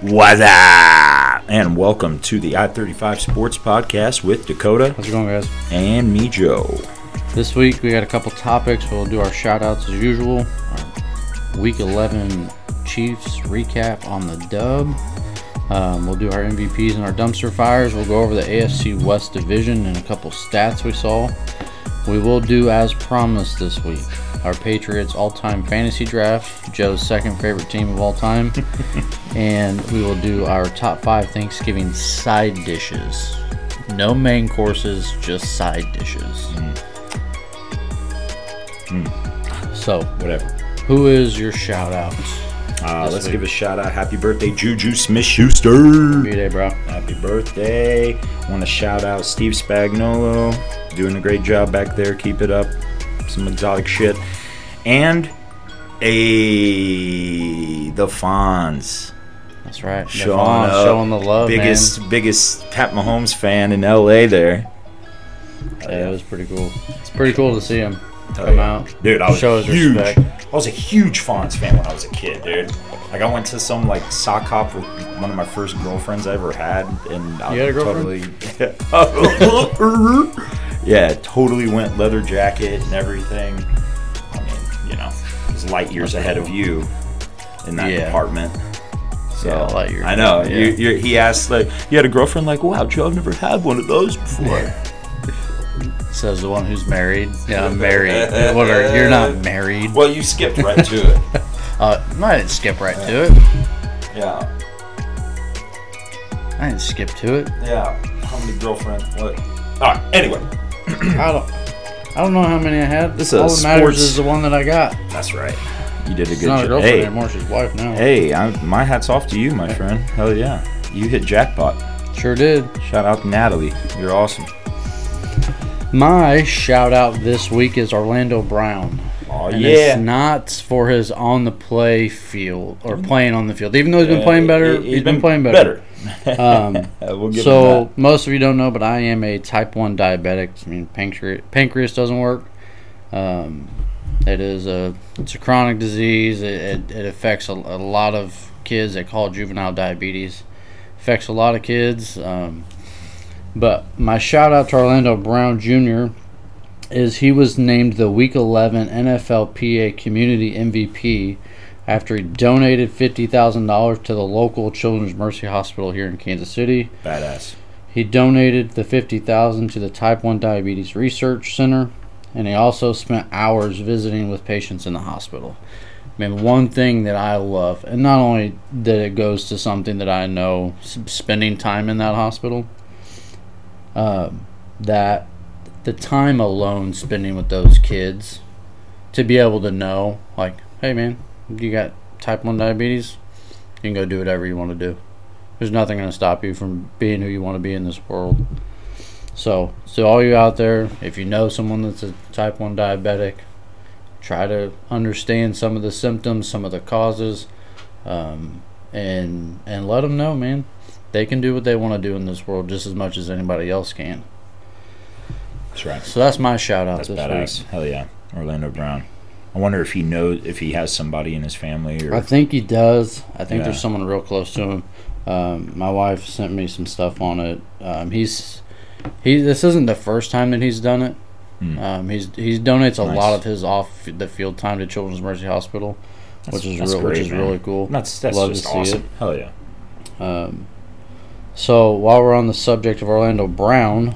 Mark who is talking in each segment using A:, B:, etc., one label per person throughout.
A: What's up? And welcome to the I 35 Sports Podcast with Dakota
B: How's it going, guys?
A: and me, Joe.
B: This week we got a couple topics. We'll do our shout outs as usual. Our Week 11 Chiefs recap on the dub. Um, we'll do our MVPs and our dumpster fires. We'll go over the AFC West division and a couple stats we saw. We will do as promised this week our Patriots all time fantasy draft, Joe's second favorite team of all time, and we will do our top five Thanksgiving side dishes. No main courses, just side dishes. So,
A: Whatever.
B: who is your shout out?
A: Uh,
B: This
A: let's
B: week.
A: give a shout out. Happy birthday, Juju Smith Schuster.
B: B-Day, bro.
A: Happy birthday. Want to shout out Steve Spagnolo. Doing a great job back there. Keep it up. Some exotic shit. And a the Fonz.
B: That's right.
A: Showing
B: Devon,
A: up.
B: showing the love,
A: biggest biggest Pat Mahomes fan in LA there.
B: man. Yeah, it was pretty cool. It's pretty cool to see him
A: Oh,
B: come
A: yeah.
B: out.
A: Dude, I was
B: Show his
A: huge.
B: respect.
A: I was a huge Fonz fan when I was a kid, dude. Like I went to some like sock hop with one of my first girlfriends I ever had, and I
B: You had a
A: totally,
B: girlfriend?
A: yeah, totally went leather jacket and everything. I mean, you know, it was light years ahead of you in that
B: Yeah.
A: department. So
B: Yeah, light years.
A: I know.
B: Yeah.
A: You, you he asked like you had a girlfriend like, wow, Joe, I've never had one of those before.
B: Says the one who's married. Yeah, I'm married. what are you're not married?
A: well, you skipped right to it.
B: Uh, no, I didn't skip right to it.
A: Yeah.
B: I didn't skip to it.
A: Yeah, how many girlfriend? What? All right. Anyway,
B: I don't. I don't know how many I had.
A: This is
B: All that matters
A: sports-
B: is the one that I got.
A: that's right. You did a
B: She's not
A: good
B: a
A: job.
B: girlfriend
A: Hey,
B: anymore. She's wife now.
A: hey, I, my hat's off to you, my friend. Hell yeah, you hit jackpot.
B: Sure did.
A: Shout out to Natalie. You're awesome.
B: My shout out this week is Orlando Brown.
A: Oh
B: And it's not for his on the play field or playing on the field. Even though he's been playing better, he's been, playing better.
A: Better.
B: Um,
A: we'll give him
B: so
A: that.
B: most of you don't know, but I am a type one diabetic. I mean, pancreas pancreas doesn't work. Um, it is a it's a chronic disease. It, it, it affects a, a lot of kids. They call it juvenile diabetes. Affects a lot of kids. Um, but my shout out to Orlando Brown Jr. is he was named the Week 11 NFLPA Community MVP after he donated $50,000 to the local Children's Mercy Hospital here in Kansas City.
A: badass.
B: He donated the 50,000 to the Type 1 Diabetes Research Center and he also spent hours visiting with patients in the hospital. I mean, one thing that I love, and not only that it goes to something that I know, s- spending time in that hospital, um, that the time alone spending with those kids to be able to know, like, hey man, you got type 1 diabetes, you can go do whatever you want to do. There's nothing going to stop you from being who you want to be in this world. So, so all you out there, if you know someone that's a type 1 diabetic, try to understand some of the symptoms, some of the causes, um, and and let them know, man, they can do what they want to do in this world just as much as anybody else can.
A: That's right.
B: So that's my shout out
A: That's
B: this
A: badass. Hell yeah, Orlando Brown. I wonder if he knows if he has somebody in his family
B: week. I
A: or
B: think he does. I think
A: Yeah.
B: there's someone real close to him. Um, my wife sent me some stuff on it. Um, he's he. This isn't the first time that he's done it.
A: Hmm.
B: Um, he's he donates a
A: Nice.
B: lot of his off the field time to Children's Mercy Hospital,
A: That's-
B: which is
A: that's
B: real, which
A: great,
B: is
A: man.
B: really cool.
A: That's that's
B: Love to
A: just
B: see
A: awesome. Hell yeah.
B: Um, so while we're on the subject of Orlando Brown,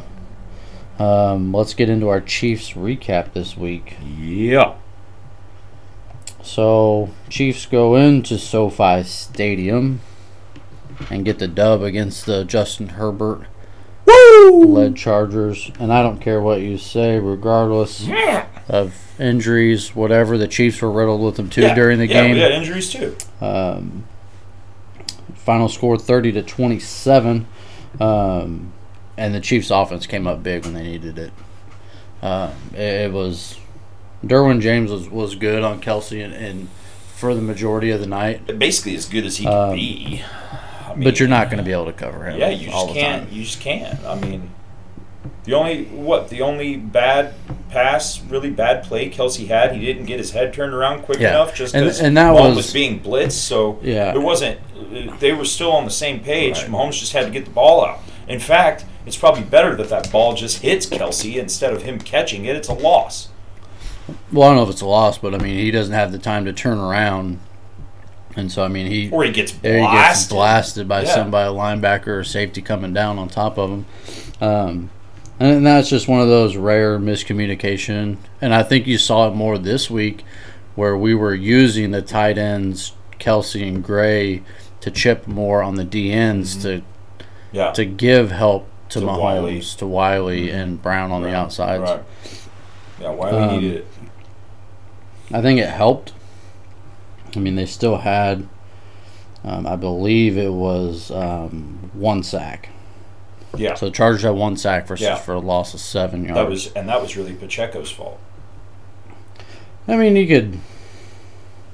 B: um, let's get into our Chiefs recap this week.
A: Yeah.
B: So Chiefs go into SoFi Stadium and get the dub against the Justin Herbert
A: Woo!
B: led Chargers. And I don't care what you say, regardless
A: Yeah.
B: of injuries, whatever. The Chiefs were riddled with them too during the
A: yeah,
B: game.
A: we had injuries too.
B: Um, final score 30 to 27. Um, and the Chiefs' offense came up big when they needed it. Uh, it, it was. Derwin James was, was good on Kelsey and, and for the majority of the night,
A: Basically, as good as he
B: Um,
A: could be. I mean,
B: but you're not going to be able to cover him
A: Yeah, you
B: all
A: just
B: the
A: can't.
B: time.
A: You just can't. I mean, The only what the only bad pass, really bad play Kelsey had, he didn't get his head turned around quick
B: Yeah.
A: enough just
B: And-
A: because
B: and that
A: Mahomes
B: was-
A: was, being blitzed. So
B: Yeah.
A: it wasn't. They were still on the same page. Mahomes just had to get the ball out. In fact, it's probably better that that ball just hits Kelsey instead of him catching it. It's a loss.
B: Well, I don't know if it's a loss, but I mean, he doesn't have the time to turn around, and so I mean, he
A: Or he gets
B: there
A: blasted.
B: he gets blasted by
A: Yeah.
B: somebody, a linebacker or safety coming down on top of him. Um, and that's just one of those rare miscommunication. And I think you saw it more this week where we were using the tight ends, Kelsey and Gray, to chip more on the D ends
A: Yeah.
B: to, to give help to,
A: Mm-hmm. To
B: Mahomes,
A: Wiley. Mm-hmm.
B: to Wiley and Brown on the
A: Right,
B: outsides.
A: Right. Yeah. Why
B: Um,
A: we needed it.
B: I think it helped. I mean, they still had, um, I believe it was um, one sack.
A: Yeah.
B: So the Chargers had one sack versus
A: Yeah.
B: for a loss of seven yards.
A: That was and that was really Pacheco's fault.
B: I mean, you could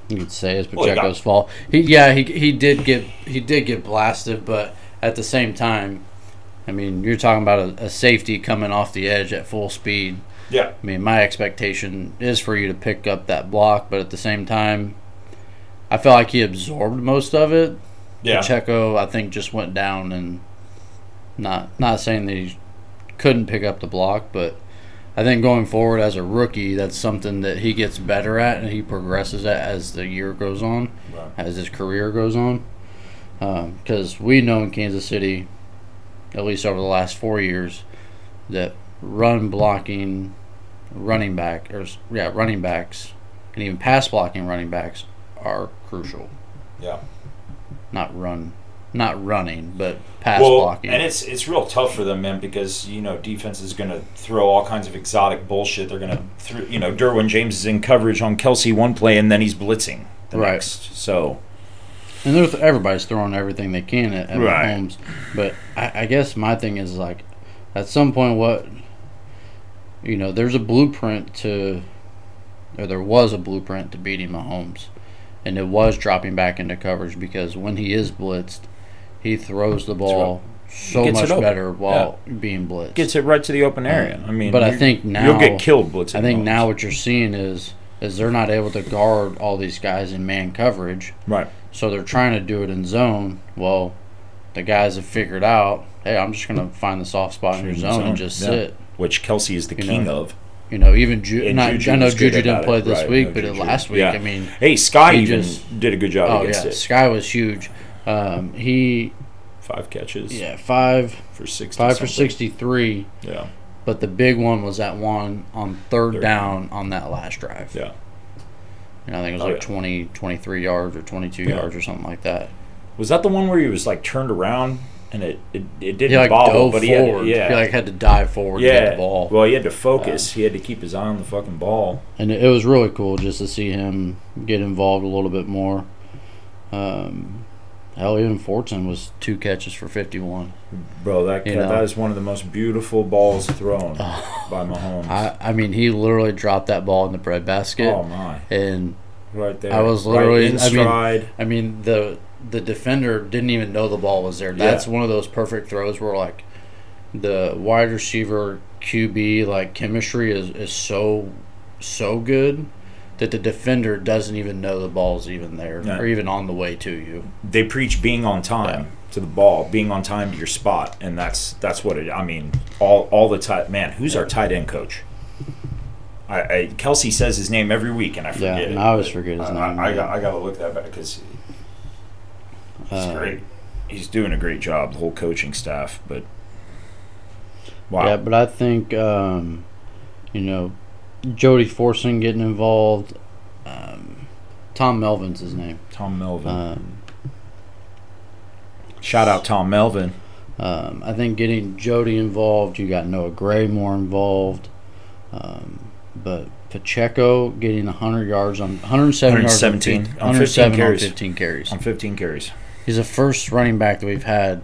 B: you could say it's
A: Well, he got-
B: Pacheco's fault. He yeah he he did get he did get blasted, but at the same time, I mean, you're talking about a, a safety coming off the edge at full speed.
A: Yeah.
B: I mean, my expectation is for you to pick up that block, but at the same time, I felt like he absorbed most of it.
A: Yeah.
B: Pacheco, I think, just went down and not not saying that he couldn't pick up the block, but I think going forward as a rookie, that's something that he gets better at and he progresses at as the year goes on,
A: Right.
B: as his career goes on. Because we know in Kansas City, at least over the last four years, that run blocking, running back or s- yeah, running backs, and even pass blocking running backs are crucial
A: Yeah.
B: not run, not running, but pass blocking.
A: And it's it's real tough for them, man, because you know defense is going to throw all kinds of exotic bullshit. They're going to, throw you know, Derwin James is in coverage on Kelsey one play, and then he's blitzing the
B: Right.
A: next. So
B: and there's, everybody's throwing everything they can at, at
A: Right.
B: Mahomes. But I, I guess my thing is like, at some point, what you know, there's a blueprint to, or there was a blueprint to beating Mahomes, and it was dropping back into coverage because when he is blitzed, he throws the ball. So
A: Gets it
B: much
A: open.
B: better while being blitzed.
A: gets it right to the open area. I mean,
B: Mm. But I
A: you-
B: think now
A: you'll get killed blitzing.
B: I think
A: Mahomes.
B: now what you're seeing is is they're not able to guard all these guys in man coverage,
A: right?
B: so they're trying to do it in zone. Well, the guys have figured out, hey, I'm just gonna find the soft spot in your
A: Shoot in
B: zone,
A: zone,
B: and just
A: yeah.
B: sit.
A: Which Kelsey is the
B: You
A: king
B: know.
A: of.
B: You know, even Ju-
A: And
B: not,
A: Juju
B: I know
A: was good
B: Juju didn't
A: about
B: play
A: it,
B: this
A: right,
B: week,
A: no,
B: but it
A: Juju.
B: last week,
A: Yeah.
B: I mean,
A: Hey, Sky
B: he
A: even
B: just-
A: did a good job
B: oh
A: against
B: yeah,
A: it.
B: Sky was huge. Um, he
A: Five catches
B: yeah five
A: for sixty.
B: five for
A: something.
B: sixty three,
A: Yeah,
B: but the big one was that one on third,
A: Third.
B: down on that last drive.
A: yeah.
B: And I think it was
A: Oh,
B: like
A: yeah.
B: twenty, twenty-three 20, 23 yards or 22
A: Yeah.
B: yards or something like that.
A: Was that the one where he was like turned around and it it, it didn't
B: He like
A: bobble,
B: dove
A: but he had,
B: forward.
A: yeah,
B: He like had to dive forward to get the ball.
A: Well, he had to focus. he had to keep his eye on the fucking ball.
B: and it, it was really cool just to see him get involved a little bit more. Um, hell, even Fortson was two catches for 51.
A: Bro, that
B: You
A: cat-
B: know.
A: that is one of the most beautiful balls thrown by Mahomes.
B: I, I mean, he literally dropped that ball in the bread basket.
A: oh my,
B: And
A: right there.
B: I was
A: Right
B: literally- I
A: in
B: mean-
A: stride.
B: I mean, the the defender didn't even know the ball was there. That's one of those perfect throws where like the wide receiver QB like chemistry is is so so good that the defender doesn't even know the ball's even there
A: Yeah.
B: or even on the way to you.
A: they preach being on time to the ball, being on time to your spot, and that's that's what it. I mean, all all the tight man. Who's our tight end coach? I, I Kelsey says his name every week, and I
B: Yeah,
A: forget. it.
B: and I always forget his
A: I,
B: name.
A: I, I, got, I got to look that back because he's
B: Uh,
A: great. He's doing a great job, the whole coaching staff. But wow,
B: Yeah, but I think um, you know Jody Forson getting involved. Um, Tom Melvin's his name.
A: Tom Melvin.
B: Um,
A: Shout out Tom Melvin.
B: Um, I think getting Jody involved, you got Noah Gray more involved, um, but Pacheco getting 100 yards on 107 yards on
A: 117
B: fif-
A: on 15
B: 107 on
A: carries.
B: 15 carries.
A: on 15 carries,
B: He's the first running back that we've had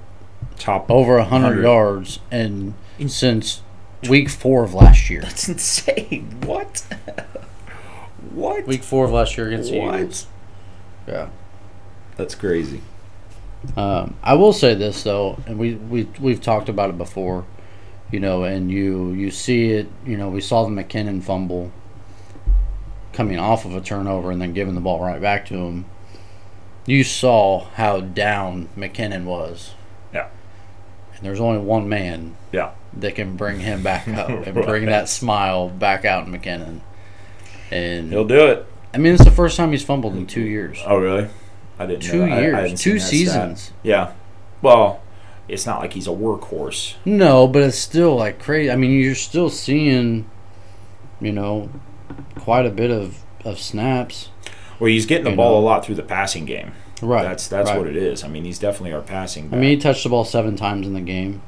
A: top.
B: over 100
A: 100.
B: yards and since week four of last year.
A: That's insane. What? what?
B: Week four of last year against the Eagles.
A: what?
B: Yeah.
A: That's crazy.
B: Um, I will say this though, and we we we've talked about it before. you know, and you you see it. You know, we saw the McKinnon fumble coming off of a turnover and then giving the ball right back to him. You saw how down McKinnon was.
A: Yeah.
B: And there's only one man
A: Yeah.
B: that can bring him back up and
A: Right.
B: bring that smile back out in McKinnon. And
A: He'll do it.
B: I mean, it's the first time he's fumbled in two years.
A: Oh, really? I didn't
B: Two
A: know. that. I- I
B: years,
A: hadn't seen
B: two
A: that stat.
B: seasons.
A: Yeah. Well, it's not like he's a workhorse.
B: No, but it's still like crazy. I mean, you're still seeing, you know, quite a bit of, of snaps.
A: Well, he's getting the
B: You
A: ball a
B: know.
A: lot through the passing game.
B: Right.
A: That's that's
B: right.
A: what it is. I mean, he's definitely our passing.
B: I
A: Back.
B: mean, he touched the ball seven times in the game.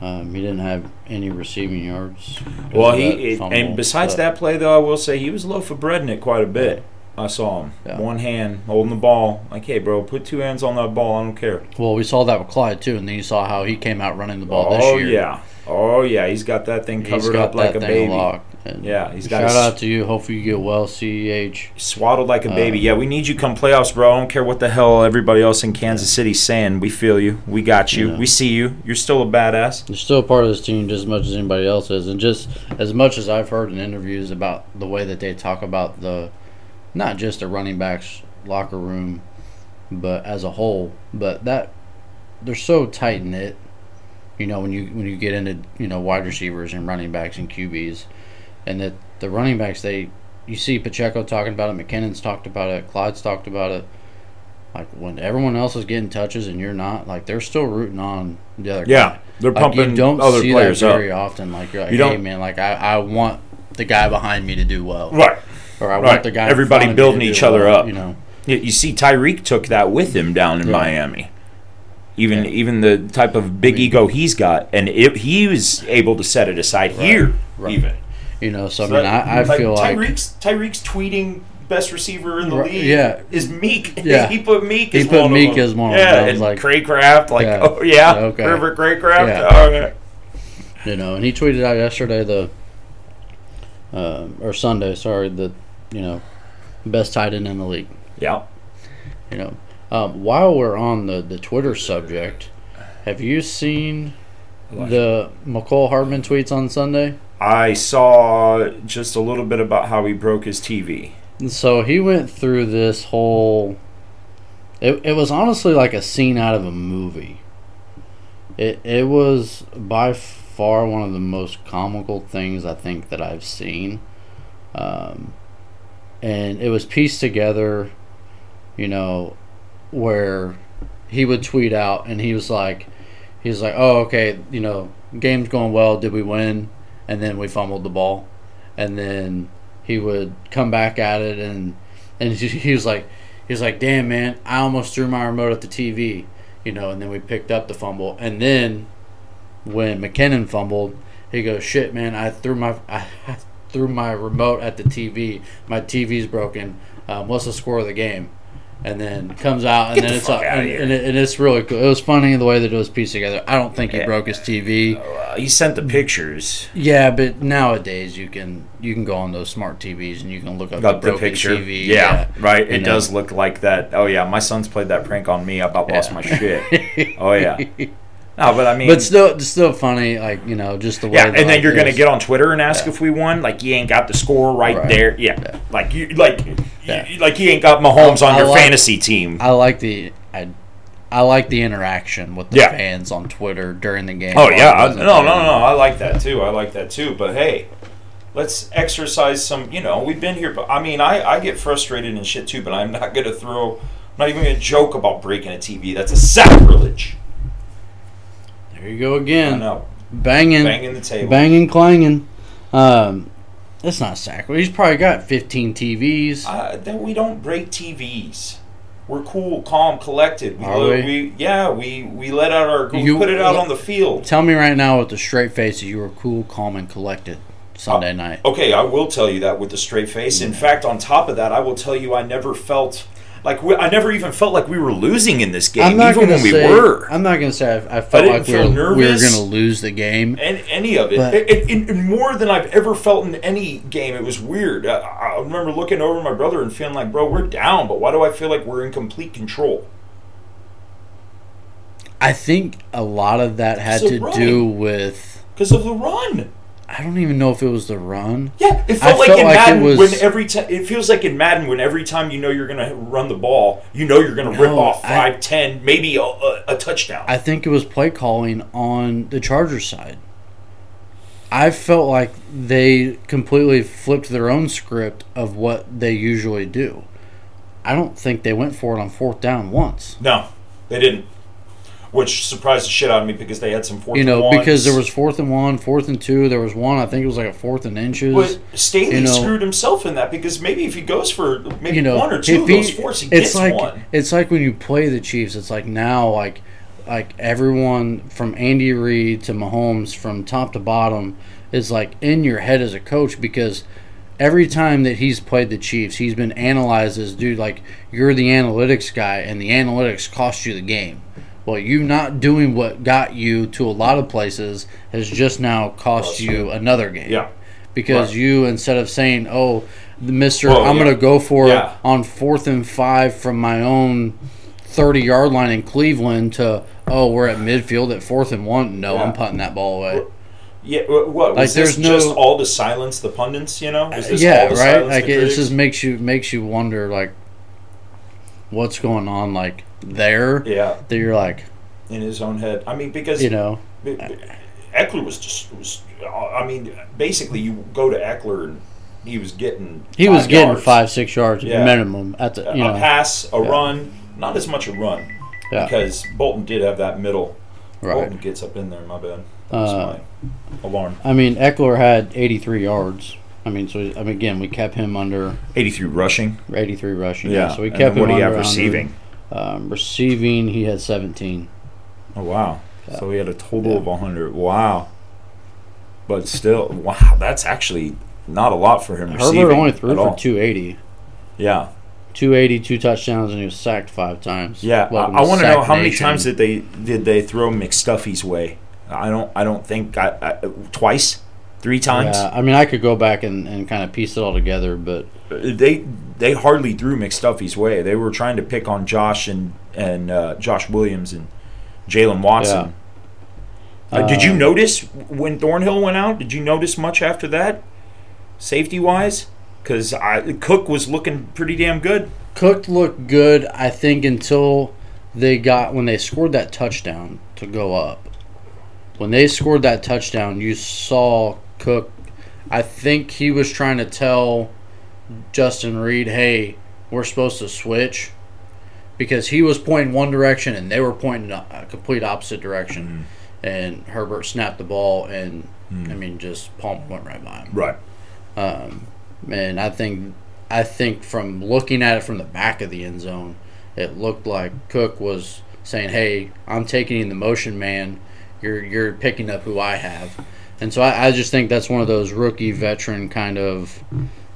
B: Um, he didn't have any receiving yards.
A: well,
B: because of
A: he
B: that
A: it,
B: fumble,
A: and besides
B: but-
A: that play though, I will say he was a loaf of bread in it quite a bit. I saw him
B: Yeah.
A: one hand holding the ball. Like, hey, bro, put two hands on that ball. I don't care.
B: Well, we saw that with Clyde too, and then you saw how he came out running the ball
A: oh
B: this year.
A: yeah, oh yeah, he's got that thing
B: he's
A: covered
B: got
A: up like
B: that
A: a
B: thing
A: baby.
B: locked. And
A: Yeah, he's got
B: shout
A: his-
B: out to you. Hopefully you get well, E Ceh.
A: swaddled like a
B: Uh,
A: baby. Yeah, we need you come playoffs, bro. I don't care what the hell everybody else in Kansas City's saying. We feel you. We got you.
B: Yeah.
A: We see you. You're still a badass.
B: You're still a part of this team just as much as anybody else is, and just as much as I've heard in interviews about the way that they talk about the, not just the running backs locker room, but as a whole. But that they're so tight knit. You know when you when you get into you know wide receivers and running backs and QBs, and that the running backs they you see Pacheco talking about it, McKinnon's talked about it, Clyde's talked about it. Like when everyone else is getting touches and you're not, like they're still rooting on the other guy.
A: Yeah, they're
B: Like,
A: pumping
B: you don't
A: other
B: see
A: players
B: that
A: up.
B: very often. Like you're like,
A: You
B: hey
A: don't-
B: man, like I, I want the guy behind me to do well,
A: Right.
B: or I
A: right.
B: want the guy. in
A: Everybody
B: front of me
A: building
B: to do
A: each other
B: well,"
A: up.
B: You know,
A: You, you see, Tyreek took that with him down in
B: Yeah.
A: Miami. Even
B: Yeah.
A: even the type of big ego he's got, and it, he was able to set it aside here.
B: right.
A: Even
B: you know. So, I mean, I, I feel like
A: Tyreek's Tyreek's tweeting best receiver in the
B: Right,
A: league.
B: yeah.
A: is Meek.
B: Yeah.
A: he put Meek.
B: He
A: as
B: put
A: one
B: Meek
A: of them.
B: as one of them.
A: Yeah,
B: I was
A: and
B: like-
A: Craycraft. Like,
B: Yeah.
A: oh yeah,
B: Okay.
A: Herbert Craycraft.
B: Yeah.
A: Okay.
B: you know, and he tweeted out yesterday the, um or Sunday, sorry, the, you know, best tight end in the league.
A: Yeah.
B: You know, um, while we're on the the Twitter subject, have you seen the McCole Hardman tweets on Sunday?
A: I saw just a little bit about how he broke his TV.
B: So he went through this whole. It, it was honestly like a scene out of a movie. It it was by far one of the most comical things I think that I've seen, um, and it was pieced together, you know, where he would tweet out and he was like, he's like, oh okay, you know, game's going well, did we win? And then we fumbled the ball, and then he would come back at it and and he, he was like he was like damn man i almost threw my remote at the tv you know and then we picked up the fumble and then when mckinnon fumbled he goes shit man i threw my i threw my remote at the tv my tv's broken um, what's the score of the game and then comes out and
A: Get
B: then
A: the
B: it's
A: fuck
B: like,
A: outta
B: and,
A: here.
B: and, it, and it's really cool it was funny the way that it was pieced together i don't think he
A: Yeah.
B: broke his tv
A: Uh, he sent the pictures.
B: yeah, but nowadays you can you can go on those smart TVs and you can look up
A: Got
B: the
A: the
B: broken
A: picture.
B: TV.
A: yeah, right.
B: You
A: It
B: know.
A: does look like that. Oh yeah, my son's played that prank on me. I about lost
B: Yeah.
A: my shit. oh yeah. No, but I mean,
B: but still, it's still funny. Like you know, just the way.
A: yeah,
B: that,
A: and then
B: like,
A: you're gonna
B: there's-
A: get on Twitter and ask if we won. Like you ain't got the score right,
B: Right.
A: there. Yeah. like you like you-
B: Yeah.
A: you, like you ain't got Mahomes
B: I-
A: on
B: I
A: your
B: like-
A: fantasy team.
B: I like the I, I like the interaction with the
A: Yeah.
B: fans on Twitter during the game.
A: Oh
B: while
A: yeah,
B: I
A: I-
B: wasn't
A: no, no,
B: there.
A: no, no. I like that too. I like that too. But hey, let's exercise some. You know, we've been here. But I mean, I I get frustrated and shit too. But I'm not gonna throw. I'm not even gonna joke about breaking a TV. That's a sacrilege.
B: There you go
A: I
B: again,
A: know,
B: banging, banging,
A: banging the table.
B: clanging. Um, it's not sacrilege. He's probably got 15 TVs.
A: Uh, that we don't break TVs. We're cool, calm, collected. We,
B: Are
A: let-
B: we?
A: we yeah, we we let out our we
B: You-
A: put it out on the field.
B: Tell me right now, with the straight faces, you were cool, calm, and collected Sunday
A: Uh,
B: night.
A: Okay, I will tell you that with a straight face.
B: Mm.
A: In fact, on top of that, I will tell you I never felt like we, I never even felt like we were losing in this game, even
B: gonna
A: when we
B: say,
A: were.
B: I'm not gonna say I, I
A: I
B: felt
A: didn't
B: like we
A: feel
B: were, we were
A: nervous.
B: gonna lose the game.
A: and any of it,
B: But-
A: it, it, it- more than I've ever felt in any game. It was weird. I, I remember looking over at my brother and feeling like, "Bro, we're down, but why do I feel like we're in complete control?"
B: I think a lot of that had
A: So
B: to
A: right.
B: do with
A: Because because of the run.
B: I don't even know if it was the run.
A: Yeah, it
B: I
A: felt like
B: felt
A: in
B: like it
A: Madden
B: was-
A: when every time it feels like in Madden when every time you know you're gonna run the ball, you know you're gonna rip
B: No,
A: off
B: I-
A: five, ten, maybe a, a, a touchdown.
B: I think it was play calling on the Chargers side. I felt like they completely flipped their own script of what they usually do. I don't think they went for it on fourth down once.
A: no, they didn't, which surprised the shit out of me because they had some fourth.
B: You know,
A: and
B: because there
A: ones.
B: was fourth and one, fourth and two. There was one, I think it was like a fourth and inches.
A: But Staley
B: you know-
A: screwed himself in that because maybe if he goes for maybe
B: you know,
A: one or two
B: if
A: of those
B: he-
A: fours, he
B: it's
A: gets
B: like
A: one.
B: it's like when you play the Chiefs. It's like now, like like everyone from Andy Reid to Mahomes, from top to bottom, is like in your head as a coach because every time that he's played the Chiefs, he's been analyzed as dude like you're the analytics guy, and the analytics cost you the game. Well, you not doing what got you to a lot of places has just now cost you another game
A: Yeah.
B: because
A: Right.
B: you instead of saying, "Oh, Mister,
A: Well,
B: I'm
A: yeah.
B: going to go for
A: Yeah.
B: it on fourth and five from my own thirty yard line in Cleveland," to "Oh, we're at midfield at fourth and one." No,
A: Yeah.
B: I'm putting that ball away.
A: Yeah, wha- what was
B: Like,
A: this
B: there's no-
A: just all to silence the pundits? You know, was this
B: Yeah,
A: all to
B: right.
A: silence
B: Like
A: the
B: it
A: critics?
B: just makes you makes you wonder like what's going on like there
A: yeah,
B: that you're like
A: in his own head. I mean, because
B: you know
A: B- b- Eckler was just was. I mean, basically, you go to Eckler and he was getting
B: he was getting
A: yards.
B: five six yards
A: Yeah. Uh,
B: minimum at the
A: a
B: you know
A: pass, a run, not as much a run
B: Yeah.
A: because Bolton did have that middle. Bolton
B: right.
A: gets up in there. My bad. That was
B: Uh,
A: my alarm.
B: I mean Eckler had eighty three yards. I mean so I mean, again we kept him under.
A: Eighty-three rushing.
B: 83 rushing.
A: Yeah.
B: So we
A: And
B: kept
A: then
B: him
A: what do you have
B: under 100.
A: receiving?
B: Um, receiving, he had 17.
A: Oh wow! So we had a total
B: Yeah.
A: of hundred. Wow. But still, wow, that's actually not a lot for him receiving.
B: Herbert only threw
A: at
B: for
A: all.
B: 280.
A: Yeah,
B: 280, two touchdowns, and he was sacked five times.
A: yeah. I,
B: Welcome
A: I want to
B: Sack
A: know how many
B: Nation.
A: times did they did they throw McStuffy's way? I don't. I don't think I, I, twice, three times.
B: Yeah, I mean, I could go back and, and kind of piece it all together, but
A: They they hardly threw McStuffy's way. They were trying to pick on Josh and and uh, Josh Williams and Jalen Watson. Uh, did you
B: Um,
A: notice when Thornhill went out? Did you notice much after that, safety wise? Because Cook was looking pretty damn good.
B: Cook looked good, I think, until they got when they scored that touchdown to go up. When they scored that touchdown, you saw Cook. I think he was trying to tell Justin Reed, "Hey, we're supposed to switch," because he was pointing one direction and they were pointing a a complete opposite direction. And Herbert snapped the ball, and I mean, just Palmer went right by him.
A: Right.
B: Um, and I think I think from looking at it from the back of the end zone, it looked like Cook was saying, "Hey, I'm taking in the motion man. You're you're picking up who I have." And so I, I just think that's one of those rookie veteran kind of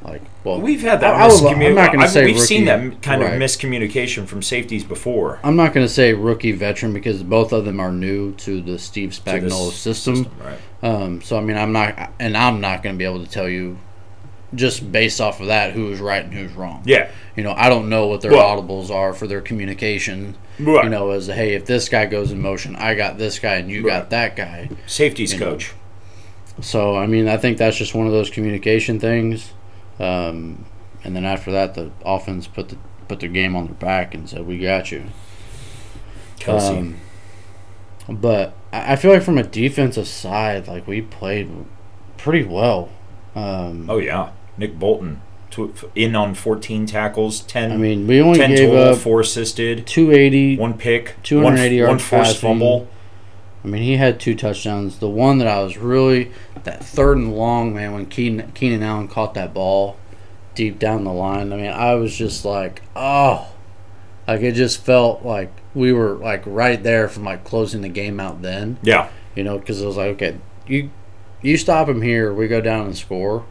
B: like well
A: We've had
B: I-
A: that.
B: I would lo-
A: miscommu-
B: I'm not gonna
A: I've-
B: say
A: we've seen that
B: rookie,
A: m- kind
B: right.
A: of miscommunication from safeties before.
B: I'm not going to say rookie veteran because both of them are new to the Steve
A: to this
B: Spagnuolo system.
A: right?
B: Um, so I mean, I'm not, and I'm not going to be able to tell you, just based off of that, who is right and who's wrong.
A: Yeah.
B: You know, I don't know what their
A: Well-
B: audibles are for their communication.
A: Right.
B: You know, as hey, if this guy goes in motion, I got this guy, and you got
A: Right.
B: that guy.
A: Safeties
B: You know.
A: coach.
B: So I mean, I think that's just one of those communication things. Um, and then after that, the offense put the put their game on their back and said, "We got you."
A: Kelsey.
B: Um, but I I feel like from a defensive side, like we played pretty well. Um,
A: oh yeah, Nick Bolton tw- in on 14 tackles, 10,
B: I mean, we only
A: 10
B: gave
A: total,
B: up
A: four assisted,
B: 280.
A: one pick,
B: 280
A: one,
B: yards
A: one forced
B: passing.
A: fumble.
B: I mean, he had two touchdowns. The one that I was really that third and long man when Keenan, Keenan Allen caught that ball deep down the line. I mean, I was just like, oh, like it just felt like we were like right there from like closing the game out. Then
A: Yeah.
B: you know, because it was like, okay, you you stop him here, we go down and score.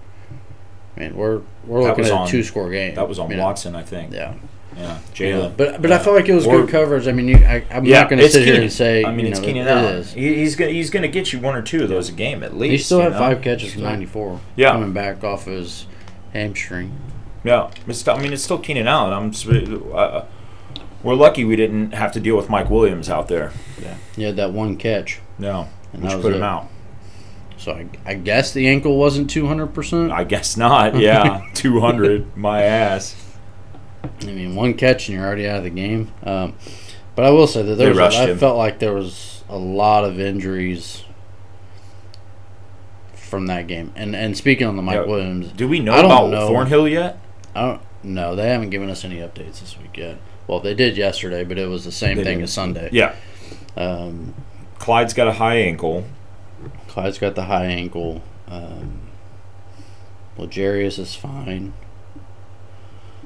B: Man, we're we're
A: That
B: looking
A: was
B: at
A: on-
B: a two score game.
A: That was on
B: you know?
A: Watson, I think. Yeah,
B: Yeah,
A: Jalen.
B: but but I felt like it was
A: Or-
B: good coverage. I mean, you, I, I'm not going to
A: it's
B: sit here
A: Keenan.
B: and say.
A: I mean,
B: you
A: it's
B: know,
A: Keenan
B: it
A: Allen.
B: is.
A: He, he's gonna he's gonna get you one or two of those a game at least.
B: He still
A: you
B: had
A: know?
B: five catches from 94.
A: Yeah.
B: Coming back off his hamstring.
A: Yeah, it's still, I mean, it's still Keenan Allen. I'm. s- Uh, we're lucky we didn't have to deal with Mike Williams out there.
B: He had that one catch.
A: No,
B: And
A: which
B: that was
A: put him
B: it.
A: out.
B: So I, I guess the ankle wasn't 200%.
A: I guess not. Yeah, 200. My ass.
B: I mean, one catch and you're already out of the game. Um, but I will say that there
A: They
B: was,
A: rushed
B: I
A: him.
B: felt like there was a lot of injuries from that game. And and speaking on the Mike
A: Yeah.
B: Williams,
A: Do we know
B: I don't
A: about
B: know.
A: Thornhill yet?
B: I don't no, they haven't given us any updates this week yet. Well, they did yesterday, but it was the same
A: They
B: thing
A: didn't.
B: as Sunday.
A: Yeah.
B: Um,
A: Clyde's got a high ankle.
B: Clyde's got the high ankle. Um, Legarius is fine.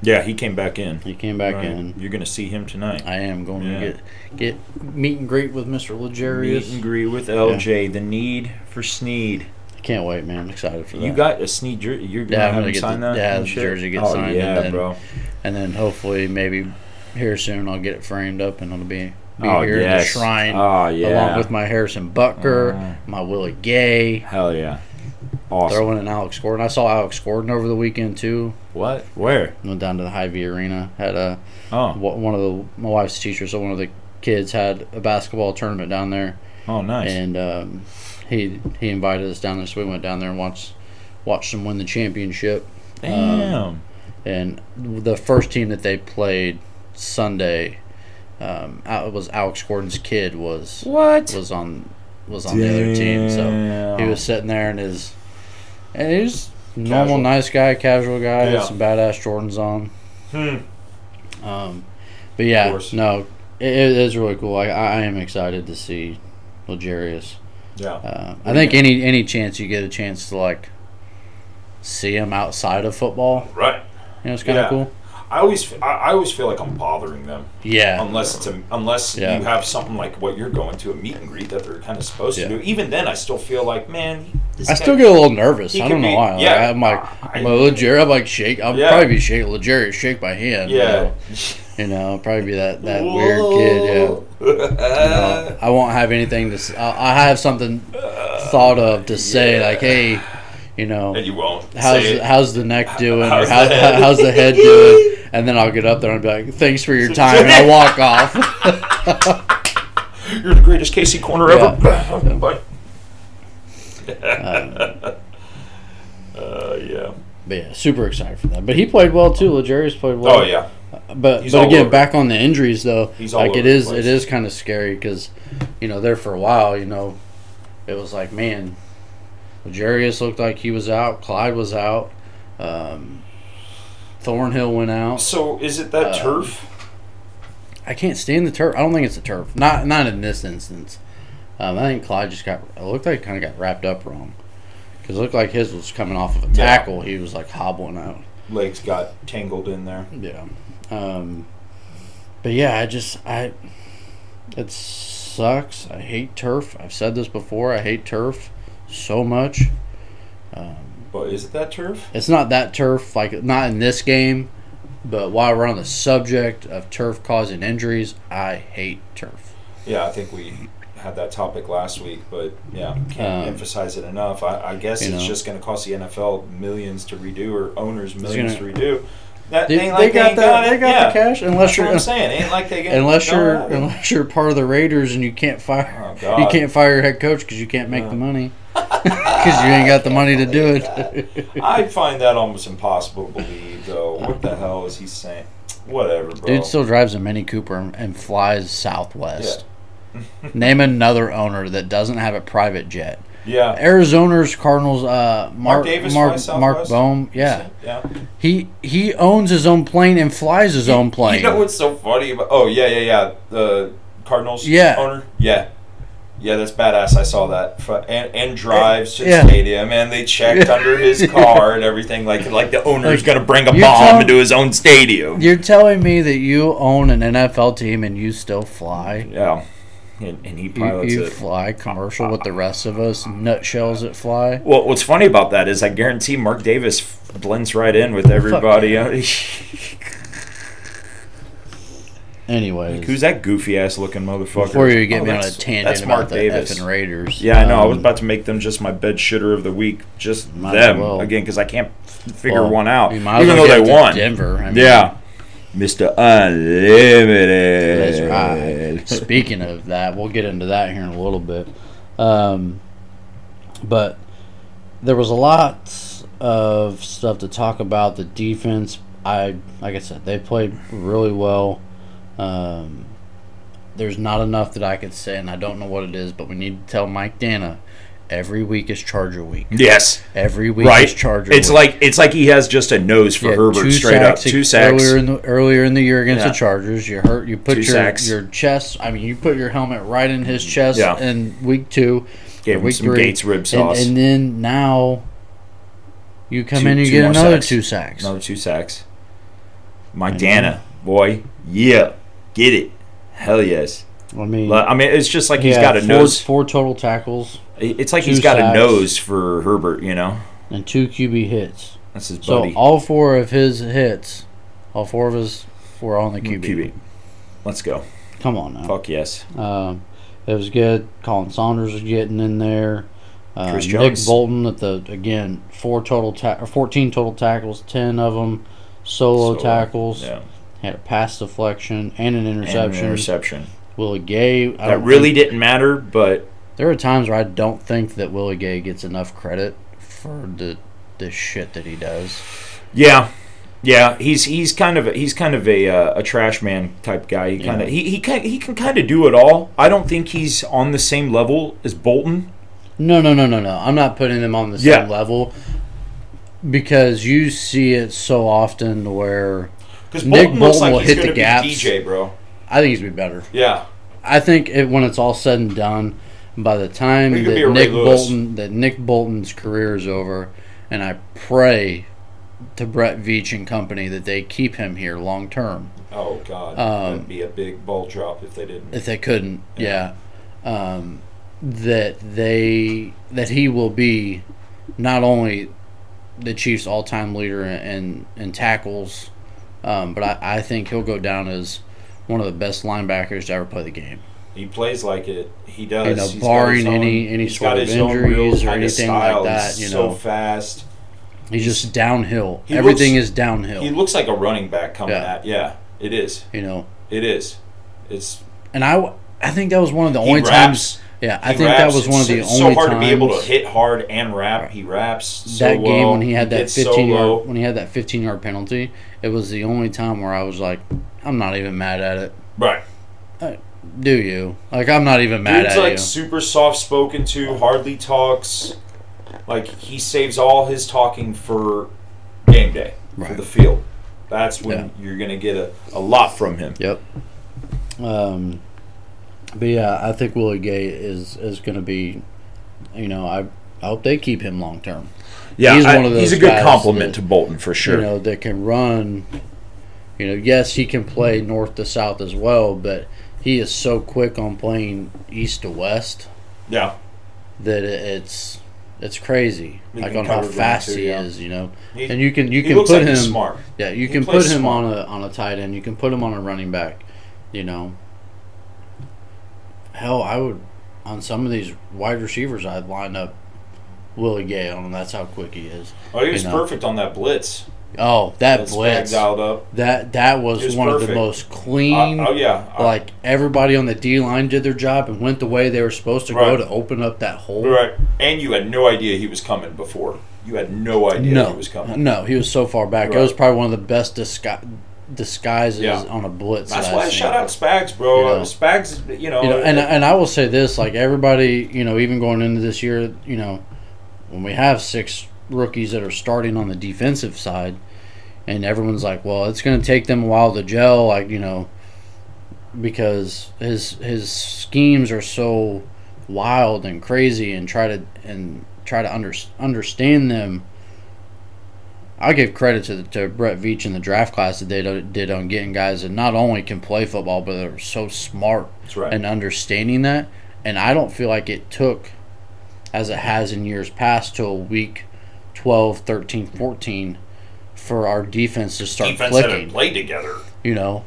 A: Yeah, he came back in.
B: He came back
A: Right.
B: in.
A: You're going to see him tonight.
B: I am going
A: Yeah.
B: to get get meet and greet with Mr.
A: Meet and
B: Legarius.
A: greet with LJ. The need for Sneed.
B: Can't wait, man. I'm excited for that.
A: You got a Sneed jersey. You're
B: Yeah, I'm
A: going
B: gonna
A: to
B: get
A: sign
B: the-
A: that?
B: yeah,
A: and
B: the
A: shit?
B: jersey gets
A: oh,
B: signed and
A: Yeah,
B: then-
A: bro.
B: and then hopefully maybe here soon I'll get it framed up and it'll be, be
A: oh,
B: here at
A: yes.
B: the shrine
A: Oh, yeah.
B: along with my Harrison Butker,
A: Uh-huh.
B: my Willie Gay,
A: Hell yeah. Awesome.
B: throwing in Alex Gordon. I saw Alex Gordon over the weekend too.
A: What? Where?
B: Went down to the Hy-Vee Arena. Had a wh-
A: Oh,
B: one of the my wife's teachers, so one of the kids had a basketball tournament down there,
A: oh, nice.
B: and um, he he invited us down there, so we went down there and watched watched them win the championship.
A: Damn.
B: um, and the first team that they played Sunday um, out- was Alex Gordon's kid was
A: what?
B: was on was on the other team. So he was sitting there in his and he's normal,
A: Casual.
B: nice guy, casual guy,
A: Yeah.
B: had some badass Jordans on.
A: Hmm.
B: Um, but yeah,
A: course.
B: no, it, it is really cool. I, I am excited to see Legarius.
A: Yeah.
B: Uh, I think any any chance you get a chance to like see him outside of football,
A: Right.
B: you know, it's kind of
A: Yeah.
B: cool.
A: I always, I, I always feel like I'm bothering them
B: Yeah,
A: unless it's a, unless
B: Yeah.
A: you have something like what you're going to a meet and greet that they're kind of supposed
B: Yeah.
A: to do. Even then, I still feel like, man, this
B: I
A: guy-
B: still get a little nervous.
A: He
B: I
A: could
B: don't know
A: be-
B: why. Like,
A: yeah.
B: I'm like,
A: I-
B: I'm a Legere. I'm like, shake. I'll
A: Yeah.
B: probably be shake Legere, shake by hand. you
A: yeah,
B: know. You know, I'll probably be that, that weird kid. Yeah. You know, I won't have anything to. s- I'll, I'll have something thought of to say,
A: Uh, yeah.
B: like, hey, you
A: and
B: know,
A: you won't.
B: how's
A: say it.
B: how's the neck doing,
A: How's
B: or how,
A: the
B: how-
A: head?
B: how's the head doing? And then I'll get up there and be like, thanks for your time, and I walk off.
A: You're the greatest KC corner ever. Bye.
B: Um,
A: uh, yeah.
B: But yeah, super excited for that. But he played well too. Legarius played well.
A: Oh yeah.
B: But
A: He's
B: but
A: all
B: again,
A: over.
B: back on the injuries though,
A: He's all
B: like it
A: over
B: is
A: the
B: it
A: place.
B: is kind of scary because you know there for a while, you know, it was like man, Jarius looked like he was out, Clyde was out, um, Thornhill went out.
A: So is it that
B: Uh,
A: turf?
B: I can't stand the turf. I don't think it's the turf. Not not in this instance. Um, I think Clyde just got it looked like kind of got wrapped up wrong because it looked like his was coming off of a
A: Yeah.
B: tackle. He was like hobbling out.
A: Legs got tangled in there.
B: Yeah. Um, but yeah, I just I it sucks. I hate turf. I've said this before. I hate turf so much. Um,
A: But is it that turf?
B: it's not that turf like not in this game, but while we're on the subject of turf causing injuries, I hate turf.
A: Yeah, I think we had that topic last week, but yeah, can't
B: Um,
A: emphasize it enough. I, I guess
B: you
A: it's
B: know.
A: just going to cost the NFL millions to redo or owners millions
B: gonna-
A: to redo. That
B: They,
A: ain't
B: they
A: like
B: got
A: ain't
B: that.
A: it.
B: They got
A: yeah.
B: the cash. Unless
A: That's what
B: you're
A: I'm saying. Ain't like they got
B: unless
A: no,
B: you're
A: I don't-
B: unless you're part of the Raiders and you can't fire
A: Oh, God.
B: you can't fire your head coach because you can't make
A: Yeah. Oh,
B: the money because you ain't got the money to do it.
A: I find that almost impossible to believe, though. What the hell is he saying? Whatever, bro.
B: Dude still drives a Mini Cooper and flies Southwest. Name another owner that doesn't have a private jet.
A: yeah.
B: Arizona's Cardinals. Uh, Mark
A: Davis
B: Mark,
A: flies
B: Mark
A: Southwest?
B: Bohm. Yeah,
A: Yeah.
B: he he owns his own plane and flies his own plane.
A: You know what's so funny about? Oh yeah, yeah, yeah. The Cardinals
B: Yeah.
A: owner. Yeah, yeah. That's badass. I saw that. Fu- And, and drives to
B: Yeah.
A: the stadium, and they checked
B: Yeah.
A: under his car and everything. Like like the owner's
B: Like,
A: gonna bring a
B: you're
A: bomb
B: telling-
A: into his own stadium.
B: You're telling me that you own an NFL team and you still fly?
A: Yeah, and, and he
B: You,
A: pilots
B: you
A: it.
B: fly commercial with the rest of us nutshells that fly.
A: Well, what's funny about that is I guarantee Mark Davis f- blends right in with everybody.
B: Anyways,
A: Who's that goofy ass looking motherfucker?
B: before you get
A: Oh,
B: me on a
A: that's-
B: tangent
A: that's
B: about
A: Mark
B: the
A: Davis.
B: effing Raiders.
A: Yeah, I know. I was
B: um,
A: about to make them just my bed shitter of the week, just
B: Might as
A: them
B: well.
A: again because I can't f- figure
B: Well,
A: one out.
B: you might as
A: Even
B: well
A: though they
B: get to
A: won,
B: Denver. I mean,
A: yeah, Mister Unlimited.
B: That's right. Speaking of that, we'll get into that here in a little bit. Um, But there was a lot of stuff to talk about. The defense, I like I said, they played really well. Um, there's not enough that I could say, and I don't know what it is, but we need to tell Mike Dana every week is Charger week.
A: Yes.
B: Every week
A: Right.
B: is Charger
A: It's
B: week.
A: like it's like he has just a nose for
B: Yeah,
A: Herbert
B: two
A: straight up.
B: sacks
A: Two sacks.
B: earlier in the earlier in the year against
A: Yeah.
B: the Chargers. You hurt. You put
A: Two
B: your
A: sacks.
B: your chest. I mean, you put your helmet right in his chest
A: Yeah.
B: in week two,
A: Gave him
B: week
A: some
B: three,
A: Gates rib
B: and,
A: sauce.
B: and then now you come
A: Two-
B: in and
A: two
B: you get
A: more
B: another
A: sacks.
B: two sacks.
A: Another two sacks. Mike Dana, boy, yeah, get it, hell yes.
B: I mean,
A: Lo- I mean, it's just like
B: he
A: he's
B: had
A: got a
B: four,
A: nose.
B: four total tackles
A: It's like
B: two
A: he's got
B: sacks.
A: a nose for Herbert. You know,
B: and two QB hits.
A: that's his
B: So
A: buddy.
B: all four of his hits, all four of his were on the QB.
A: QB. Let's go.
B: Come on now.
A: Fuck yes.
B: Um, it was good. Colin Saunders was getting in there. Uh,
A: Chris
B: Nick
A: Jones.
B: Bolton at the again four total ta- or fourteen total tackles, ten of them solo
A: So,
B: tackles.
A: Yeah.
B: Had a pass deflection and an
A: And
B: interception.
A: interception.
B: Willie Gay. I
A: That
B: don't
A: really
B: think-
A: didn't matter, but
B: there are times where I don't think that Willie Gay gets enough credit for the the shit that he does.
A: Yeah, yeah. He's he's kind of a, he's kind of a uh, a trash man type guy. He kind of he he can, he can kind of do it all. I don't think he's on the same level as Bolton.
B: No, no, no, no, no. I'm not putting them on the same
A: Yeah.
B: level because you see it so often to where
A: Because
B: Nick Bolton looks Bolton like will he's hit gonna the be gaps.
A: DJ,
B: DJ,
A: bro.
B: I think he's be better.
A: Yeah,
B: I think it, when it's all said and done, by the time
A: He
B: that
A: could be a Ray
B: Nick
A: Lewis.
B: Bolton that Nick Bolton's career is over, and I pray to Brett Veach and company that they keep him here long term.
A: Oh God,
B: Um, That'd
A: be a big ball drop if they didn't.
B: If they couldn't, yeah, Um, that they that he will be not only the Chiefs' all-time leader in in tackles, um, but I, I think he'll go down as one of the best linebackers to ever play the game.
A: He plays like it. He
B: You know, barring any any sort of injuries or anything like that, you know,
A: fast.
B: he's just downhill.
A: He
B: Everything
A: looks-
B: is downhill.
A: looks like a running back coming
B: Yeah.
A: at. Yeah, it is.
B: you know,
A: It is. It's
B: and I, w- I think that was one of the
A: He
B: only
A: raps.
B: times. Yeah, I
A: He
B: think
A: raps.
B: that was one of the
A: it's so
B: only
A: hard
B: times
A: to be able to hit hard and rap. He raps so
B: that game
A: well.
B: when he had that
A: gets
B: 15
A: solo.
B: yard when he had that 15 yard penalty. It was the only time where I was like, I'm not even mad at it.
A: Right,
B: Do you? Like, I'm not even mad
A: dude's
B: at
A: like
B: you.
A: super soft spoken to, hardly talks. Like he saves all his talking for game day for
B: Right.
A: the field. That's when you're gonna get a, a lot from him.
B: Yep. Um, but yeah, I think Willie Gay is is going to be, you know, I I hope they keep him long term.
A: Yeah,
B: He's
A: I-
B: one of
A: he's a
B: those
A: good
B: guys
A: compliment
B: that-
A: to Bolton for sure.
B: you know that can run you know yes he can
A: Mm-hmm.
B: play north to south as well but he is so quick on playing east to west
A: yeah,
B: that it- it's it's crazy
A: He
B: like
A: can
B: on how
A: cover ground
B: fast
A: too,
B: he
A: yeah.
B: is you know
A: He-
B: and you can you
A: he
B: can
A: looks
B: put
A: like
B: him
A: he's smart.
B: yeah you
A: He
B: can put
A: plays
B: him
A: smart.
B: on a on a tight end you can put him on a running back you know hell I would on some of these wide receivers I'd line up Willie Gay on him that's how quick he is
A: Oh, he was
B: you know.
A: perfect on that blitz.
B: oh that
A: That's
B: blitz
A: dialed up.
B: That that was,
A: It was
B: one of the
A: perfect.
B: most
A: I-
B: clean.
A: oh yeah, I-
B: Like everybody on the D line did their job and went the way they were supposed to go
A: Right.
B: to open up that hole.
A: Right. And you had no idea he was coming before. You had no idea
B: No,
A: he was coming.
B: no, he was so far back. It
A: Right.
B: was probably one of the best disgu- disguises
A: Yeah.
B: on a blitz.
A: That's
B: that I've
A: why I
B: seen.
A: shout out Spags, bro.
B: You know.
A: Uh, Spags, you know,
B: You know, and and I will say this: like everybody, you know, even going into this year, you know, when we have six rookies that are starting on the defensive side, and everyone's like, "Well, it's going to take them a while to gel," like you know, because his his schemes are so wild and crazy, and try to and try to under, understand them. I give credit to, the, to Brett Veach and the draft class that they do- did on getting guys that not only can play football, but they're so smart
A: that's right.
B: and understanding that. And I don't feel like it took, as it has in years past, till week 12, 13, 14 for our defense to start
A: defense that had
B: clicking.
A: played together
B: you know,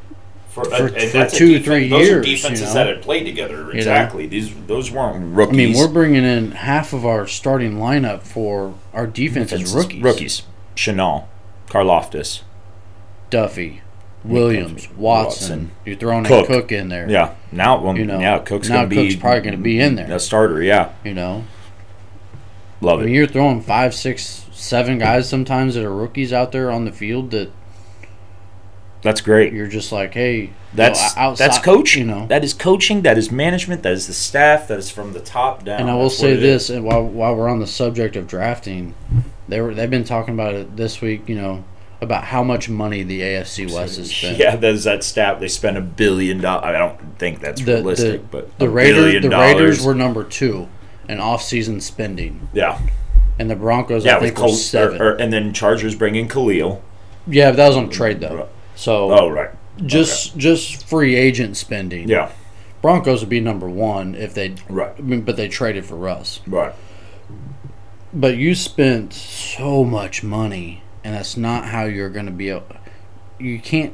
A: for,
B: For-
A: and
B: for
A: that's a
B: two,
A: defen-
B: three
A: those
B: years,
A: Are defenses
B: you know?
A: that had played together
B: know?
A: exactly. These those weren't
B: I
A: rookies.
B: mean, we're bringing in half of our starting lineup for our defense is
A: Defenses-
B: rookies.
A: Rookies. Chanel, Karloftis.
B: Duffy, Williams, Watson.
A: Watson.
B: You're throwing
A: Cook.
B: a Cook in there.
A: Yeah. Now, well,
B: You know,
A: yeah, Cook's
B: now
A: gonna be
B: Cook's probably gonna be in there.
A: A starter. Yeah.
B: You know,
A: Love
B: I mean,
A: it.
B: you're throwing five, six, seven guys sometimes that are rookies out there on the field that
A: That's great.
B: you're just like, hey,
A: That's
B: well, outside-
A: that's coaching.
B: you know.
A: That is coaching. That is management. That is the staff. That is from the top down.
B: and I will
A: That's
B: say
A: what it is.
B: this, and while while we're on the subject of drafting, they were they've been talking about it this week, you know, about how much money the AFC West has spent.
A: Yeah, there's that stat. They spent a billion dollars. I don't think that's
B: The- the-
A: realistic, but
B: The
A: a
B: Raiders,
A: billion
B: the
A: dollars.
B: Raiders were number two in off-season spending,
A: yeah,
B: and the Broncos,
A: yeah.
B: I
A: With
B: think, were
A: Col-
B: seven.
A: or- or- and then Chargers bring in Khalil.
B: yeah, but that was on trade though. So
A: Oh right,
B: just just free agent spending.
A: yeah,
B: Broncos would be number one if they,
A: right,
B: I mean, but they traded for Russ.
A: right.
B: But you spent so much money, and that's not how you're going to be. Able, you can't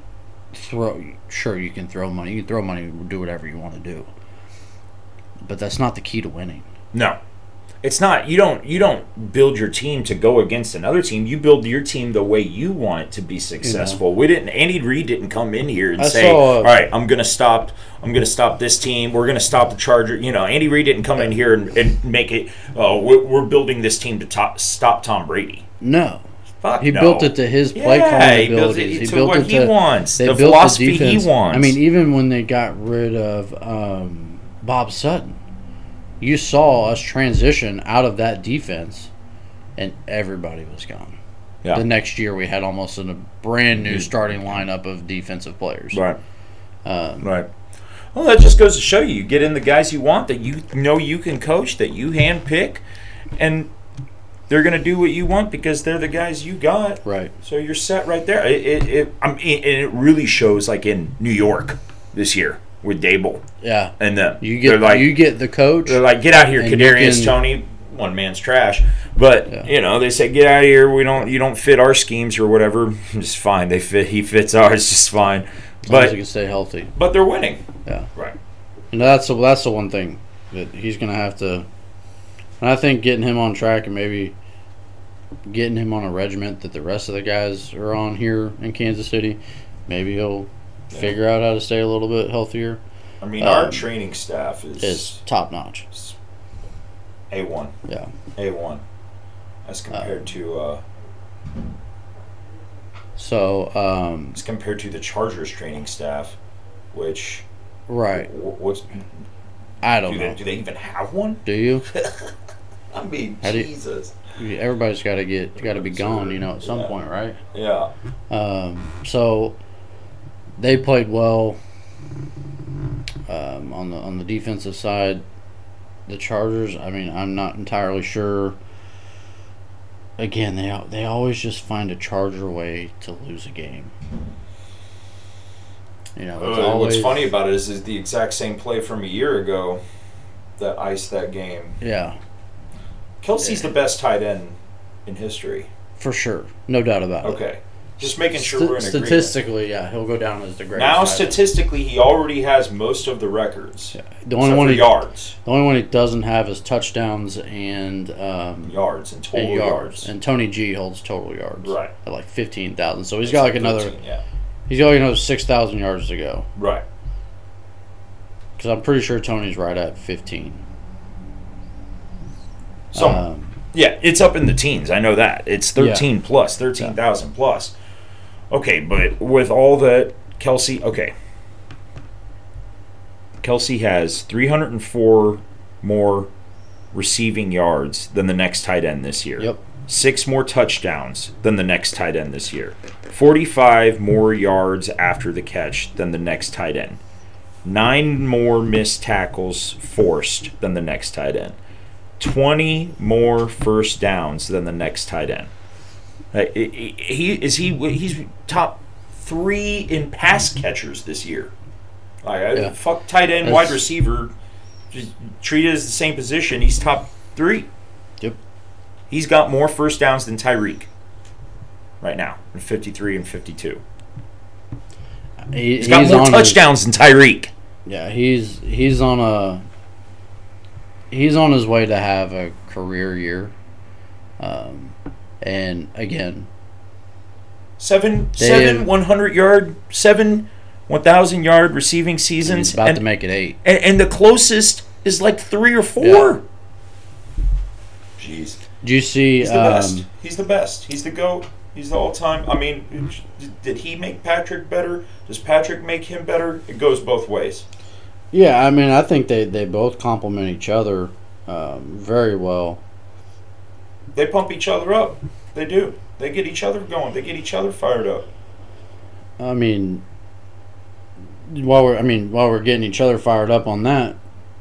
B: throw. Sure, you can throw money. You can throw money. Do whatever you want to do. But that's not the key to winning.
A: No, it's not. You don't. You don't build your team to go against another team. You build your team the way you want it to be successful. We didn't. Andy Reid didn't come in here and
B: I
A: say,
B: saw a-
A: "All right, I'm gonna stop. I'm gonna stop this team. We're gonna stop the Charger." You know, Andy Reid didn't come in here and, and make it. Oh, we're, we're building this team to top, stop Tom Brady.
B: No,
A: Fuck
B: he
A: no.
B: built it to his play
A: Yeah,
B: calling
A: he built it
B: abilities.
A: to what he wants, the
B: built
A: philosophy he wants.
B: I mean, even when they got rid of um, Bob Sutton, you saw us transition out of that defense, and everybody was gone.
A: Yeah.
B: The next year, we had almost a brand new starting lineup of defensive players.
A: Right.
B: Um,
A: right. Well, that just goes to show you. You get in the guys you want that you know you can coach, that you handpick, and they're going to do what you want because they're the guys you got.
B: Right.
A: So you're set right there. It, it, it, I mean, and it really shows like in New York this year with Dable
B: Yeah.
A: and them.
B: You get
A: they're like,
B: you get the coach.
A: they're like, get out here,
B: And you
A: Kadarius
B: can-
A: Tony. One man's trash, but
B: Yeah.
A: you know they say get out of here. We don't, you don't fit our schemes or whatever. Just fine. They fit. He fits ours just fine.
B: as long as
A: But
B: he can stay healthy.
A: but they're winning.
B: Yeah.
A: Right.
B: And that's the that's the one thing that he's gonna have to. And I think getting him on track and maybe getting him on a regiment that the rest of the guys are on here in Kansas City, maybe he'll figure out how to stay a little bit healthier.
A: I mean,
B: Um,
A: our training staff is,
B: Is top notch.
A: A one.
B: Yeah.
A: A one, as compared to uh,
B: So um,
A: as compared to the Chargers training staff, which
B: right,
A: wh- what's
B: I don't
A: do they,
B: know.
A: do they even have one?
B: Do you?
A: I mean,
B: How do you-
A: Jesus.
B: Everybody's got to get got to be gone, you know, at some
A: Yeah.
B: point, right?
A: Yeah.
B: Um, so they played well um, on the on the defensive side. The Chargers, I mean, I'm not entirely sure. Again, they al- they always just find a Charger way to lose a game. You know, it's
A: Uh,
B: always,
A: What's funny about it is, is the exact same play from a year ago that iced that game.
B: Yeah,
A: Kelsey's the best tight end in history.
B: for sure, no doubt about it.
A: Okay. Just making sure
B: St-
A: we're in agreement.
B: statistically, yeah, he'll go down as the greatest.
A: Now,
B: tight end.
A: statistically, he already has most of the records.
B: the only
A: Except
B: one
A: for
B: he,
A: yards.
B: the only one he doesn't have is touchdowns and um,
A: Yards and total
B: and yards.
A: yards.
B: And Tony G holds total yards.
A: Right.
B: At like fifteen thousand. So he's got like another
A: 13, Yeah.
B: he's got like another six thousand yards to go.
A: Right.
B: Because I'm pretty sure Tony's right at fifteen.
A: So
B: um,
A: yeah, it's up in the teens. I know that it's thirteen plus, thirteen thousand plus. Okay, but with all that, Kelsey. Okay, Kelsey has three hundred and four more receiving yards than the next tight end this year.
B: Yep.
A: Six more touchdowns than the next tight end this year. 45 more yards after the catch than the next tight end. Nine more missed tackles forced than the next tight end. 20 more first downs than the next tight end. Uh, i- i- he is he he's top three in pass catchers this year. Like, I-
B: Yeah.
A: fuck tight end,
B: That's-
A: wide receiver, just treat it as the same position. He's top three.
B: Yep.
A: He's got more first downs than Tyreek right now, in 53 and 52.
B: he,
A: He's got more
B: on his-
A: touchdowns than Tyreek.
B: yeah, he's he's on a he's on his way to have a career year. Um, and again,
A: Seven,
B: They-
A: seven 100 yard, seven 1,000 yard receiving
B: he's
A: seasons.
B: about
A: and,
B: to make it eight.
A: and, and the closest is like three or four. Jeez.
B: Do you see?
A: He's the
B: um,
A: best. He's the best. He's the goat. He's the all-time. I mean, did he make Patrick better? Does Patrick make him better? It goes both ways.
B: Yeah, I mean, I think they, they both complement each other um, very well.
A: They pump each other up. They do. They get each other going. They get each other fired up.
B: I mean, while we're I mean while we're getting each other fired up on that,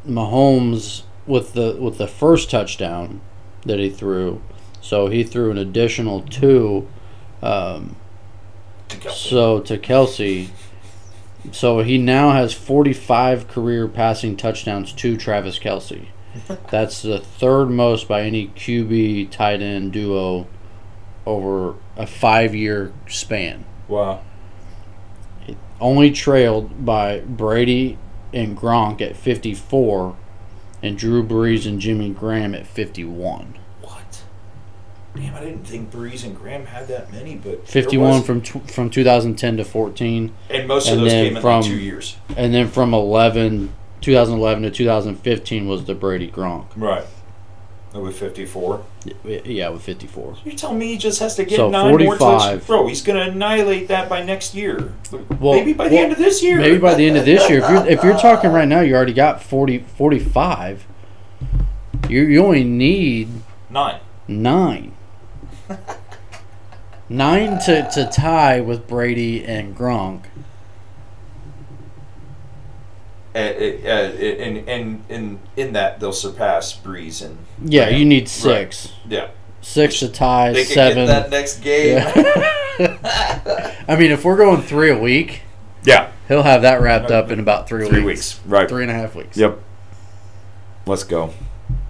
B: Mahomes with the with the first touchdown that he threw, so he threw an additional two. Um,
A: To Kelsey.
B: so to Kelsey, so he now has 45 career passing touchdowns to Travis Kelsey. That's the third most by any QB tight end duo over a five year span.
A: wow.
B: Only trailed by Brady and Gronk at 54 and Drew Brees and Jimmy Graham at 51.
A: What? Damn, I didn't think Breeze and Graham had that many, but there
B: 51
A: was-
B: from tw- from 2010 to 14
A: and most of
B: and
A: those
B: then
A: came in
B: from-
A: like two years.
B: and then from 11 2011 to 2015 was the Brady Gronk.
A: Right. That was 54.
B: Yeah, with 54.
A: You tell me he just has to get
B: So,
A: nine more
B: 45.
A: touchdowns. Bro, he's going to annihilate that by next year.
B: Well,
A: maybe by the
B: well,
A: end of this year.
B: Maybe by the end of this year, if you're if you're talking right now, you already got 40, 45. You you only need
A: Nine.
B: nine, nine to to tie with Brady and Gronk.
A: Uh, it- uh, it- and, and, and in that, they'll surpass Breeze and.
B: Yeah, you need
A: Right.
B: six,
A: Yeah.
B: six to tie,
A: They could
B: seven.
A: get that next game.
B: Yeah. I mean, if we're going three a week,
A: Yeah,
B: he'll have that wrapped up in about three,
A: Three weeks.
B: weeks.
A: Right.
B: three and a half weeks.
A: Yep. Let's go.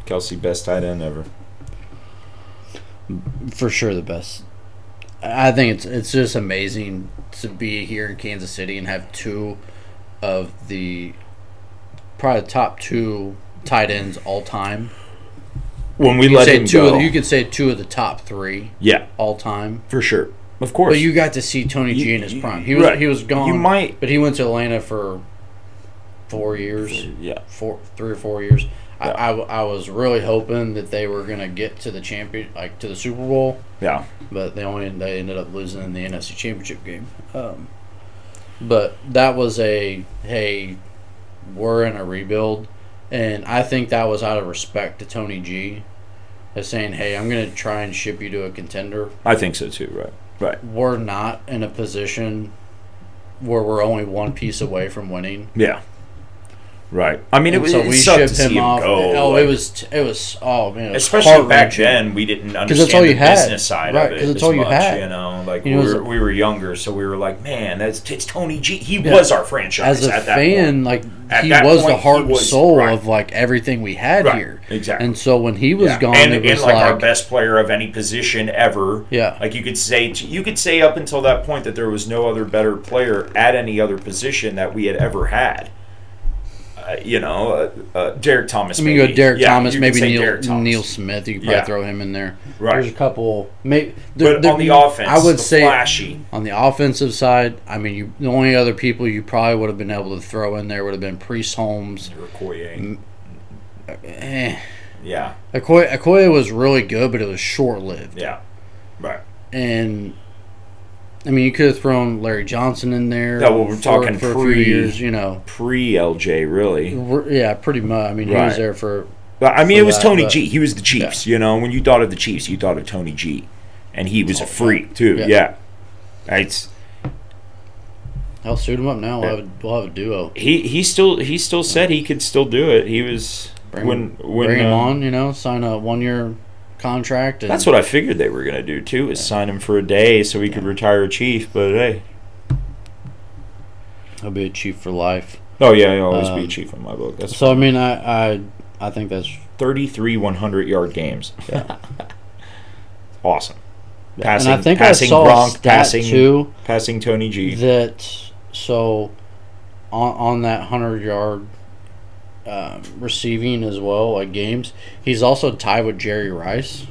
A: Kelsey, best tight end ever.
B: for sure the best. I think it's it's just amazing to be here in Kansas City and have two of the probably the top two tight ends all time.
A: When we
B: You
A: let
B: say
A: him
B: two
A: go.
B: of the, you could say two of the top three
A: yeah,
B: all time.
A: for sure. Of course.
B: But you got to see Tony
A: You-
B: G in his
A: you-
B: prime. He was
A: right.
B: he was gone.
A: You might-
B: but he went to Atlanta for four years,
A: yeah.
B: four three or four years. I
A: Yeah.
B: I, w- I was really hoping that they were gonna get to the champion, like to the Super Bowl.
A: Yeah.
B: but they only they ended up losing in the NFC Championship game. Um, but that was a hey, we're in a rebuild, and I think that was out of respect to Tony G, as saying hey, I'm gonna try and ship you to a contender.
A: I think so too, right? Right.
B: We're not in a position where we're only one piece away from winning.
A: Yeah. Right. I mean, it
B: And
A: was
B: so
A: it
B: we
A: sucked to
B: shipped
A: see
B: him off.
A: Go.
B: oh,
A: like,
B: it was t- it was oh man, it was
A: especially back
B: heart-wrenching.
A: then. We didn't understand
B: that's all you
A: the
B: had.
A: business side
B: Right,
A: of
B: 'cause
A: it.
B: that's
A: as
B: all you
A: much,
B: had.
A: You know, like
B: You
A: we,
B: know, as
A: were,
B: a-
A: we were younger, so we were like, man, that's it's Tony G. He
B: Yeah.
A: was our franchise
B: as a
A: at that point.
B: fan, like
A: At
B: he
A: that
B: was
A: point,
B: the heart
A: he
B: and
A: was-
B: soul
A: right.
B: of like everything we had
A: Right,
B: here.
A: exactly.
B: And so when he was
A: Yeah.
B: gone,
A: and,
B: it
A: and
B: was
A: like,
B: like,
A: our best player of any position ever.
B: Yeah.
A: like you could say you could say up until that point that there was no other better player at any other position that we had ever had. Uh, you know, uh, uh, Derek Thomas.
B: I mean, you
A: maybe.
B: go Derek
A: Yeah,
B: Thomas,
A: you could
B: maybe
A: say
B: Neil
A: Derek Thomas.
B: Neil Smith. You could probably
A: Yeah.
B: throw him in there.
A: Right.
B: There's a couple. Maybe,
A: But on the offense,
B: I would
A: the
B: say
A: flashy.
B: on the offensive side, I mean, you, the only other people you probably would have been able to throw in there would have been Priest Holmes.
A: Okoye.
B: Eh.
A: Yeah,
B: Okoye, Okoye was really good, but it was short lived.
A: yeah, right.
B: and I mean, you could have thrown Larry Johnson in there.
A: No, well, we're talking
B: for a few
A: pre-
B: years, you know.
A: Pre LJ, really.
B: We're- yeah, pretty much. I mean, he was
A: Right.
B: there for
A: But, I mean,
B: For
A: it was
B: that,
A: Tony
B: but-
A: G. He was the Chiefs. You know, when you thought of the Chiefs, you thought of Tony G, and he was a freak too.
B: Oh, Yeah.
A: Yeah, it's
B: I'll suit him up now. We'll have a, we'll have a duo.
A: he. He still he still said he could still do it. He was
B: Bring
A: when when
B: Bring him
A: uh,
B: on, you know, sign a one year contract. And
A: That's what I figured they were gonna do too, is sign him for a day so he could retire a chief. But hey,
B: He'll be a chief for life.
A: oh yeah, he'll always be
B: Um,
A: a chief in my book. That's
B: So I mean, I I, I think that's
A: thirty-three one hundred yard games. awesome. Passing,
B: and I think
A: passing
B: I saw a
A: Gronk,
B: stat
A: passing
B: too
A: passing Tony G.
B: that so on on that hundred yard. Um, receiving as well, like games. He's also tied with Jerry Rice.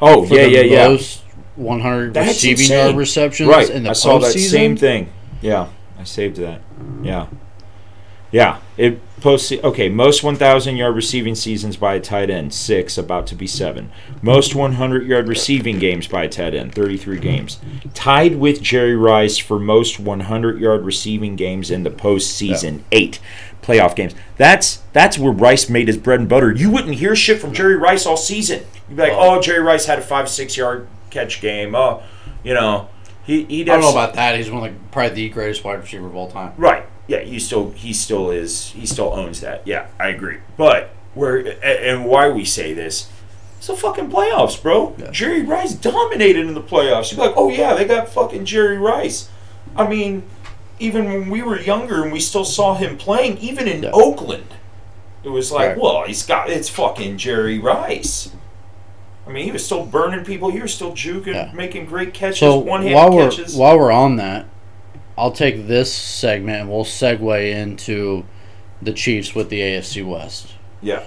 A: oh
B: for
A: yeah,
B: the
A: yeah, yeah.
B: most 100
A: That's
B: receiving
A: insane.
B: yard receptions
A: Right,
B: in the
A: I saw that
B: postseason.
A: same thing. Yeah, I saved that. Yeah, Yeah, it post okay. Most 1,000 yard receiving seasons by a tight end, six, about to be seven. Most 100 yard receiving games by a tight end, 33 games, tied with Jerry Rice for most 100 yard receiving games in the postseason, eight playoff games. That's that's where Rice made his bread and butter. You wouldn't hear shit from Jerry Rice all season. You'd be like, oh, Jerry Rice had a five six yard catch game. Oh, you know, he he
B: I don't
A: does
B: know about that. He's one of the, probably the greatest wide receiver of all time.
A: Right. Yeah, he still he still is he still owns that. Yeah, I agree. But where a- and why we say this? It's the fucking playoffs, bro. Jerry Rice dominated in the playoffs. You're like, oh yeah, they got fucking Jerry Rice. I mean, even when we were younger and we still saw him playing, even in
B: Yeah.
A: Oakland, it was like,
B: Right.
A: well, he's got it's fucking Jerry Rice. I mean, he was still burning people. He was still juking,
B: Yeah.
A: making great catches,
B: So
A: one-handed
B: while we're
A: catches.
B: while we're on that, I'll take this segment and we'll segue into the Chiefs with the AFC West.
A: yeah,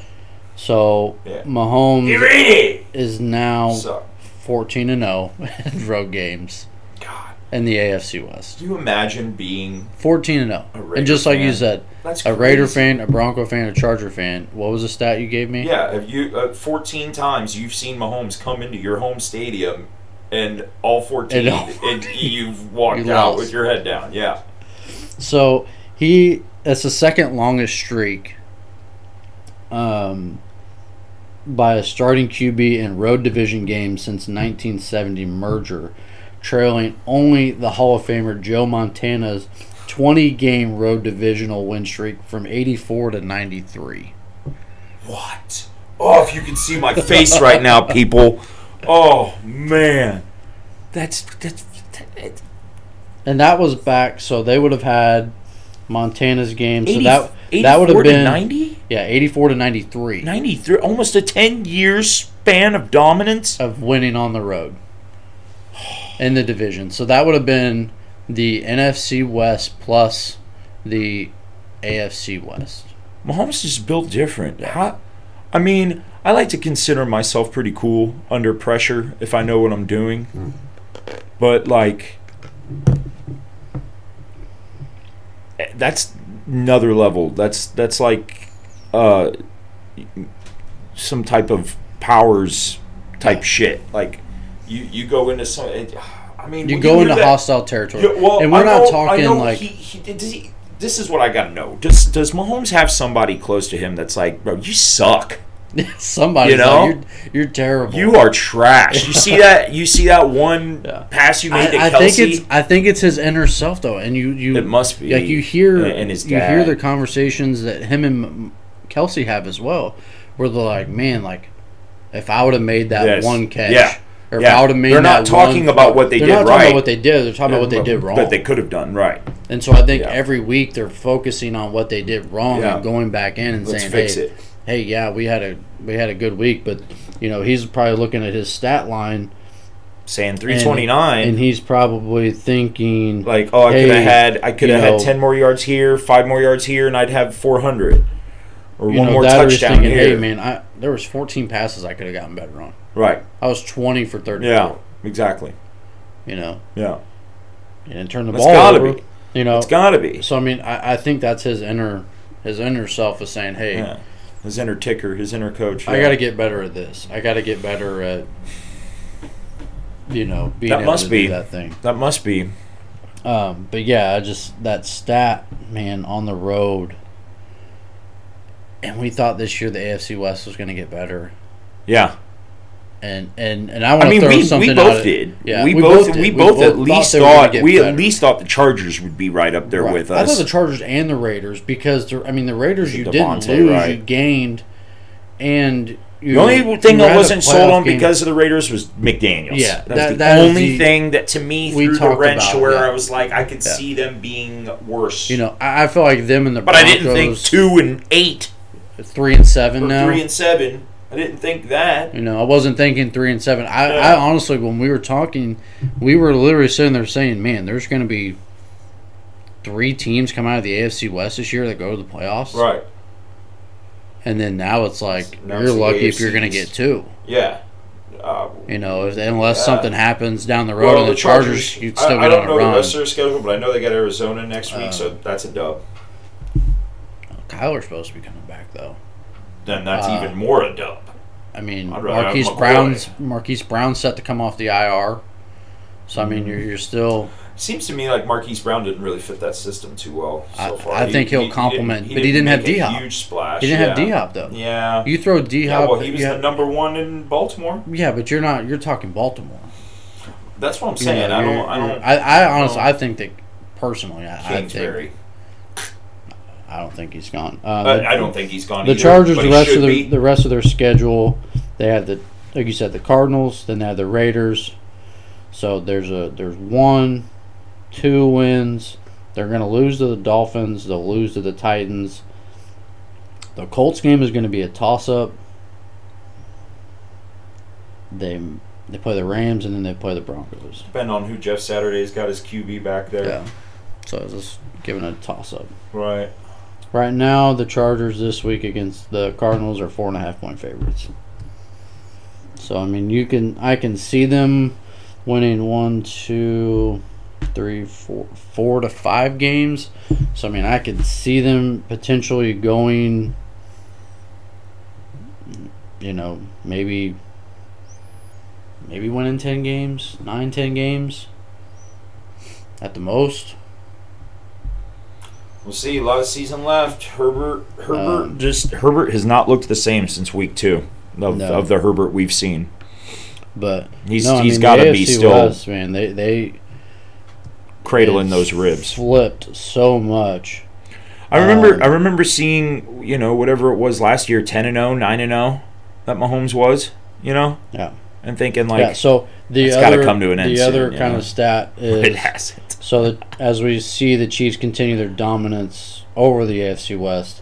B: So
A: Yeah. you
B: Mahomes
A: read it.
B: is now
A: So,
B: fourteen and zero in road games
A: God.
B: in the AFC West.
A: Do you imagine being
B: Fourteen and zero,
A: Raider
B: and just like you
A: fan.
B: said,
A: that's
B: a Raider
A: crazy.
B: fan, a Bronco fan, a Charger fan. What was the stat you gave me?
A: Yeah, if you uh, fourteen times you've seen Mahomes come into your home stadium, and all fourteen,
B: And all
A: and you've walked
B: You
A: out
B: lost.
A: with your head down. Yeah,
B: So he that's the second longest streak um, by a starting QB in road division games since 1970 merger, trailing only the Hall of Famer Joe Montana's 20 game road divisional win streak from 84 to 93.
A: what? Oh, if you can see my face right now, people. Oh man, that's that's. that-
B: And that was back, so they would have had Montana's game. So
A: 80
B: that that would
A: 84 to
B: have been
A: 90?
B: yeah 84 to 93
A: 93, almost a 10 year span of dominance.
B: of winning on the road in the division. So that would have been the NFC West plus the AFC West.
A: Mahomes is built different. How, I mean, I like to consider myself pretty cool under pressure if I know what I'm doing. But like, eh, that's another level. That's that's like uh, some type of powers type shit. Like, you you go into some. It, I mean,
B: You
A: when
B: go
A: hear
B: into
A: that-
B: hostile territory,
A: yeah, well,
B: and we're
A: I
B: not
A: know- I
B: talking
A: know
B: like
A: he, he, does he, this is what I gotta know. Does does Mahomes have somebody close to him that's like, bro, you suck.
B: somebody.
A: you know?
B: you're, you're terrible.
A: You are trash. You see that? You see that one
B: Yeah.
A: pass you made to
B: I, I think
A: Kelsey?
B: it's I think it's his inner self though, and you you
A: it must be
B: like you hear
A: and- and his
B: you hear
A: dad.
B: the conversations that him and Kelsey have as well, where they're like, man, like if I would have made that
A: Yes.
B: one catch,
A: Yeah.
B: or if
A: Yeah.
B: I would have made
A: They're not
B: that
A: talking
B: one-
A: about what they
B: they're
A: did
B: not talking
A: right.
B: about what they did, they're talking about what they did wrong.
A: that they could have done right.
B: and so I think
A: Yeah.
B: every week they're focusing on what they did wrong
A: Yeah.
B: and going back in and
A: Let's
B: saying,
A: fix
B: hey,
A: it.
B: hey, yeah, we had a we had a good week, but you know he's probably looking at his stat line
A: Saying
B: and-
A: three twenty nine.
B: and he's probably thinking
A: like oh i could
B: Hey,
A: have had i could have
B: you know-
A: had 10 more yards here 5 more yards here and i'd have 400 or
B: you
A: one
B: know,
A: more
B: that or he's
A: touchdown
B: thinking,
A: here
B: Hey, man, I there was 14 passes I could have gotten better on.
A: right
B: I was 20 for 34.
A: yeah exactly
B: You know,
A: yeah
B: and turn the
A: That's
B: ball
A: gotta
B: over.
A: be.
B: You know,
A: it's gotta be
B: so I mean, I, I think that's his inner his inner self is saying, hey,
A: yeah his inner ticker his inner coach
B: I
A: yeah.
B: got to get better at this. I got to get better at you know being
A: That
B: able
A: must
B: to
A: be.
B: do that thing.
A: that must be
B: Um, but yeah, I just that stat man on the road. And we thought this year the AFC West was going to get better,
A: yeah
B: and and and I
A: i
B: want to
A: mean
B: throw
A: we,
B: something
A: we
B: out
A: both
B: at-
A: did
B: Yeah,
A: we, both, we
B: did.
A: both at
B: thought
A: least
B: they were gonna
A: thought
B: get
A: we
B: better.
A: at least thought the chargers would be right up there
B: Right.
A: with
B: I
A: us
B: thought the Chargers and the Raiders because the, I mean the Raiders you
A: Devontae,
B: didn't lose,
A: right.
B: you gained, and you,
A: the only
B: you
A: thing
B: had
A: I
B: a
A: wasn't sold
B: playoff
A: on
B: game.
A: because of the Raiders was McDaniels.
B: Yeah,
A: that,
B: that-
A: was the
B: that is
A: only
B: the-
A: thing that to me
B: we
A: threw the
B: talked
A: wrench
B: about
A: to
B: it,
A: where
B: yeah.
A: I was like, I could
B: Yeah.
A: see them being worse.
B: you know I, I feel like them and the
A: but I
B: Broncos
A: didn't think two and eight
B: three and seven
A: or
B: now.
A: three and seven. I didn't think that.
B: you know I wasn't thinking three and seven. I,
A: Yeah.
B: I honestly when we were talking, we were literally sitting there saying, "Man, there's going to be three teams come out of the AFC West this year that go to the playoffs."
A: Right.
B: And then now it's like
A: Now
B: you're
A: it's the
B: lucky if you're going to
A: AFCs.
B: get two.
A: Yeah. Uh,
B: You know, if, unless
A: Yeah.
B: something happens down the road, and the, Chargers, you'd still
A: I, I
B: get
A: don't
B: on a
A: know the
B: run. Uh,
A: rest of their schedule, but I know they got Arizona next week, so that's a dub.
B: Kyler's supposed to be coming back though.
A: Then that's
B: Uh,
A: even more a dub.
B: I mean,
A: I'd rather have
B: Marquise
A: McCoy.
B: Brown's Marquise Brown's set to come off the IR. So I mean,
A: Mm.
B: you're you're still.
A: Seems to me like Marquise Brown didn't really fit that system too well so
B: I-
A: far.
B: I think he'll
A: didn't-
B: complement, but he didn't have
A: make a
B: D-Hop.
A: Huge splash.
B: He didn't have
A: yeah.
B: D Hop though.
A: Yeah.
B: You throw D
A: yeah.
B: Hop.
A: Well, he was the number one in Baltimore.
B: yeah, but you're not. You're talking Baltimore.
A: That's what I'm
B: You
A: saying.
B: know,
A: I don't.
B: you're-
A: I
B: you're-
A: don't.
B: I, I
A: don't
B: honestly,
A: know.
B: I think that personally, I, I think
A: Kingsbury.
B: I don't think he's gone. Uh,
A: I,
B: the-
A: I don't think he's gone.
B: the
A: either,
B: Chargers,
A: but
B: the
A: he
B: rest of
A: should
B: their
A: be.
B: the rest of their schedule, they had the like you said the Cardinals, then they had the Raiders. So there's a there's one, two wins. They're gonna lose to the Dolphins. They'll lose to the Titans. The Colts game is gonna be a toss up. They they play the Rams and then they play the Broncos.
A: depend on who Jeff Saturday's got his QB back there.
B: Yeah. So it's just giving a toss up.
A: Right.
B: Right now, the Chargers this week against the Cardinals are four and a half point favorites. So I mean, you can I can see them winning one, two, three, four, four to five games. So I mean, I could see them potentially going, you know, maybe maybe winning ten games, nine, ten games at the most.
A: We'll see. A lot of season left. Herbert. Herbert.
B: Um,
A: just Herbert has not looked the same since week two of,
B: No.
A: of the Herbert we've seen.
B: But
A: He's
B: no, I
A: he's
B: mean,
A: got
B: the
A: to be
B: AFC
A: still
B: West, man. They they
A: cradling
B: It
A: those ribs.
B: Flipped so much.
A: I remember
B: um,
A: I remember seeing you know whatever it was last year 10 and 0, 9 and 0 that Mahomes was, you know.
B: Yeah.
A: And thinking like
B: yeah. So the
A: it's gotta
B: other
A: come to an
B: the
A: end soon,
B: other
A: you
B: kind
A: know?
B: of stat
A: it
B: is
A: hasn't.
B: so that as we see the Chiefs continue their dominance over the AFC West,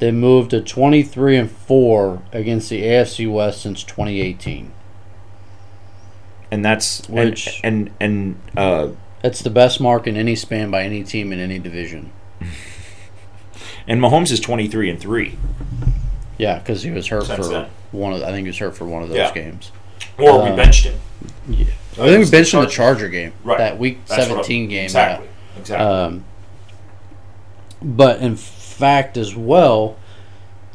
B: they moved to twenty three and four against the AFC West since twenty eighteen.
A: And that's and-
B: Which-
A: and and, uh
B: That's the best mark in any span by any team in any division.
A: and Mahomes is 23 and 3
B: Yeah, because he was hurt
A: Since
B: for
A: then.
B: one of. I think he was hurt for one of those
A: Yeah.
B: games.
A: or we
B: Uh,
A: benched him.
B: I think we
A: Against the
B: benched him the
A: Chargers.
B: Charger game.
A: Right.
B: That week
A: That's what I'm-
B: seventeen game. yeah.
A: Exactly. Exactly.
B: Um, but in fact, as well,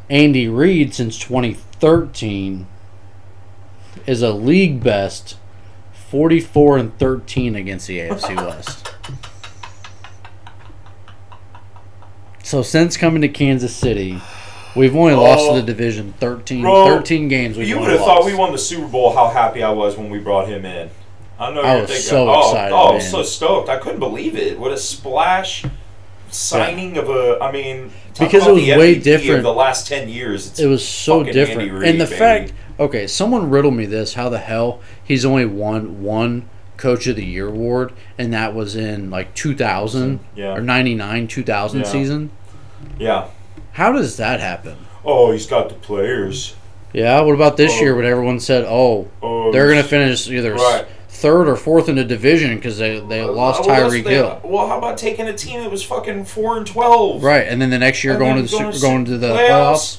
B: Andy Reid since 2013 is a league best 44 and 13 against the AFC West. So since coming to Kansas City, we've only lost to
A: Oh.
B: the division 13,
A: Bro,
B: 13 games. We've
A: you
B: only
A: would have thought
B: lost.
A: we won the Super Bowl. How happy I was when we brought him in. I know
B: I
A: you're
B: was
A: thinking,
B: so
A: oh,
B: excited,
A: oh,
B: man.
A: so stoked! I couldn't believe it. What a splash signing of a. I mean, talk
B: Because it
A: about
B: was
A: the
B: way
A: MVP of
B: different.
A: the last ten years. It's,
B: It was so
A: fucking Andy
B: different.
A: Reid,
B: and the
A: baby.
B: fact, okay, someone riddle me this: how the hell he's only won one Coach of the Year award, and that was in like 2000
A: Yeah.
B: or 99, 2000
A: Yeah.
B: season.
A: yeah.
B: How does that happen?
A: Oh, he's got the players.
B: Yeah. What about this
A: Oh.
B: year when everyone said, "Oh,
A: Oh,
B: they're going
A: he's-
B: to finish either s-
A: Right.
B: third or fourth in the division because they they lost
A: Well, that's-
B: Tyree
A: they-
B: Hill."
A: Well, how about taking a team that was fucking four and twelve?
B: Right, and then the next year
A: And
B: going to
A: then
B: the Super, going to the
A: playoffs,
B: playoffs.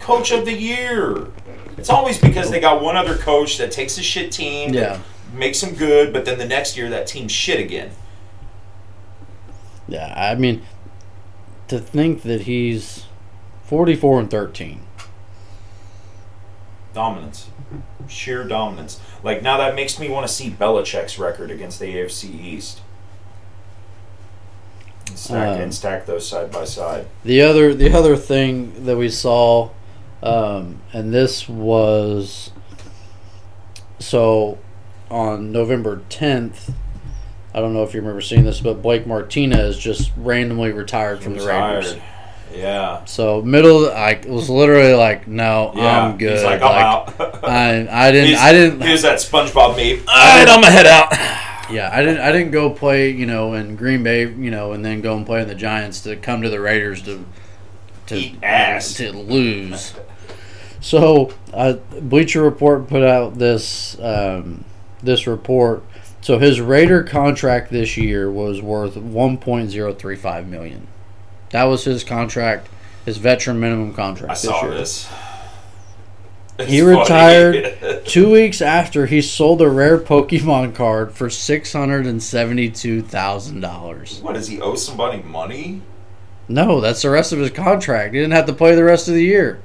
A: Coach of the year. It's always because they got one other coach that takes a shit team,
B: Yeah.
A: makes them good, but then the next year that team's shit again.
B: Yeah, I mean, to think that he's forty-four and thirteen.
A: Dominance, sheer dominance. Like now that makes me want to see Belichick's record against the AFC East. And stack,
B: Um,
A: and stack those side by side.
B: The other the other thing that we saw, um, and this was so on November tenth. I don't know if you remember seeing this, but Blake Martinez just randomly retired from the Raiders.
A: Tired. Yeah.
B: So middle, I was literally like, "No,
A: Yeah.
B: I'm good."
A: He's like, I'm out.
B: I, I didn't,
A: He's-
B: I didn't,
A: Here's that SpongeBob meme. All right,
B: I didn't-
A: I'm gonna head out.
B: yeah, I didn't, I didn't go play, you know, in Green Bay, you know, and then go and play in the Giants to come to the Raiders to to
A: Eat ass.
B: to lose. So, uh, Bleacher Report put out this um, this report. So his Raider contract this year was worth 1.035 million. That was his contract, his veteran minimum contract.
A: I saw
B: year.
A: this.
B: He
A: It's
B: retired
A: funny.
B: Two weeks after he sold a rare Pokemon card for six hundred and seventy-two thousand dollars.
A: what does he owe somebody money?
B: No, that's the rest of his contract. He didn't have to play the rest of the year.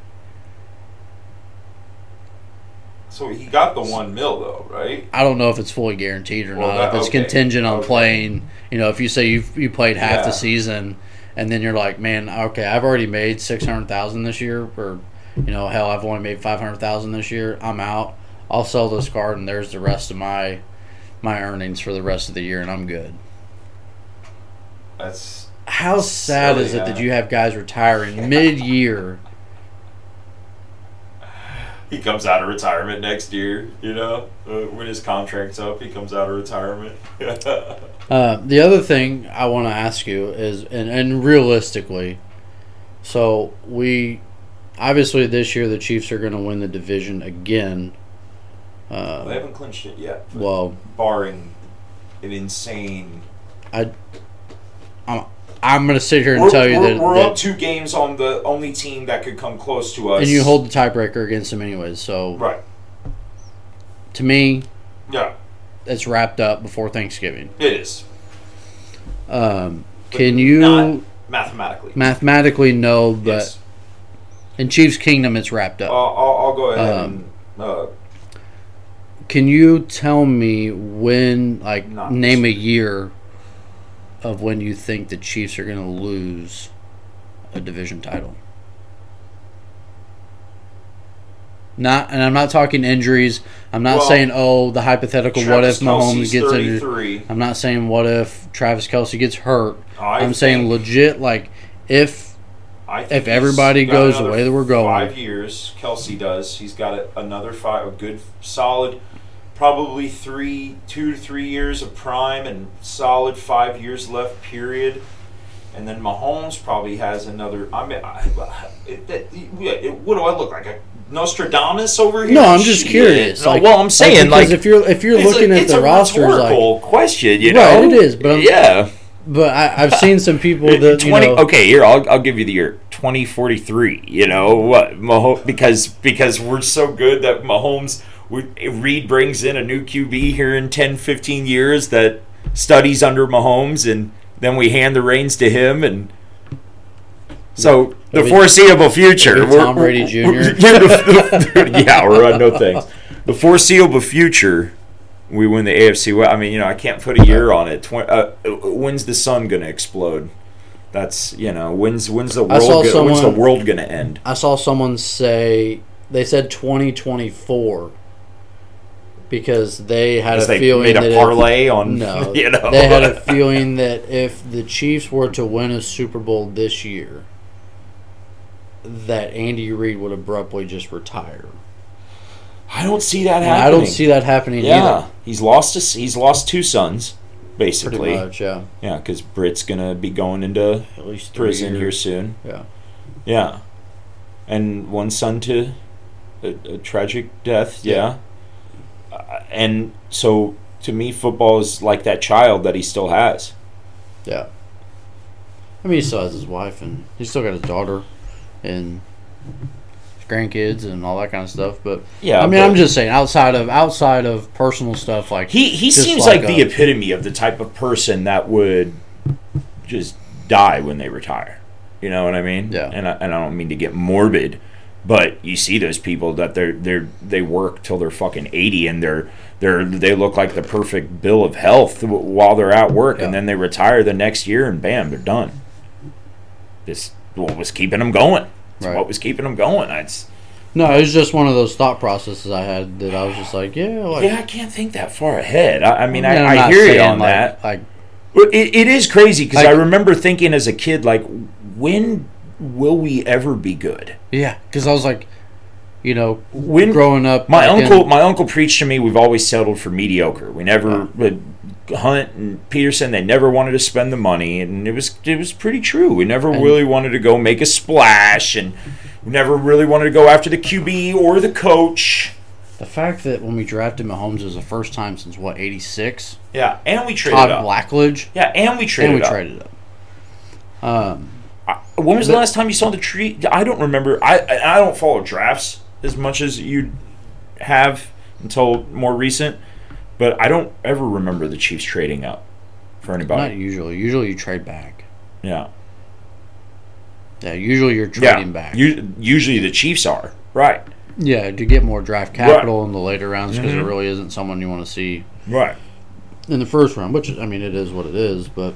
C: So he got the one mil though, right?
B: I don't know if it's fully guaranteed or
C: Well,
B: not.
C: that-
B: if it's
C: okay.
B: contingent on
C: Okay.
B: playing, you know, if you say you you played half
C: Yeah.
B: the season, and then you're like, man, okay, I've already made six hundred thousand this year, or you know, hell, I've only made five hundred thousand this year. I'm out. I'll sell this card, and there's the rest of my my earnings for the rest of the year, and I'm good.
C: That's
B: How sad
C: Silly,
B: is it that
C: huh?
B: you have guys retiring mid year?
C: he comes out of retirement next year. You know, uh, when his contract's up, he comes out of retirement.
B: Uh, the other thing I want to ask you is, and, and realistically, so we obviously this year the Chiefs are going to win the division again.
C: they
B: Uh,
C: haven't clinched it yet. but
B: well,
C: barring an insane,
B: I'm going to sit here and
C: we're,
B: tell you
C: we're-
B: that,
C: we're up
B: that
C: two games on the only team that could come close to us.
B: and you hold the tiebreaker against them anyways. So
C: right.
B: to me,
C: Yeah,
B: it's wrapped up before Thanksgiving.
C: it is.
B: Um,
C: But
B: can you
C: not mathematically?
B: mathematically know that
C: yes.
B: in Chiefs Kingdom it's wrapped up?
C: I'll, I'll, I'll go ahead
B: Um,
C: and uh,
B: Can you tell me when, like,
C: Not
B: name a year of when you think the Chiefs are going to lose a division title? Not, and I'm not talking injuries. I'm not
C: Well,
B: saying, oh, the hypothetical what
C: Travis
B: if Mahomes
C: Kelce's
B: gets injured.
C: 33.
B: I'm not saying what if Travis Kelsey gets hurt.
C: I
B: am saying
C: think-
B: legit, like, if
C: I think
B: if everybody
C: he's got
B: goes the
C: another
B: way that we're going.
C: five years. Kelsey does. He's got a, another five, a good, solid, probably three, two to three years of prime and solid five years left. Period. And then Mahomes probably has another. I mean, I, it, it, it, what do I look like? A Nostradamus over here?
B: no, I'm just
C: Shit.
B: curious.
A: No,
B: like,
A: well, I'm saying, like,
B: because if you're if you're
A: It's
B: looking
A: a,
B: at
A: it's
B: the
A: a
B: rosters, like
A: rhetorical question, you
B: Right,
A: know.
B: it is, but I'm-
A: yeah,
B: But I, I've seen some people that you
A: twenty.
B: know,
A: Okay, here I'll, I'll give you the year twenty forty three. You know what, Mahomes, because because we're so good that Mahomes, we, Reed brings in a new QB here in 10, 15 years that studies under Mahomes, and then we hand the reins to him and. So the
B: It'll be-
A: foreseeable future,
B: it'll be Tom Brady
A: we're-
B: Jr..
A: yeah, the- the- yeah, we're on no thanks. The foreseeable future, we win the AFC. Well, I mean, you know, I can't put a year on it. Twen- uh, when's the sun gonna explode? That's you know, when's when's the
B: I
A: world
B: saw
A: go- when's the
B: someone-
A: world gonna end?
B: I saw someone say they said 2024 because they had a
A: Because they
B: feeling
A: made
B: that
A: a
B: if-
A: parlay on
B: no,
A: you know.
B: they had a feeling that if the Chiefs were to win a Super Bowl this year, that Andy Reid would abruptly just retire.
A: I don't see that
B: And
A: happening.
B: I don't see that happening
A: Yeah,
B: either.
A: he's lost us. He's lost two sons,
B: Pretty
A: basically.
B: much, yeah.
A: Yeah, because Brit's gonna be going into
B: At least three
A: prison here
B: years.
A: soon.
B: Yeah.
A: Yeah. And one son to a, a tragic death. Yeah. Uh, and so to me, football is like that child that he still has.
B: Yeah. I mean, he still has his wife, and he's still got his daughter, and his grandkids, and all that kind of stuff. But
A: Yeah.
B: I mean,
A: but
B: I'm just saying, outside of outside of personal stuff, like
A: He, he
B: just
A: seems
B: like
A: like, the
B: a-
A: epitome of the type of person that would just die when they retire. You know what I mean?
B: Yeah.
A: And I, and I don't mean to get morbid, but you see those people that they're they're they work till they're fucking eighty and they're they're they look like the perfect bill of health w- while they're at work,
B: Yeah.
A: and then they retire the next year and bam, they're done. This what was keeping them going. It's
B: Right.
A: What was keeping them going? It's,
B: no, it was just one of those thought processes I had that I was just like, yeah, like
A: yeah, I can't think that far ahead. I, I mean,
B: you know,
A: I, I
B: not
A: hear you
B: saying,
A: on
B: like-
A: that.
B: Like
A: Well, It, it is crazy because I
B: Like-
A: remember thinking as a kid, like, when will we ever be good?
B: yeah, because I was like, you know,
A: When
B: growing up,
A: my
B: like, in-
A: uncle, my uncle preached to me, we've always settled for mediocre. We never but Hunt and Peterson. They never wanted to spend the money, and it was it was pretty true. We never really wanted to go make a splash, and we never really wanted to go after the QB or the coach.
B: the fact that when we drafted Mahomes it was the first time since what '86,
A: Yeah, and we traded
B: Todd
A: up.
B: Blackledge,
A: Yeah, and we traded
B: and we
A: up.
B: traded up. Um,
A: When was the
B: But-
A: last time you saw the tree? I don't remember. I I I don't follow drafts as much as you have until more recent, but I don't ever remember the Chiefs trading up for
B: not
A: anybody.
B: usually. Usually, you trade back.
A: Yeah,
B: Yeah, usually you're
A: Yeah.
B: trading back.
A: U- usually the Chiefs are. Right.
B: yeah, to get more draft capital in the later rounds because
A: Mm-hmm.
B: there really isn't someone you want to see
A: Right.
B: in the first round, which I mean it is what it is, but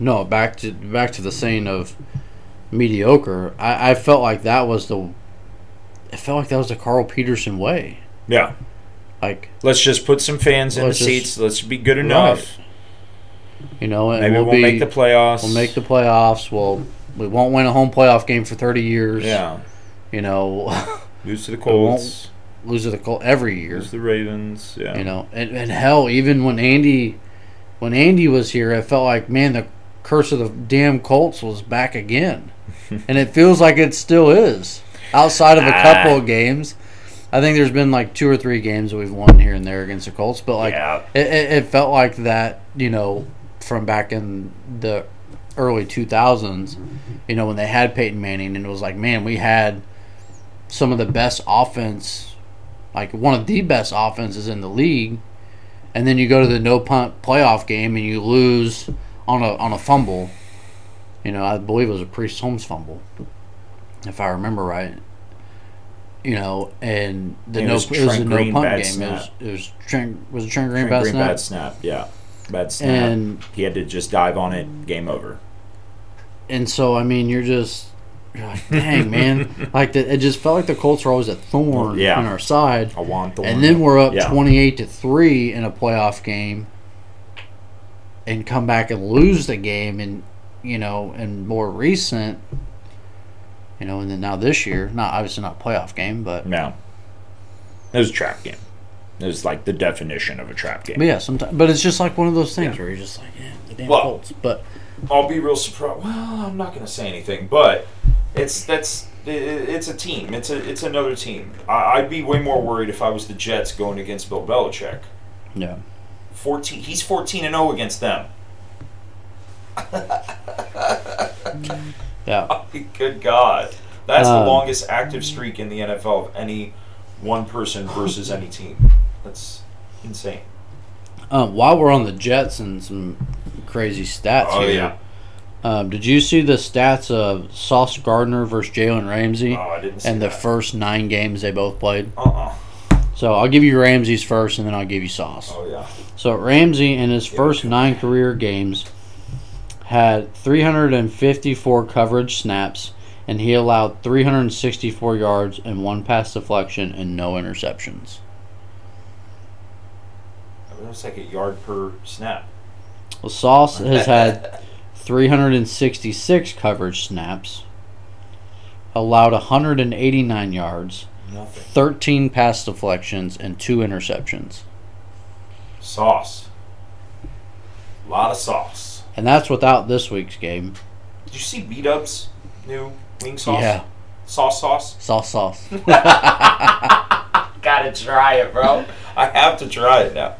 B: no, back to back to the saying of mediocre. I, I felt like that was the it felt like that was the Carl Peterson way.
A: Yeah.
B: Like
A: Let's just put some fans in
B: Let's
A: the
B: just-
A: seats. Let's be good enough.
B: you know, and
A: Maybe
B: we'll,
A: we'll,
B: be,
A: make the playoffs.
B: we'll make the playoffs. We'll we won't win a home playoff game for thirty years.
A: yeah.
B: you know,
A: Lose to the
B: won't-
A: Colts.
B: lose to the Col- every year.
A: Lose to the Ravens. Yeah.
B: You know, and, and hell, even when Andy, when Andy was here, I felt like man, the curse of the damn Colts was back again, and it feels like it still is. Outside of a
A: Ah.
B: couple of games, I think there's been like two or three games that we've won here and there against the Colts, but like
A: yeah.
B: it, it, it felt like that. You know, from back in the early 2000s, you know, when they had Peyton Manning, and it was like, man, we had some of the best offense, like one of the best offenses in the league. And then you go to the no punt playoff game and you lose on a on a fumble. You know, I believe it was a Priest Holmes fumble, if I remember right. You know, and the
A: It
B: no
A: was
B: it was a
A: Trent
B: no
A: Green
B: punt
A: bad
B: game. It was,
A: snap.
B: it was Trent was it Trent Green
A: Trent
B: bad
A: Green,
B: snap?
A: bad snap. Yeah. Bad snap.
B: And
A: he had to just dive on it. Game over.
B: and so I mean, you're just you're like, dang man, like the, it just felt like the Colts were always a thorn
A: Yeah.
B: in our side,
A: I want the
B: and then we're up
A: Yeah.
B: twenty eight to three in a playoff game, and come back and lose the game, and you know, and more recent, you know, and then now this year, not obviously not a playoff game, but
A: No. It was a trap game. It was like the definition of a trap game.
B: but yeah, sometimes, but it's just like one of those things
A: Yeah.
B: where you're just like, yeah, the damn
C: Well-
B: Colts, but
C: I'll be real surprised. Well, I'm not going to say anything, but it's that's i- i- it's a team. It's a it's another team. I, I'd be way more worried if I was the Jets going against Bill Belichick.
B: yeah,
C: Fourteen. He's fourteen and zero against them.
B: yeah.
C: Good God, that's
B: Um,
C: the longest active streak in the NFL of any one person versus any team. That's insane.
B: Um, while we're on the Jets and some crazy stats
C: Oh,
B: here,
C: yeah.
B: um, did you see the stats of Sauce Gardner versus Jalen Ramsey
C: Oh, I didn't. See
B: and the
C: that.
B: first nine games they both played?
C: Uh uh
B: So I'll give you Ramsey's first, and then I'll give you Sauce.
C: Oh yeah.
B: So Ramsey in his first nine career games had 354 coverage snaps, and he allowed 364 yards and one pass deflection and no interceptions.
C: It was like a yard per snap.
B: Well, Sauce has had 366 coverage snaps, allowed 189 yards,
C: Nothing.
B: 13 pass deflections, and two interceptions.
C: Sauce. A lot of sauce.
B: And that's without this week's game.
C: Did you see B Dub's new wing sauce?
B: Yeah,
C: Sauce sauce?
B: sauce, sauce.
C: Gotta try it, bro. I have to try it now.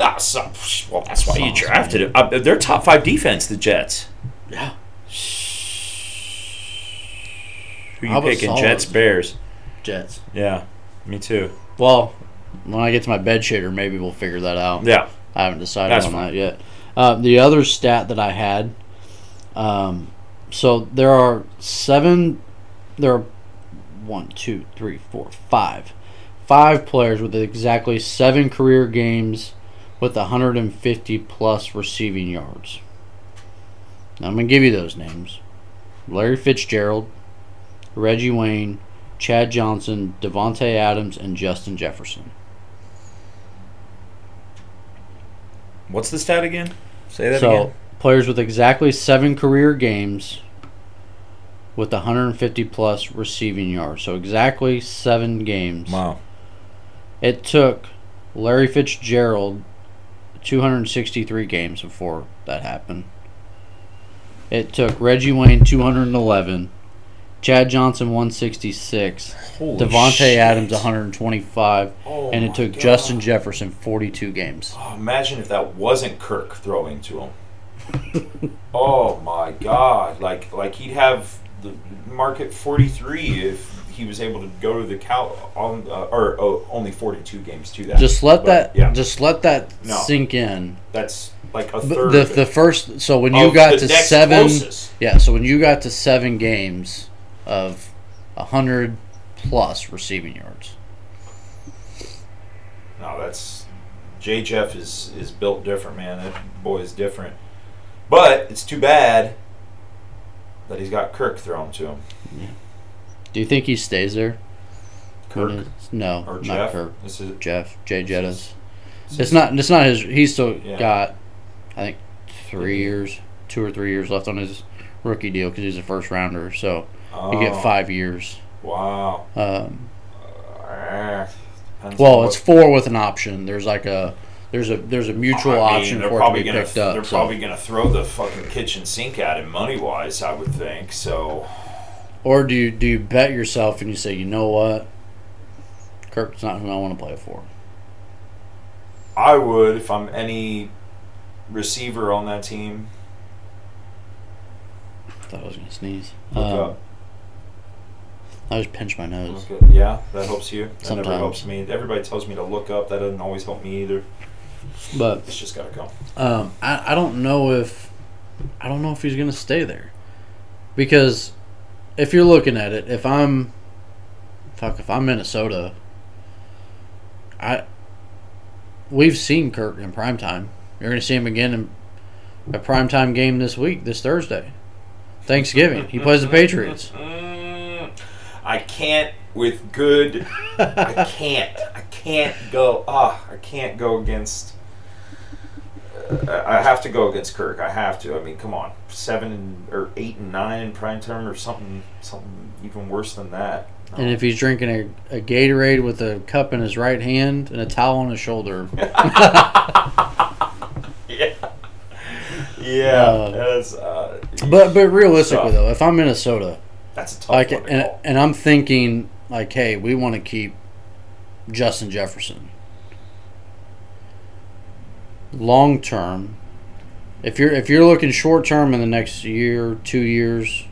C: Ah, so, well,
A: That's why you
B: Sauce,
A: drafted him. Uh, they're top five defense, the Jets.
B: Yeah.
A: Who
B: I
A: you
B: was
A: picking?
B: solid.
A: Jets, Bears.
B: Jets.
A: Yeah. Me too.
B: Well, when I get to my bed shader, maybe we'll figure that out.
A: Yeah.
B: I haven't decided
A: That's
B: on
A: fine.
B: that yet. Uh, the other stat that I had, um, so there are seven, there are one, two, three, four, five, five players with exactly seven career games with 150 plus receiving yards. Now I'm gonna give you those names: Larry Fitzgerald, Reggie Wayne, Chad Johnson, Devonte Adams, and Justin Jefferson.
A: What's the stat again? Say that
B: so
A: again.
B: players with exactly seven career games with 150 plus receiving yards. So exactly seven games.
A: Wow.
B: It took Larry Fitzgerald 263 games before that happened. It took Reggie Wayne 211, Chad Johnson 166,
A: Holy
B: Devontae
A: shit.
B: Adams 125,
C: Oh
B: and it
C: my
B: took
C: God.
B: Justin Jefferson 42 games.
C: Oh, imagine if that wasn't Kirk throwing to him. oh my God! Like like he'd have the market forty three if he was able to go to the cow on uh, or oh, only forty two games to that.
B: Just let
C: But,
B: that
C: Yeah,
B: just let that
C: No.
B: sink in.
C: that's like a
B: But
C: third.
B: the the first so when you
C: of
B: got
C: the
B: to
C: next
B: seven
C: closest.
B: yeah so when you got to seven games of a hundred plus receiving yards
C: No, that's J. Jeff is is built different, man. That boy is different. But it's too bad that he's got Kirk thrown to him.
B: do you think he stays there
C: Kirk
B: no
C: or
B: Mm-hmm. not
C: Jeff.
B: Kirk
C: This is
B: Jeff Jay Jettas
C: this
B: it's
C: is-
B: not it's not his he's still
C: Yeah.
B: got I think three years two or three years left on his rookie deal because he's a first rounder so you
C: Oh,
B: get five years
C: Wow.
B: um,
C: Ah, depends on
B: Well,
C: what-
B: it's four with an option. There's like a there's a there's a mutual
C: I mean,
B: option
C: they're
B: for it to
C: probably
B: be
C: gonna,
B: picked up.
C: They're
B: so-
C: probably going to throw the fucking kitchen sink at him money wise, I would think. So
B: Or do you do you bet yourself and you say, you know what, Kirk's not who I want to play for.
C: I would, if I'm any receiver on that team,
B: I thought I was gonna sneeze.
C: look
B: Um,
C: up.
B: I just pinched my nose.
C: Look at, yeah, that helps you. That never
B: Sometimes.
C: helps me. Everybody tells me to look up. That doesn't always help me either.
B: But
C: It's just got to come.
B: um, I I don't know if I don't know if he's gonna stay there because if you're looking at it, if I'm fuck if I'm Minnesota, I we've seen Kirk in primetime. You're going to see him again in a primetime game this week, this Thursday. Thanksgiving. He plays the Patriots.
C: Mm, I can't with good. I can't. I can't go. Ah, I can't go against. Uh, I I have to go against Kirk. I have to. I mean, come on, seven and, or eight and nine in prime time, or something, something even worse than that. No.
B: And if he's drinking a, a Gatorade with a cup in his right hand and a towel on his shoulder,
C: yeah, yeah,
B: Uh,
C: that's uh,
B: but but realistically
C: Tough.
B: though, if I'm Minnesota,
C: that's a tough
B: like
C: one to
B: and,
C: call.
B: and I'm thinking like, hey, we want to keep Justin Jefferson. Long term, if you're if you're looking short term in the next year, two years,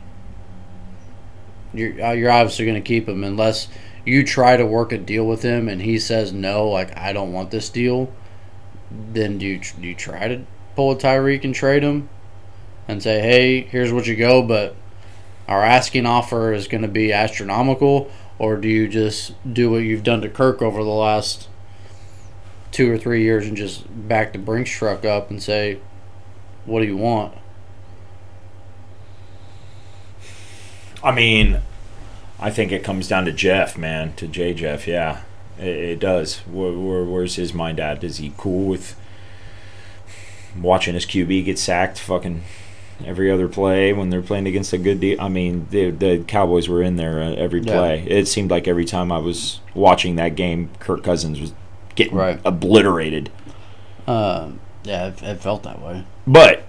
B: you're uh, you're obviously going to keep him unless you try to work a deal with him and he says no, like I don't want this deal. Then do you, tr- do you try to pull a Tyreek and trade him, and say, hey, here's what you go, but our asking offer is going to be astronomical, or do you just do what you've done to Kirk over the last two or three years and just back the Brinks truck up and say, what do you want?
A: I mean, I think it comes down to Jeff, man, to J Jeff. Yeah, it, it does. Where, where, where's his mind at? Is he cool with watching his QB get sacked? Fucking every other play when they're playing against a good de I mean, the, the Cowboys were in there uh, every
B: Yeah.
A: play. It seemed like every time I was watching that game, Kirk Cousins was getting
B: Right.
A: obliterated.
B: Um, yeah, it, it felt that way.
A: But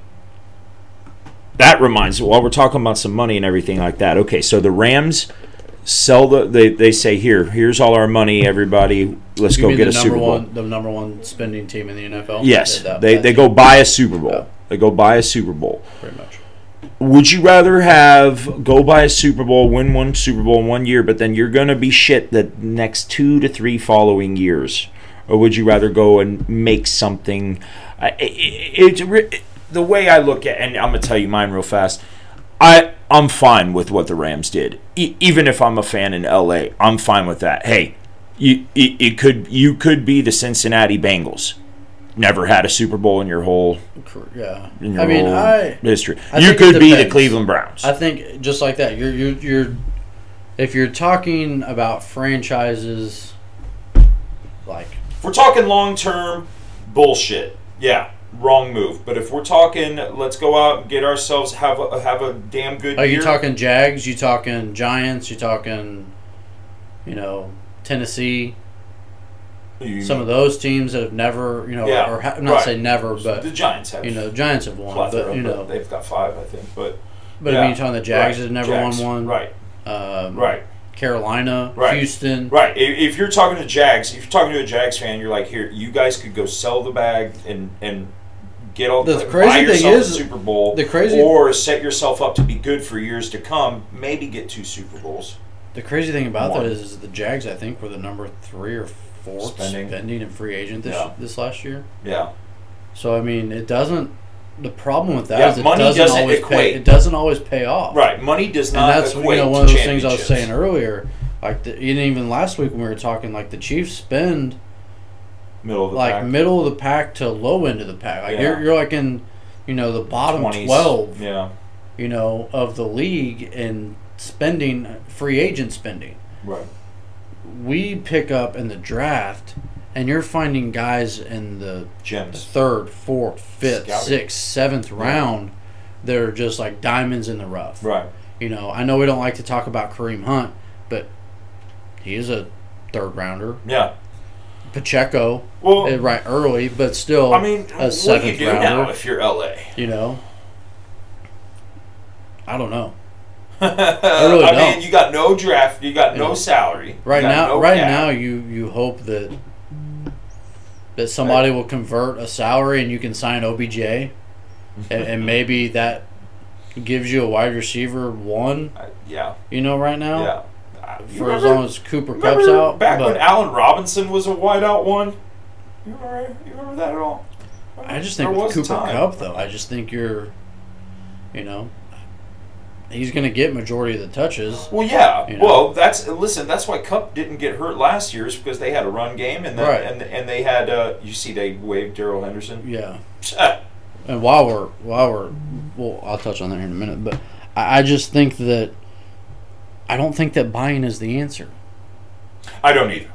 A: that reminds me, while we're talking about some money and everything like that, okay, so the Rams sell the they, they say here, here's all our money, everybody, let's go get a
B: the number
A: Super Bowl.
B: one, the number one spending team in the NFL.
A: Yes.
B: That-
A: they
B: that-
A: they go buy a Super Bowl.
B: Yeah.
A: They go buy a Super Bowl.
B: pretty much.
A: Would you rather have go buy a Super Bowl, win one Super Bowl in one year, but then you're gonna be shit the next two to three following years, or would you rather go and make something? I- i- i- It's re- the way I look at, and I'm gonna tell you mine real fast. I I'm fine with what the Rams did, e- even if I'm a fan in LA. I'm fine with that. Hey, you it, it could you could be the Cincinnati Bengals. Never had a Super Bowl in your whole
B: Cor- Yeah.
A: in your
B: I mean,
A: whole
B: I.
A: history.
B: I
A: you
B: think it
A: could be the
B: depends.
A: Cleveland Browns.
B: I think just like that, you're you're, you're if you're talking about franchises, like
C: If we're talking long term, bullshit. Yeah, wrong move. But if we're talking, let's go out and get ourselves have a have a damn good.
B: are
C: year.
B: Oh, you talking Jags? You talking Giants? You talking, you know, Tennessee?
C: You-
B: Some of those teams that have never, you know,
C: Yeah,
B: or ha- not
C: right.
B: say never,
C: the
B: but
C: Giants have
B: you know, Giants have won,
C: plethora,
B: but you know,
C: they've got five, I think. But
B: but I
C: yeah,
B: mean, you're talking the Jags
C: right,
B: have never
C: Jags,
B: won one,
C: Right,
B: Um,
C: right,
B: Carolina,
C: Right.
B: Houston,
C: right. If, if you're talking to Jags, if you're talking to a Jags fan, you're like, here, you guys could go sell the bag and and get all
B: The
C: buy
B: crazy thing
C: yourself a
B: is-
C: Super Bowl.
B: the crazy-
C: or set yourself up to be good for years to come. Maybe get two Super Bowls.
B: The crazy thing about
C: One.
B: that is, is the Jags, I think, were the number three or four
C: Spending.
B: spending, in free agent this,
C: Yeah.
B: this last year.
C: Yeah,
B: So I mean, it doesn't. The problem with that
A: Yeah,
B: is it
A: money
B: doesn't,
A: doesn't
B: always
A: equate.
B: pay. It doesn't always pay off.
A: Right. Money does
B: and
A: not.
B: that's you
A: equate
B: know
A: to
B: one of those things I was
A: championships.
B: saying earlier. Like the, and even last week when we were talking, like the Chiefs spend
A: Middle of the
B: er, like
A: pack.
B: middle of the pack to low end of the pack. Like
A: Yeah.
B: you're you're like in, you know, the bottom
A: 20s.
B: twelve.
A: Yeah.
B: You know of the league and spending free agent spending.
A: Right.
B: We pick up in the draft, and you're finding guys in the the
A: Gems.
B: third, fourth, fifth,
A: Scouting.
B: sixth, seventh round that are just like diamonds in the rough.
A: Right.
B: You know, I know we don't like to talk about Kareem Hunt, but he is a third rounder.
A: Yeah.
B: Pacheco,
A: Well,
B: eh, right early, but still,
A: I mean,
B: a
A: what do you
B: seventh
A: do
B: rounder.
A: now if you're LA?
B: You know, I don't know.
A: I
B: really
A: I
B: don't.
A: mean, you got no draft. You got no
B: Yeah.
A: salary.
B: Right
A: you got
B: now,
A: no
B: right
A: cap.
B: now, you you hope that that somebody will convert a salary and you can sign OBJ, and, and maybe that gives you a wide receiver one.
C: Uh,
A: I- yeah.
B: You know, right now,
A: Yeah. Uh, you
B: for as
A: remember-
B: long as Cooper Cup's
A: remember
B: out,
A: Back
B: but
A: when Allen Robinson was a wideout one. You remember? You remember that at all?
B: I just think
A: There
B: with
A: was a
B: Cooper
A: time.
B: Cup though, I just think you're, you know, he's gonna get majority of the touches.
A: Well, yeah.
B: You know?
A: Well, that's listen. That's why Cup didn't get hurt last year is because they had a run game and then,
B: Right.
A: and and they had uh, you see they waived Daryl Henderson. Eh,
B: Yeah.
A: Yeah.
B: and while we're while we're well i'll touch on that here in a minute but i, I just think that i don't think that buying is the answer
A: I don't either.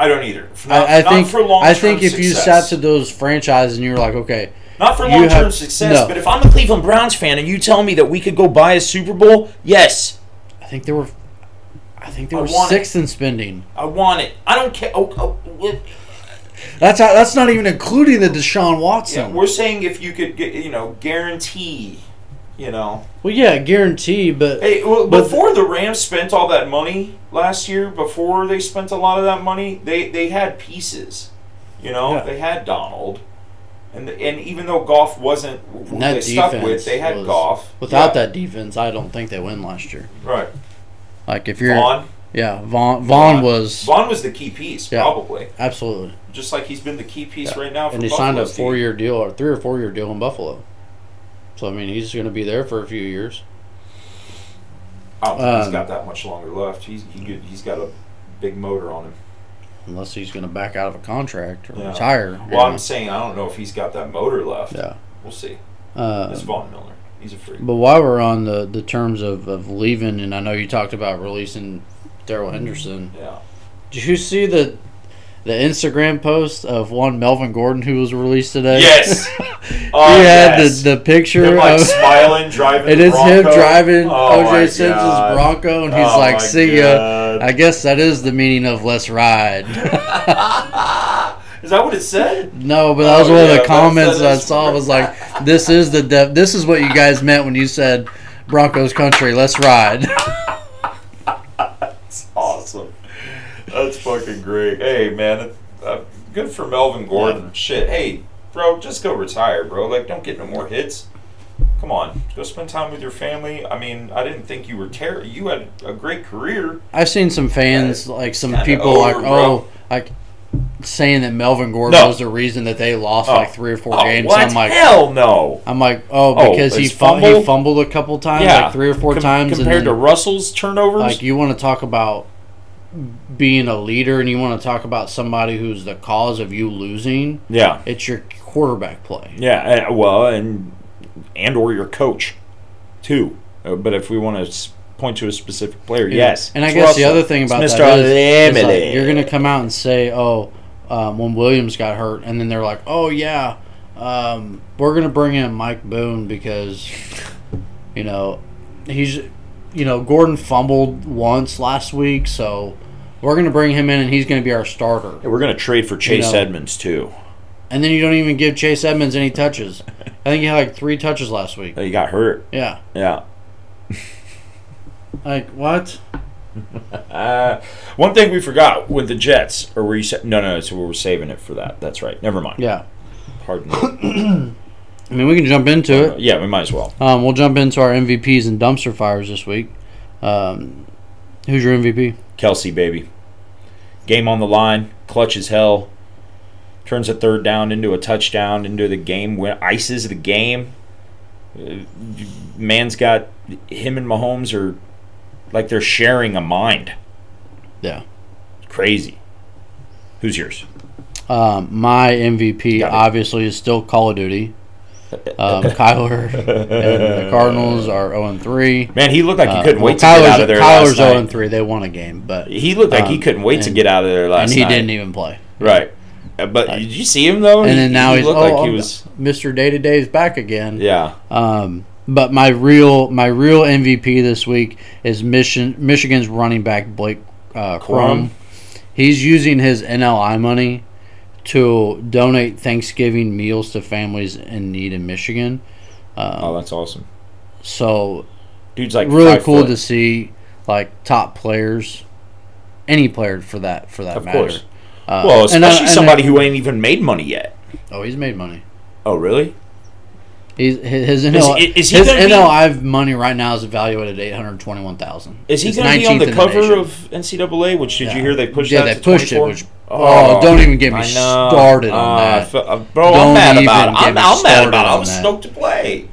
A: I don't either. Not,
B: I, I
A: not
B: think
A: for long
B: i think if you sat to those franchises and you were like okay
A: not for
B: you
A: long term
B: have-
A: success,
B: no.
A: but
D: But
A: if
D: if I'm a Cleveland Browns fan and you tell me that we could go buy a Super Bowl, yes,
B: i think there were i think there
A: I
B: were
A: want it.
B: sixth in spending
A: I want it, I don't care. Oh, oh, what-
B: that's how, that's not even including the deshaun
A: yeah,
B: watson
A: we're saying if you could get you know guarantee, you know.
B: well yeah guarantee but
A: Hey, well,
B: But-
A: before the Rams spent all that money last year, before they spent a lot of that money, they they had pieces. You know,
B: Yeah.
A: they had Donald, and and even though Goff wasn't who
B: And that
A: they stuck with,
B: defense
A: they had
B: was-
A: Goff.
B: without
A: Yeah,
B: that defense i don't think they win last year
A: right?
B: like if you're
A: Vaughn,
B: yeah
A: Vaughn.
B: vaughn vaughn was
A: Vaughn was the key piece,
B: Yeah.
A: probably.
B: absolutely
A: Just like he's been the key piece
B: Yeah.
A: right now. For
B: and he signed a
A: Buffalo's team.
B: four-year deal or three or four-year deal in Buffalo. So I mean, he's going to be there for a few years.
A: I don't think he's
B: um,
A: got that much longer left. He's he, could- he's got a big motor on him.
B: Unless he's going to back out of a contract or
A: Yeah.
B: retire. you
A: Well,
B: know.
A: I'm saying I don't know if he's got that motor left.
B: yeah.
A: We'll see. It's
B: Uh,
A: Vaughn Miller. He's a freak.
B: but while we're on the, the terms of, of leaving, and I know you talked about releasing Daryl Henderson,
A: Yeah.
B: did you see the the Instagram post of one Melvin Gordon who was released today?
A: Yes.
B: he
A: Oh,
B: had
A: yes.
B: the, the picture
A: Him, like
B: of.
A: smiling, driving.
B: It
A: the
B: is him
A: Bronco.
B: driving
A: Oh, my
B: OJ Simpson's
A: God.
B: Bronco, and he's
A: Oh, my
B: like, "See ya."
A: God.
B: I guess that is the meaning of let's ride.
A: Is that what it said?
B: no, but that was
A: Oh, yeah,
B: one of the
A: that's-
B: comments
A: that
B: I
A: is-
B: saw was like, this is the de- this is what you guys meant when you said Broncos country, let's ride.
A: That's awesome. That's fucking great. Hey, man. Uh, good for Melvin Gordon. Shit. Hey, bro, just go retire, bro. Like, don't get no more hits. Come on, go spend time with your family. I mean, I didn't think you were terrible. You had a great career.
B: I've seen some fans like some
A: kinda
B: people
A: over,
B: like
A: bro.
B: oh like saying that Melvin Gordon
A: No.
B: was the reason that they lost
A: Oh.
B: like three or four games. I'm like
D: Hell no.
B: I'm like oh
D: Oh,
B: because he
D: his
B: fum- he
D: fumble?
B: fumbled a couple times like three or four
D: Com-
B: times and
D: compared
B: then-
D: to Russell's turnovers.
B: Like you want to talk about being a leader and you want to talk about somebody who's the cause of you losing,
D: yeah,
B: it's your quarterback play.
D: yeah. uh, Well, and and or your coach, too. Uh, but if we want to point to a specific player, yes.
B: And I
D: it's
B: guess the
D: Russell.
B: other thing
D: It's
B: about
D: Mr.
B: that is, is
D: Limited.
B: like, you're going to come out and say, "Oh, um, when Williams got hurt," and then they're like, "Oh yeah, um, we're going to bring in Mike Boone because you know he's you know Gordon fumbled once last week, so we're going to bring him in and he's going to be our starter."
D: Hey, we're gonna trade for Chase
B: know.
D: Edmonds too.
B: And then you don't even give Chase Edmonds any touches. I think he had like three touches last week.
D: Uh, He got hurt.
B: Yeah.
D: Yeah.
B: Like, what?
D: Uh, one thing we forgot with the Jets, or were you? Sa- no, no, so we were saving it for that. That's right. Never mind.
B: Yeah.
D: Pardon.
B: I mean, we can jump into it.
D: yeah, we might as well.
B: Um, we'll jump into our MVPs and dumpster fires this week. Um, who's your MVP?
D: Kelsey, baby. Game on the line, clutch as hell.
A: turns a third down into a touchdown, into the game, win, ices the game. Uh, Man's got him and Mahomes are like they're sharing a mind.
B: Yeah.
A: Crazy. Who's yours?
B: Um, my MVP
A: Got it.
B: obviously is still Call of Duty. Um, Kyler and the Cardinals are 0 3.
A: Man, he looked like
B: Uh,
A: he couldn't wait to
B: Kyler's,
A: get out of there
B: Kyler's
A: last
B: 0
A: night.
B: 3. They won a game, but
A: He looked like he
B: Um,
A: couldn't wait to
B: and-
A: get out of there last
B: and he
A: night.
B: didn't even play.
A: Right. Uh, But did you see him though?
B: And
A: He-
B: then now
A: he
B: he's
A: looked
B: oh,
A: like he
B: I'm-
A: was.
B: Mr. Day to Day is back again.
A: Yeah.
B: Um, but my real my real MVP this week is Michigan Michigan's running back Blake uh,
A: Corum.
B: Corum. He's using his NLI money to donate Thanksgiving meals to families in need in Michigan.
A: Oh, that's awesome.
B: So
A: Dude's like
B: Um, really
A: five
B: cool
A: foot.
B: to see like top players, any player for that for that
A: Of
B: matter.
A: course.
B: Uh,
A: well,
B: and I-
A: especially
B: and I-
A: somebody who ain't even made money yet.
B: oh, he's made money.
A: Oh, really?
B: He's, his his NLI,
A: is he
B: his
A: gonna be-
B: NLI money right now is valued at eight hundred twenty one thousand.
A: Is he going to be on the cover of NCAA? Which did you
B: Yeah.
A: hear they pushed?
B: Yeah,
A: that
B: they
A: to
B: pushed it,
A: 24?
B: which- oh, don't even get me
A: I know.
B: started on
A: Oh, I
B: that.
A: fe- uh, bro, I'm
B: Don't
A: mad
B: even
A: about it.
B: get
A: I'm,
B: me
A: I'm mad
B: started
A: about it. I
B: on
A: was
B: that.
A: stoked to play.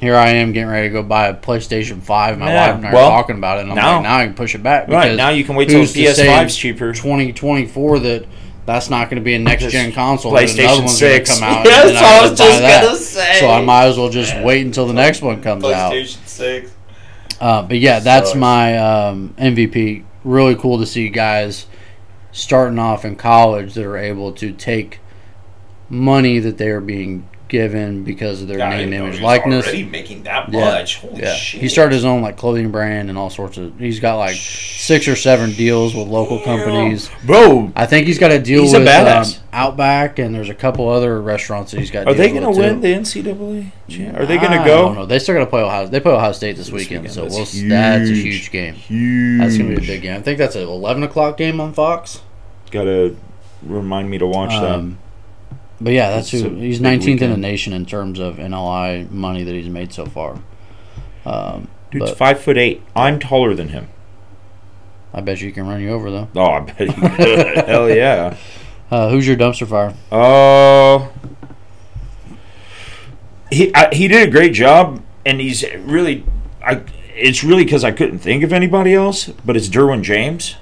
B: Here I am getting ready to go buy a PlayStation Five. My
A: Yeah,
B: wife and I
A: well,
B: are talking about it, and I'm
A: now-
B: like, now I can push it back.
A: Right
B: because
A: now, you can wait till
B: who's to say
A: PS5's cheaper.
B: 2024 that that's not going to be a next gen
A: Just
B: console. that
A: PlayStation
B: another one's gonna
A: 6.
B: Come out,
A: That's
B: and then
A: what I
B: I'm
A: was
B: gonna
A: just
B: buy
A: gonna
B: that.
A: say.
B: So I might as well just wait until the next one comes out.
A: PlayStation Six.
B: Uh, but yeah, that's
A: Sucks.
B: my um, MVP. Really cool to see guys starting off in college that are able to take money that they are being given because of their
A: God, I
B: name,
A: didn't know
B: image,
A: he was
B: likeness.
A: Already making that
B: Yeah.
A: much. Holy
B: Yeah,
A: shit.
B: he started his own like clothing brand and all sorts of. He's got like six or seven deals with local companies.
A: bro.
B: I think he's got a deal
A: He's a
B: with um,
A: badass.
B: Outback, and there's a couple other restaurants that he's got.
A: Are they
B: deals
A: going to
B: with, too.
A: win the NCAA? champ- Are they going
B: I
A: to
B: don't
A: go?
B: know. They still got to play Ohio. They play Ohio State this, weekend,
A: weekend.
B: so
A: That's
B: we'll, that's a
A: huge.
B: huge game.
A: Huge.
B: That's gonna be a big game. I think that's an eleven o'clock game on Fox.
A: Gotta remind me to watch that.
B: Um, but yeah, that's
A: It's
B: who
A: a
B: he's
A: big
B: nineteenth in the
A: weekend.
B: nation in terms of NLI money that he's made so far. Um,
A: Dude's
B: but-
A: five foot eight. I'm taller than him.
B: I bet you can run you over though.
A: Oh, I bet he could. Hell yeah.
B: Uh, who's your dumpster fire?
A: Oh. he I, he did a great job, and he's really. I it's really because I couldn't think of anybody else, but it's Derwin James.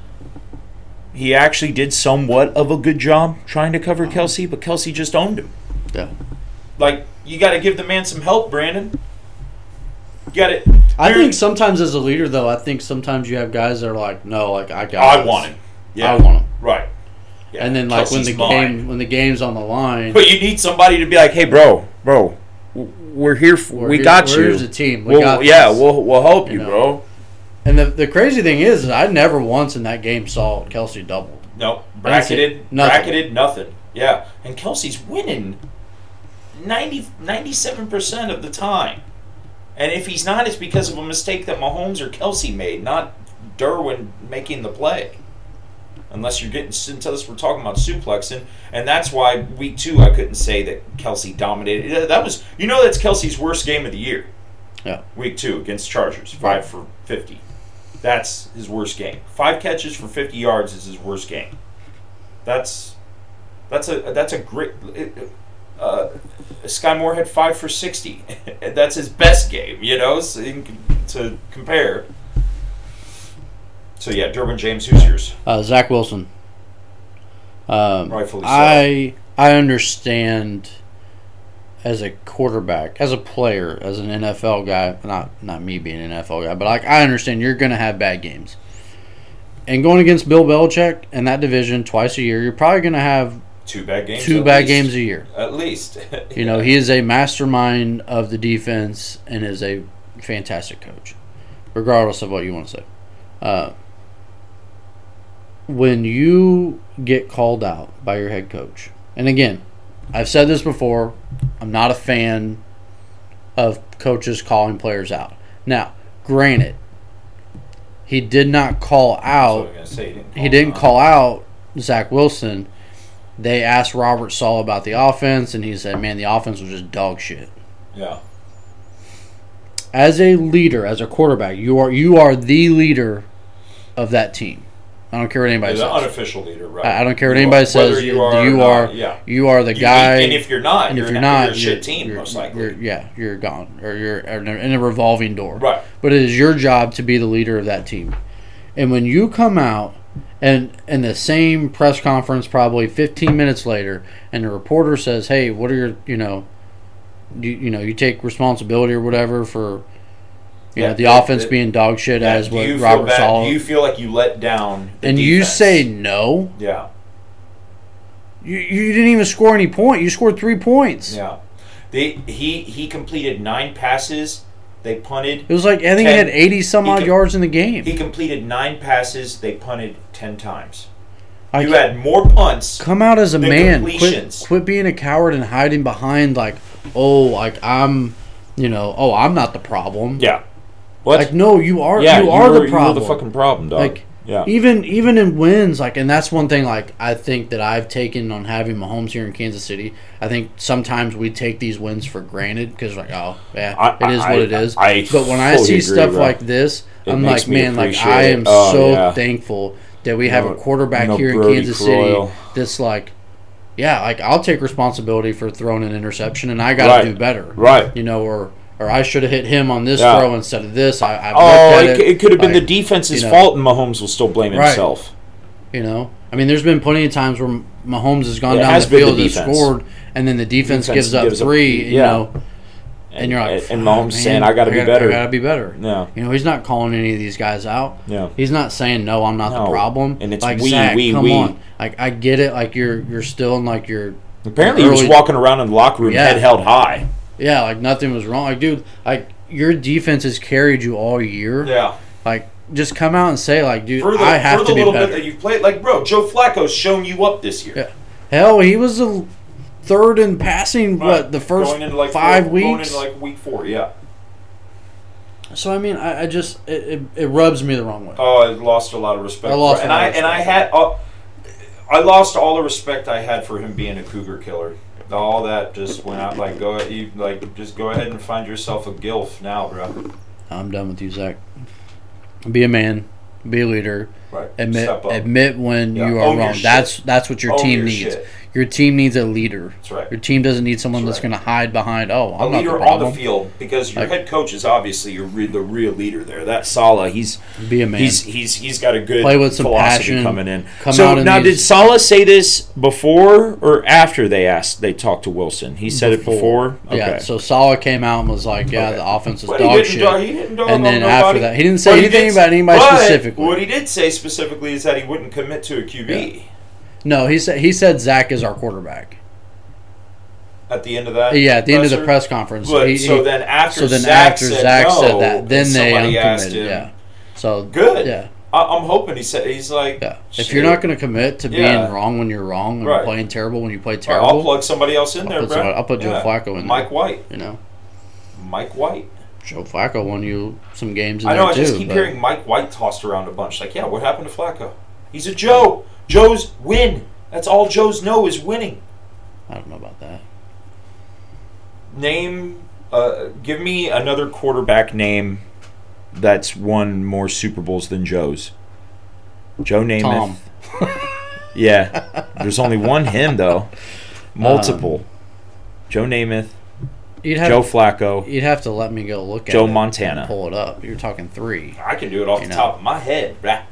A: He actually did somewhat of a good job trying to cover Kelsey, but Kelsey just owned him.
B: Yeah.
A: Like you got to give the man some help, Brandon. You got it.
B: I think sometimes as a leader though, I think sometimes you have guys that are like, no, like I got.
A: I
B: this.
A: want him.
B: I want him.
A: Right. Yeah,
B: And then like
A: Kelsey's
B: when the
A: mine.
B: game when the game's on the line,
A: But you need somebody to be like, hey, bro, bro, w- we're here. For,
B: we're
A: we
B: here-
A: got
B: we're
A: you.
B: as a team. We
A: We'll-
B: got
A: yeah,
B: this.
A: we'll we'll help you,
B: You know.
A: bro.
B: And the, the crazy thing is, is I never once in that game saw Kelsey double.
A: No,
B: That's it.
A: bracketed,
B: Nothing.
A: bracketed, nothing. Yeah, and Kelsey's winning 97 percent of the time. And if he's not, it's because of a mistake that Mahomes or Kelsey made, not Derwin making the play. Unless you're getting since us we're talking about suplexing, and that's why week two I couldn't say that Kelsey dominated. That- That was you know that's Kelsey's worst game of the year.
B: Yeah.
A: Week two against Chargers, five for fifty. That's his worst game. Five catches for 50 yards is his worst game. That's that's a that's a great. Uh, Sky Moore had five for 60. that's his best game, you know, so you can- to compare. So yeah, Durbin James, who's yours?
B: Uh, Zach Wilson. Um,
A: Rightfully so.
B: I I understand as a quarterback, as a player, as an NFL guy. Not not me being an NFL guy, but like I understand you're gonna have bad games. And going against Bill Belichick and that division twice a year, you're probably gonna have
A: Two bad games.
B: two
A: at
B: bad
A: least.
B: games a year.
A: At least.
B: You know, he is a mastermind of the defense and is a fantastic coach, regardless of what you want to say. Uh, when you get called out by your head coach, and again, I've said this before, I'm not a fan of coaches calling players out. Now, granted, he did not call
A: That's what
B: out
A: I'm gonna say. He didn't call.
B: he didn't
A: him out.
B: call out Zach Wilson. They asked Robert Saul about the offense, and he said, "Man, the offense was just dog shit."
A: Yeah.
B: As a leader, as a quarterback, you are you are the leader of that team. I don't care what anybody
A: As an
B: says.
A: unofficial leader, right?
B: I I don't care what
A: You
B: anybody
A: are-
B: says.
A: whether
B: You
A: or
B: are you
A: not,
B: are,
A: yeah.
B: the
A: You-
B: guy.
A: and if you're not,
B: and
A: you're,
B: if you're
A: an-
B: not,
A: you're a
B: you're-
A: shit team,
B: you're-
A: most likely.
B: you're- yeah, you're gone, or you're or in a- in a revolving door.
A: Right.
B: But it is your job to be the leader of that team, and when you come out, and in the same press conference, probably 15 minutes later, and the reporter says, "Hey, what are your you know, you, you know, you take responsibility or whatever for." You
A: Yeah,
B: know, the
A: that-
B: offense
A: that-
B: being dog shit
A: Yeah,
B: as
A: do
B: what
A: you feel
B: Robert
A: bad-
B: Sala
A: do you feel like you let down the
B: and you
A: defense?
B: say no,
A: yeah
B: you, you didn't even score any point. You scored three points.
A: yeah they he he completed nine passes they punted
B: It was like I think he
A: Ten.
B: had eighty some
A: He
B: odd
A: could-
B: yards in the game.
A: he completed nine passes they punted 10 times
B: I
A: you had more punts
B: come out as a
A: the
B: man. Quit,
A: completions.
B: quit being a coward and hiding behind like, oh, like I'm, you know, oh, I'm not the problem.
A: yeah what
B: Like no, you are. you are the problem.
A: problem dog
B: Like, Even even in wins, like, and that's one thing. Like, I think that I've taken on having Mahomes here in Kansas City. I think sometimes we take these wins for granted because, like, oh, yeah,
E: I-
B: it is
E: I-
B: what it is.
E: I- I
B: but when I
E: fully
B: see
E: agree,
B: stuff
E: bro.
B: like this,
E: It
B: I'm
E: makes
B: like,
E: me
B: man, like,
E: appreciate
B: I
E: it.
B: am
E: Oh,
B: so
E: yeah.
B: thankful that we have
E: No-
B: a quarterback
E: no
B: here in
E: Brody
B: Kansas
E: Croyle.
B: City that's like, yeah, like I'll take responsibility for throwing an interception, and I got to
E: Right.
B: do better,
E: Right.
B: You know, or or I should have hit him on this
E: Yeah.
B: throw instead of this. I, I
E: Oh,
B: looked at
E: it, it could have been
B: Like,
E: the defense's
B: you know.
E: fault, and Mahomes will still blame
B: Right.
E: himself.
B: You know, I mean, there's been plenty of times where Mahomes has gone
E: It
B: down
E: has
B: the
E: been the
B: field and
E: defense.
B: scored, and then the defense,
E: Defense
B: gives up
E: gives up-
B: three. You
E: yeah.
B: know, and, you're like,
E: and
B: "Fuck,
E: Mahomes
B: man,
E: saying, "I gotta be
B: I
E: better."
B: gotta be better."
E: Yeah.
B: You know, he's not calling any of these guys out.
E: Yeah.
B: He's not saying no, I'm not the
E: No.
B: problem.
E: And it's
B: like,
E: we,
B: Zach,
E: we,
B: come
E: we.
B: on. Like I get it. Like you're you're still in like your
E: Apparently, he
B: Early-
E: was walking around in the locker room,
B: Yeah.
E: head held high.
B: yeah. Like nothing was wrong. Like dude, like your defense has carried you all year.
A: yeah
B: Like just come out and say like, dude,
A: for the,
B: I have
A: for the
B: to be
A: little
B: better.
A: bit that you've played like bro joe flacco's shown you up this year
B: Yeah. Hell, he was the third in passing.
A: Right.
B: What the first
A: Going into, like,
B: five
A: four- going
B: weeks?
A: into like week four yeah
B: so I mean, I, I just it, it, it rubs me the wrong way.
A: Oh, I lost a lot of respect.
B: I lost
A: for, and
B: a lot
A: I
B: of
A: and I had
B: respect.
A: uh, I lost all the respect I had for him being a cougar killer. All that just went out like go you, like just go ahead and find yourself a gilf now, bro.
B: I'm done with you, Zach. Be a man. Be a leader.
A: Right.
B: Admit
A: Step up.
B: admit when
A: Yeah,
B: you
A: own
B: are
A: your
B: wrong.
A: shit.
B: That's that's what your
A: Own
B: team
A: your
B: needs.
A: shit.
B: Your team needs a leader.
A: That's right.
B: Your team doesn't need someone that's,
A: That's right.
B: going to hide behind. Oh,
A: a
B: I'm not the
A: leader on
B: problem.
A: the field because your
B: Like-
A: head coach is obviously your re- the real leader there. That Sala, he's
B: Be a man.
E: He's he's he's got a good
B: Play with some
E: philosophy
B: passion,
E: coming in.
B: come
E: so
B: out in
E: now, did
B: these-
E: Salah say this before or after they asked? They talked to Wilson. He said it before. Okay.
B: Yeah. So Salah came out and was like, "Yeah, the offense is
A: But he
B: dog
A: didn't
B: shit."
A: dog- he didn't dog on
B: and then
A: nobody.
B: after that, he didn't say
A: But he
B: anything
A: did s-
B: about anybody
A: but
B: specifically.
A: What he did say specifically is that he wouldn't commit to a QB
B: No, he said he said Zach is our quarterback.
A: at the end of that.
B: Yeah, at the end of the
A: Uh, presser.
B: press conference.
A: But,
B: he-
A: so
B: he-
A: then after
B: so then
A: Zach
B: after
A: said
B: Zach
A: no,
B: said that, then they
A: somebody asked
B: uncommitted.
A: him.
B: Yeah. So
A: Good.
B: Yeah,
A: I, I'm hoping he said he's like,
B: yeah.
A: "Shit,
B: If you're not going to commit to being
A: Yeah.
B: wrong when you're wrong and
A: Right.
B: playing terrible when you play
A: all right,
B: terrible,
A: I'll plug somebody else in there,
B: put
A: bro.
B: somebody- I'll put Joe Flacco in
A: Mike White.
B: you know,
A: Mike White.
B: Joe Flacco won you some games. In
A: I know.
B: there
A: I just
B: too,
A: keep
B: but-
A: hearing Mike White tossed around a bunch. Like, yeah, what happened to Flacco? He's a Joe. Joe's win. That's all Joe's know is winning.
B: I don't know about that.
A: Name.
E: Uh, give me another quarterback name that's won more Super Bowls than Joe's. Joe Namath.
B: Tom.
E: Yeah. There's only one him though. Multiple.
B: Um,
E: Joe Namath,
B: You'd have
E: Joe Flacco,
B: you'd have to let me go look at
E: Joe
B: it and
E: Montana.
B: Pull it up. You're talking three.
A: I can do it off
B: You
A: the
B: know.
A: top of my head. Brah.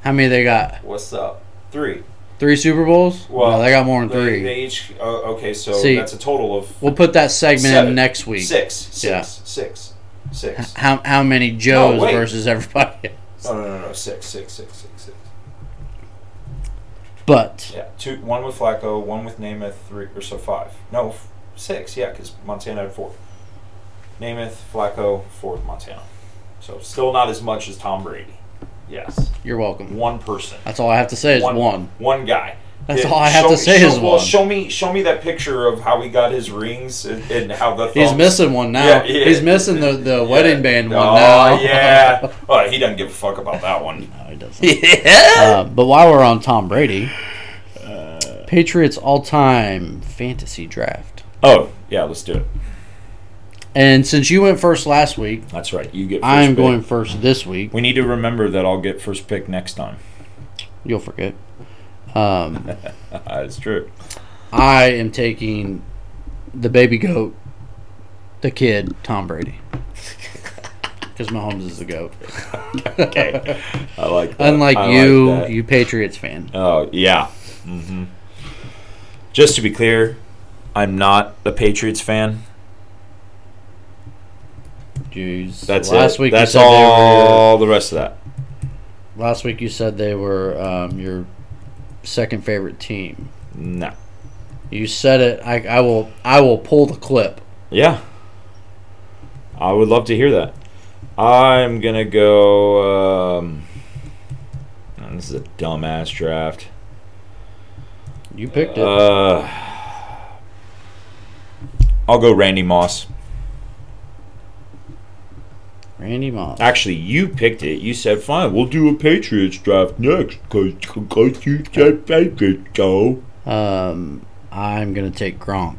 B: How many they got?
A: What's up? Three.
B: Three Super Bowls?
A: Well,
B: no, they got more than
A: they,
B: three.
A: They each. oh, okay, so
B: See,
A: that's a total of
B: we'll put that segment
A: Seven.
B: in next week.
A: six, six,
B: Yeah.
A: six, six.
B: How how many Joes
A: wait.
B: versus everybody? else.
A: No, no, no, no, six, six, six, six, six.
B: But
A: Yeah, two, one with Flacco, one with Namath, three or so five. No, f- six. Yeah, because Montana had four. Namath, Flacco, four with Montana. So still not as much as Tom Brady. Yes,
B: you're welcome.
A: one person.
B: That's all I have to say is one.
A: One guy.
B: That's
A: Yeah,
B: all I have
A: show
B: to
A: me-
B: say
A: show,
B: is
A: well,
B: one.
A: show me, show me that picture of how he got his rings and, and how the
B: He's
A: thumbs-
B: missing one now.
A: Yeah, yeah.
B: He's missing the, the wedding band one
A: oh,
B: now.
A: yeah. Oh, he doesn't give a fuck about that one.
B: No, he doesn't. Uh, but while we're on Tom Brady,
A: Uh.
B: Patriots all time fantasy draft.
E: Oh, yeah, let's do it.
B: And since you went first last week,
E: That's right. You get first
B: I'm
E: pick.
B: going first this week.
E: We need to remember that I'll get first pick next time.
B: You'll forget. Um,
A: That's true.
B: I am taking the baby goat, the kid, Tom Brady. Because Mahomes is the goat.
A: Okay, I like. That.
B: Unlike
A: I
B: you,
A: like that.
B: you Patriots fan.
A: Oh yeah. hmm Just to be clear, I'm not a Patriots fan.
B: Jeez.
A: That's
B: last
A: it.
B: Week you
A: That's
B: said they were-
A: all the rest of that.
B: last week you said they were um, your second favorite team.
A: No.
B: You said it. I, I will. I will pull the clip.
A: Yeah. I would love to hear that. I'm gonna go. Um, man, this is a dumbass draft.
B: You picked it.
A: Uh, I'll go Randy Moss.
B: Randy Moss.
A: Actually, you picked it. You said, "Fine, we'll do a Patriots draft next," because you said Patriots go.
B: Um, I'm gonna take Gronk.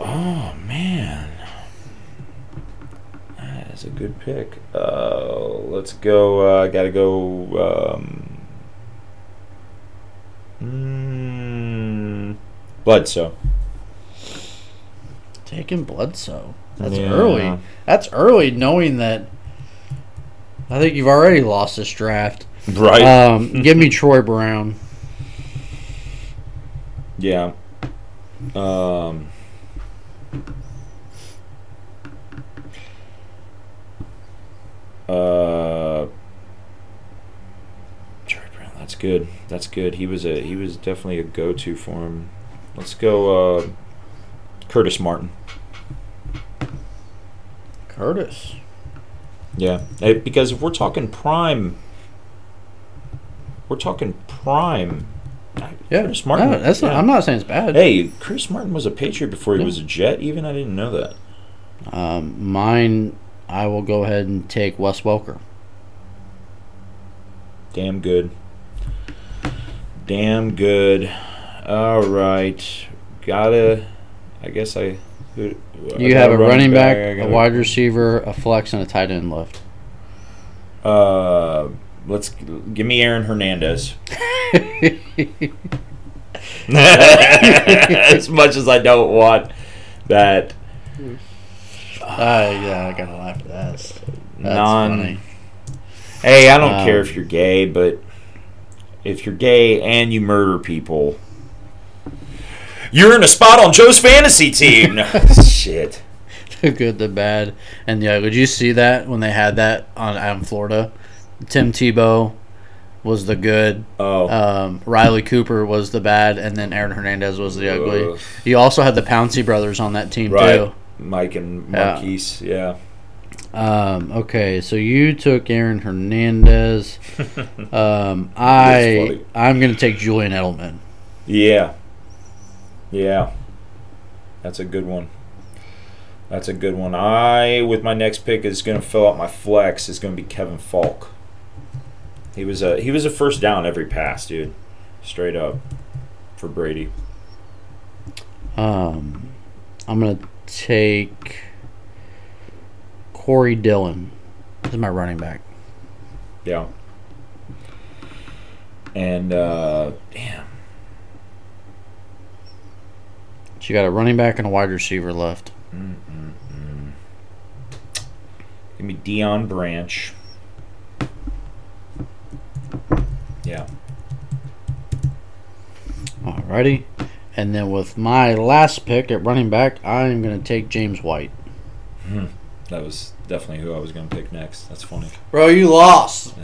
A: Oh man, that is a good pick. Uh, let's go. I uh, gotta go. Um, mm, Bledsoe.
B: Taking Bledsoe. That's
A: Yeah.
B: early. That's early, knowing that. I think you've already lost this draft.
A: Right.
B: Um, give me Troy Brown.
A: yeah. Um. Uh. Troy Brown. That's good. That's good. He was a he was definitely a go to for him. Let's go. Uh, Curtis Martin.
B: Curtis.
A: Yeah, eh, because if we're talking prime, we're talking prime.
B: Yeah,
A: Curtis Martin.
B: No, that's not,
A: yeah.
B: I'm not saying it's bad.
A: Hey, Curtis Martin was a Patriot before he
B: Yeah.
A: was a Jet. Even I didn't know that.
B: Um, mine. I will go ahead and take Wes Welker.
A: Damn good. Damn good. All right, gotta. I guess I. who- I
B: You
A: got
B: have a running back,
A: I
B: a
A: got
B: wide receiver, a flex, and a tight end left.
A: Uh, let's give me Aaron Hernandez. as much as I don't want that
B: Uh, yeah, I gotta laugh at that. That's
A: non.
B: funny.
A: Hey, I don't
B: Um,
A: care if you're gay, but if you're gay and you murder people, you're in a spot on Joe's fantasy team. No, Shit.
B: The good, the bad, and the ugly. Did you see that when they had that on out in Florida? Tim Tebow was the good,
A: Oh.
B: um, Riley Cooper was the bad, and then Aaron Hernandez was the ugly.
A: Ugh.
B: You also had the Pouncy brothers on that team
A: Right.
B: too.
A: Mike and
B: Yeah.
A: Marquise, yeah.
B: Um, okay, so you took Aaron Hernandez.
A: That's
B: um, I
A: funny.
B: I'm gonna take Julian Edelman.
A: Yeah. Yeah. That's a good one. That's a good one. I, with my next pick, is going to fill out my flex. Is going to be Kevin Falk. He was a he was a first down every pass, dude. Straight up for Brady.
B: Um, I'm gonna take Corey Dillon. This is my running back.
A: Yeah. And uh, damn,
B: So you got a running back and a wide receiver left.
A: give me Dion Branch. Yeah.
B: Alrighty. And then with my last pick at running back, I'm gonna take James White.
A: That was definitely who I was going to pick next. That's funny.
B: Bro, you lost.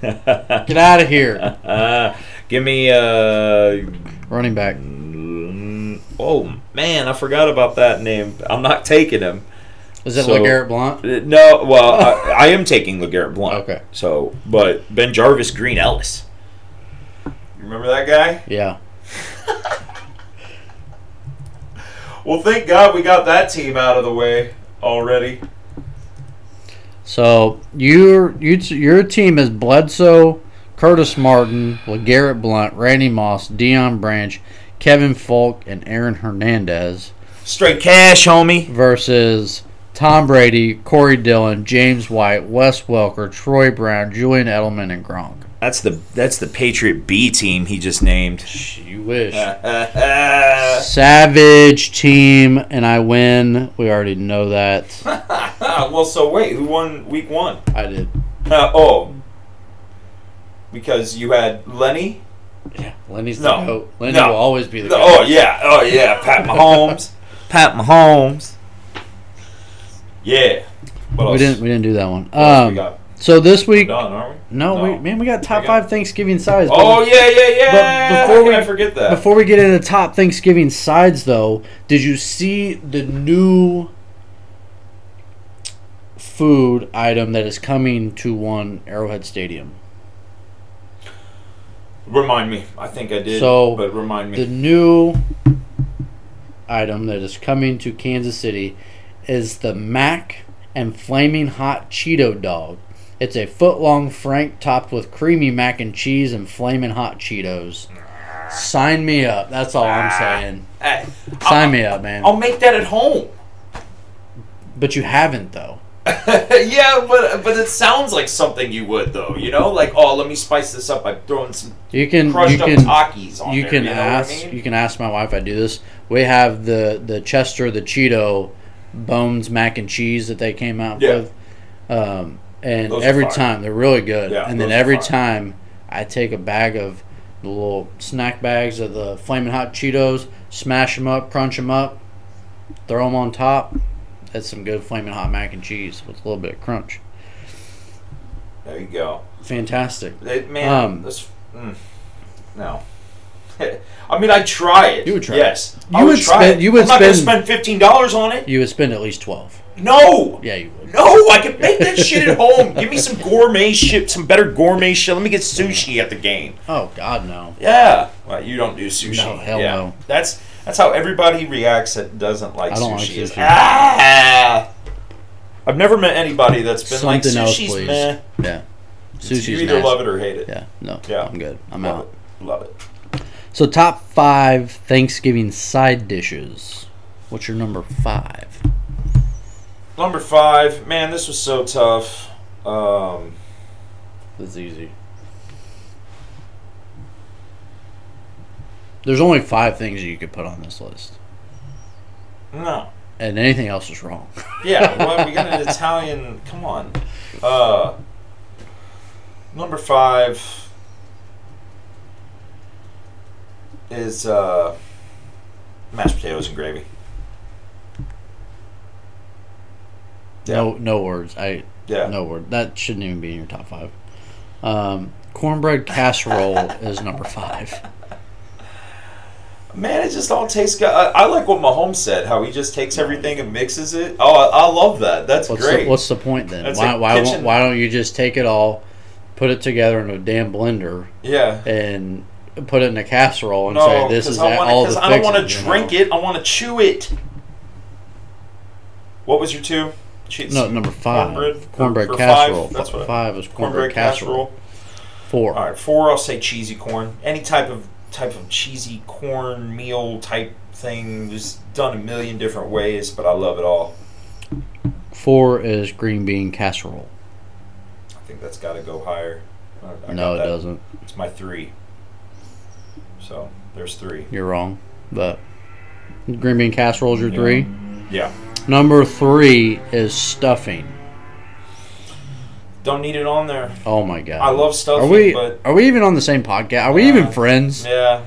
B: Get out of here.
A: uh, give me. Uh,
B: running back.
A: mm, oh man, I forgot about that name. I'm not taking him.
B: Is it
A: So-
B: LeGarrette Blunt?
A: Uh, No, well, I, I am taking Legarrette Blunt.
B: Okay.
A: So, but Ben Jarvis Green Ellis.
C: You remember that guy?
B: Yeah.
C: Well, thank God we got that team out of the way already.
B: So your you t- your team is Bledsoe, Curtis Martin, LeGarrette Blunt, Randy Moss, Dion Branch, Kevin Falk, and Aaron Hernandez
A: Straight cash, homie.
B: versus Tom Brady, Corey Dillon, James White, Wes Welker, Troy Brown, Julian Edelman, and Gronk.
F: That's the that's the Patriot B team he just named.
B: You wish.
A: Ah,
F: wow,
B: Savage team, and I win. We already know that.
A: well, so wait, who won week one?
B: I did.
A: Uh, oh, because you had Lenny.
B: Yeah, Lenny's
A: No.
B: the goat. Lenny
A: No.
B: will always be the
A: No,
B: goat.
A: oh yeah, oh yeah, Pat Mahomes.
F: Pat Mahomes.
A: yeah. What else?
B: we didn't. We didn't do that one.
A: we
B: Um,
A: got
B: so this week,
A: done, aren't we?
B: no, we man, we got top
A: We got-
B: five Thanksgiving sides.
A: Oh yeah, yeah, yeah.
B: But before
A: How can
B: we-
A: I forget that.
B: Before we get into top Thanksgiving sides, though, did you see the new food item that is coming to one Arrowhead Stadium?
A: Remind me. I think I did.
B: So,
A: but remind me.
B: The new item that is coming to Kansas City is the Mac and Flaming Hot Cheeto Dog. It's a foot long Frank topped with creamy mac and cheese and flaming hot Cheetos. Sign me up. That's all I'm saying.
A: Hey,
B: Sign me up, man.
A: I'll make that at home.
B: But you haven't, though.
A: yeah, but but it sounds like something you would though. You know, like oh, let me spice this up by throwing some
B: You can you
A: crushed up
B: can
A: Takis on
B: you
A: there.
B: can
A: you know
B: ask
A: What I mean?
B: you can ask my wife. I do this. We have the the Chester the Cheeto bones mac and cheese that they came out
A: Yeah.
B: with, um, and
A: Those are
B: every
A: fire.
B: time they're really good.
A: Yeah,
B: and then
A: those are
B: every
A: fire.
B: time I take a bag of the little snack bags of the flaming hot Cheetos, smash them up, crunch them up, throw them on top. That's some good flaming hot mac and cheese with a little bit of crunch.
A: There you go.
B: Fantastic.
A: They- man,
B: Um,
A: this, mm, no. I mean, I'd try it.
B: You would try it.
A: yes. I
B: You
A: would,
B: would
A: try
B: spend-
A: it.
B: you would
A: I'm not gonna
B: spend-
A: spend fifteen dollars on it.
B: You would spend at least twelve.
A: No.
B: Yeah, you would.
A: No, I can make that shit at home. Give me some gourmet shit, some better gourmet shit. Let me get sushi at the game.
B: Oh God, no.
A: Yeah. Well, you don't do sushi.
B: No, hell
A: yeah.
B: no.
A: That's that's how everybody reacts that doesn't like
B: I don't like
A: sushi. It's,
B: sushi.
A: Ah! I've never met anybody that's been like
B: Something else,
A: sushi's
B: please."
A: meh.
B: Yeah.
A: It's-
B: Sushi's
A: You either
B: nasty.
A: love it or hate it.
B: Yeah, no.
A: Yeah.
B: I'm good. I'm
A: Love
B: out.
A: it. Love it.
B: So top five Thanksgiving side dishes. What's your number five?
A: Number five, man, this was so tough. Um,
B: That's easy. There's only five things you could put on this list.
A: no,
B: And anything else is wrong.
A: yeah, well, we got an Italian. Come on. Uh, number five is uh, mashed potatoes and gravy.
B: No no words. I
A: Yeah,
B: no word. That shouldn't even be in your top five. Um, cornbread casserole is number five.
A: man, it just all tastes good. I, I like what Mahomes said. How he just takes everything and mixes it. Oh, I, I love that. That's
B: What's
A: great.
B: The, what's the point then?
A: That's
B: why
A: like
B: why, won't-
A: kitchen-
B: why don't you just take it all, put it together in a damn blender,
A: yeah.
B: and put it in a casserole and say this
A: 'cause
B: is
A: I wanna,
B: all
A: 'cause
B: the
A: I don't want
B: fixings,"
A: to
B: you
A: drink
B: know?
A: it. I want to chew it. What was your two? Cheats.
B: No, number five,
A: Cornbread-
B: cornbread,
A: or five,
B: casserole. Fi-
A: that's
B: Five,
A: what-
B: is cornbread,
A: cornbread
B: casserole.
A: casserole.
B: Four.
A: All right, four. I'll say cheesy corn. Any type of type of cheesy corn meal type thing, just done a million different ways, but I love it all.
B: Four is green bean casserole.
A: I think that's got to go higher. I- I got
B: no, it
A: that.
B: doesn't.
A: It's my three. So there's three.
B: You're wrong. But green bean casserole is your
A: Yeah.
B: three.
A: Yeah,
B: Number three is stuffing.
A: don't need it on there.
B: Oh my god.
A: I love
B: Are
A: stuffing,
B: we
A: but
B: are we even on the same podcast? Are we
A: Uh,
B: even friends?
A: yeah.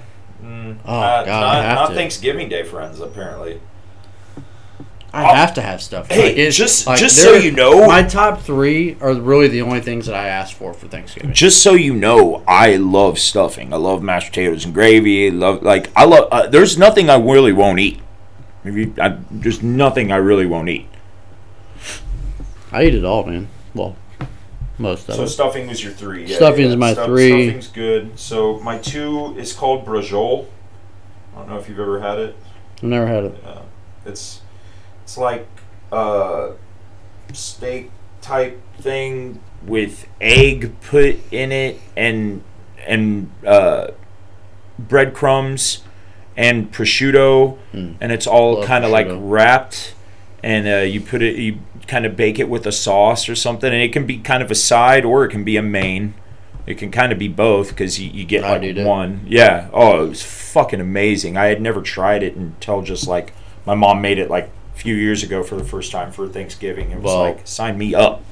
A: Mm,
B: Oh, God, I
A: not,
B: have
A: not
B: to.
A: Thanksgiving Day friends apparently.
B: I
A: I'll-
B: have to have stuff.
A: Hey,
B: it's-
F: just- just so
B: they're-
F: you know-
B: my top three are really the only things that I asked for for Thanksgiving.
F: Just so you know, I love stuffing. I love mashed potatoes and gravy. I love like I love. Uh, there's nothing I really won't eat. If you, I, there's nothing I really won't eat.
B: I eat it all, man. Well, most of
A: So
B: it.
A: stuffing was your three. Yeah,
B: Stuffing
A: yeah,
B: is my
A: Stuff-
B: three.
A: Stuffing's good. So my two is called brajol. I don't know if you've ever had it.
B: I've never had it.
A: Yeah. It's it's like uh steak type thing.
F: With egg put in it and and uh, breadcrumbs and prosciutto, and it's all
B: Love
F: kind of like
B: Hmm. prosciutto.
F: wrapped.
A: and uh, you put it, you kind of bake it with a sauce or something, and it can be kind of a side or it can be a main. It can kind of be both because you, you get
B: I
A: like
B: did it.
A: one. Yeah. Oh, it was fucking amazing. I had never tried it until just like my mom made it like a few years ago for the first time for Thanksgiving. It was
B: Well-
A: like sign me up.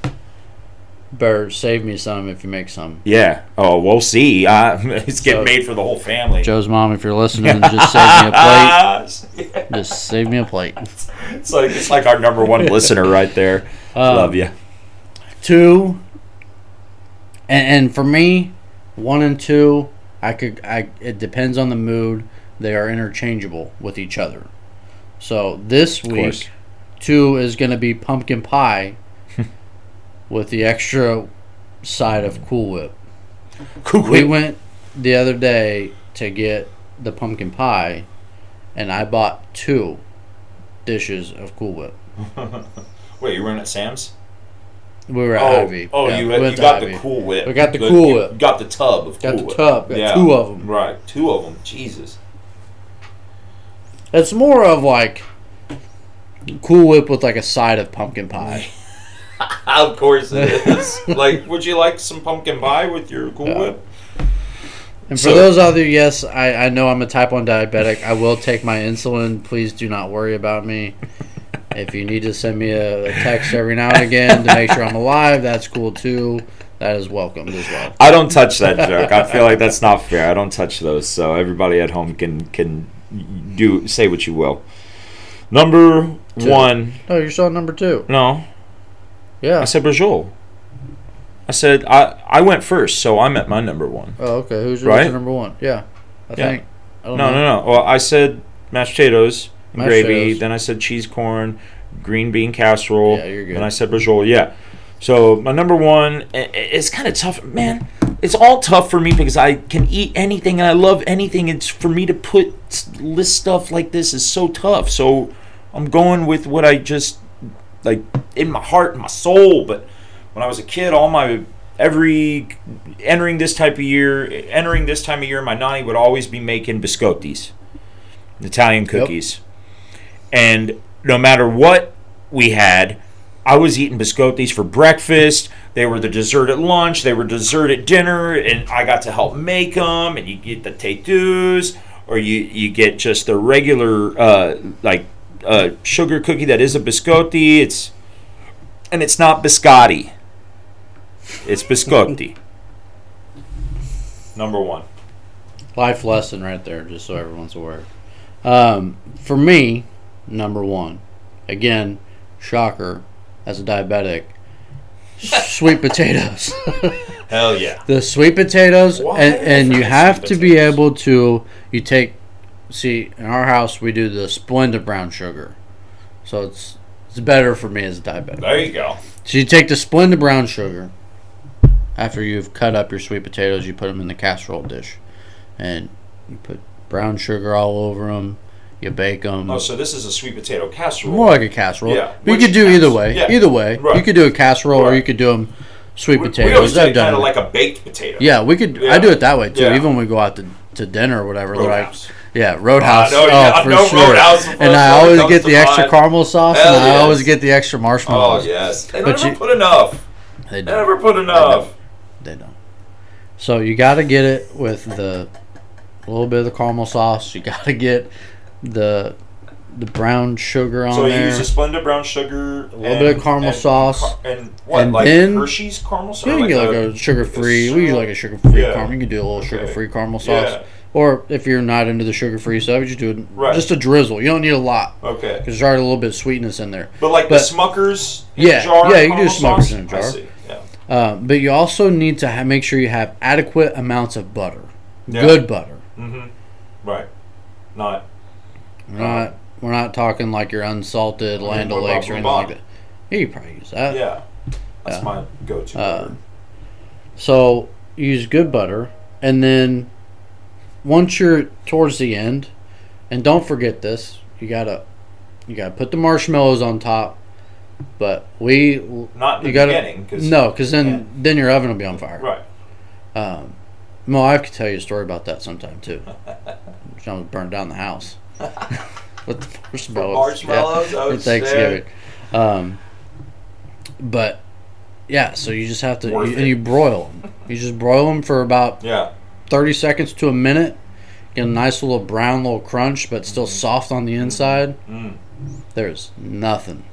B: Better save me some if you make some.
A: Yeah. Oh, we'll see. I, it's getting
B: So-
A: made for the whole family.
B: Joe's mom, if you're listening, just save me a plate.
A: Ah, it's
B: Just save me a plate.
A: like it's like our number one listener right there.
B: Um,
A: Love you.
B: Two, and, and for me, one and two, I could. I it depends on the mood. They are interchangeable with each other. So this
A: course.
B: week, two is going to be pumpkin pie, with the extra side of Cool Whip. We went the other day to get the pumpkin pie, and I bought two dishes of Cool Whip.
A: Wait, you weren't at Sam's?
B: We were at
A: oh,
B: Ivy.
A: oh,
B: Yeah,
A: you,
B: we
A: had,
B: went
A: you
B: to
A: got
B: Ivy.
A: the Cool Whip.
B: We got the
A: You
B: Cool Whip.
A: Got the tub of
B: Got
A: Cool
B: the
A: Whip.
B: tub. Got two of 'em.
A: Right, two of them. Jesus.
B: It's more of like Cool Whip with like a side of pumpkin pie.
A: of course it is. like, would you like some pumpkin pie with your Cool Whip?
B: And for
A: So-
B: those out there, yes, I, I know I'm a type 1 diabetic. I will take my insulin. Please do not worry about me. If you need to send me a, a text every now and again to make sure I'm alive, that's cool too. That is welcomed as well.
A: I don't touch that joke. I feel like that's not fair. I don't touch those. So everybody at home can can do say what you will. Number
B: Two.
A: one,
B: No, you're still at number two.
A: no, I
B: Yeah.
A: said Brazil. I said I I went first, so I'm at my number one.
B: Oh, okay. Who's your
A: Right?
B: who's your number one? Yeah, I
A: Yeah.
B: think. I don't
A: No,
B: know.
A: no, no. Well, I said mashed potatoes, and
B: Oh, Mashed
A: gravy.
B: potatoes.
A: Then I said cheese corn, green bean casserole.
B: Yeah, you're good.
A: And I said brajol. Yeah. So my number one, i- i- it's kind of tough, man. It's all tough for me because I can eat anything and I love anything. It's for me to put s- list stuff like this is so tough. So I'm going with what I just like in my heart and my soul. But when I was a kid, all my every entering this type of year, entering this time of year, my nanny would always be making biscottis, Italian cookies, and no matter what we had, I was eating biscottis for breakfast. They were the dessert at lunch. They were dessert at dinner, and I got to help make them. And you get the tetus, or you you get just the regular uh, like uh, sugar cookie that is a biscotti. It's and it's not biscotti. It's biscotti. Number one.
B: Life lesson right there, just so everyone's aware. Um, for me, number one, again, shocker, as a diabetic, sweet potatoes.
A: Hell yeah.
B: the sweet potatoes,
A: Why
B: and, and you
A: fried
B: have
A: sweet
B: to be
A: potatoes?
B: able to. You take, see, in our house we do the Splenda brown sugar, so it's it's better for me as a diabetic.
A: There you go.
B: So you take the Splenda brown sugar. After you've cut up your sweet potatoes, you put them in the casserole dish, and you put brown sugar all over them. You bake them.
A: Oh, so this is a sweet potato casserole.
B: More like a casserole.
A: Yeah,
B: But you
A: which
B: could do
A: counts.
B: either way.
A: Yeah,
B: Either way, you
A: right.
B: could do a casserole or
A: Right.
B: you could do them sweet
A: We- We
B: potatoes.
A: always
B: I've
A: did
B: done
A: kind of
B: it.
A: like a baked potato.
B: yeah, we could. I
A: Yeah.
B: do it that way too.
A: Yeah.
B: Even when we go out to, to dinner or whatever, they're like,
A: Roadhouse.
B: yeah, Roadhouse.
A: no,
B: oh,
A: yeah,
B: for
A: no,
B: sure.
A: Roadhouse is
B: and
A: what
B: I
A: it
B: always
A: comes
B: get
A: to
B: the extra
A: mind.
B: caramel sauce,
A: Hell
B: and I
A: yes.
B: always get the extra
A: Oh
B: marshmallows.
A: yes. They
B: But
A: never
B: you-
A: put enough.
B: They
A: They
B: do.
A: never put enough.
B: They don't. So you got to get it with the a little bit of the caramel sauce. You got to get the the brown sugar on
C: So you
B: there.
C: use a Splenda brown sugar, a
B: little bit of caramel sauce.
C: and what
B: And
C: like
B: then-
C: Hershey's caramel
B: you
C: sauce.
B: can get like a, sugar free. We use like a sugar free
C: Yeah.
B: caramel. You can do a little sugar free caramel sauce,
C: Yeah.
B: or if you're not into the sugar free stuff, you just do it,
C: Right.
B: just a drizzle. You don't need a lot
C: okay,
B: because there's already a little bit of sweetness in there.
C: but like
B: but-
C: the Smuckers, in
B: Yeah,
C: a jar
B: yeah, you do
C: caramel
B: Smuckers
C: sauce?
B: in a jar.
C: I see. Yeah.
B: Uh, but you also need to ha- make sure you have adequate amounts of butter,
C: Yeah.
B: good butter.
C: Right. Not
B: We're not we're not talking like your unsalted Land
C: what about
B: O'Lakes or anything like
C: Bourbon?
B: that. Yeah, you probably use that.
C: yeah. That's my go-to.
B: Uh, So you use good butter, and then once you're towards the end, and don't forget this, you gotta you gotta put the marshmallows on top. But we
C: Not in the
B: you gotta
C: beginning, 'cause-
B: no, because then
C: Yeah.
B: then your oven will be on fire.
C: right.
B: Um, my wife could tell you a story about that sometime too. John was burned down the house. with the marshmallows.
C: Marshmallows.
B: yeah,
C: Oh,
B: for Thanksgiving. Um, but yeah, so you just have to
C: Worth
B: you,
C: it.
B: and you broil them. You just broil them for about
C: Yeah.
B: thirty seconds to a minute. Get a nice little brown little crunch, but
C: Mm-hmm.
B: still soft on the inside.
C: Mm.
B: There's nothing,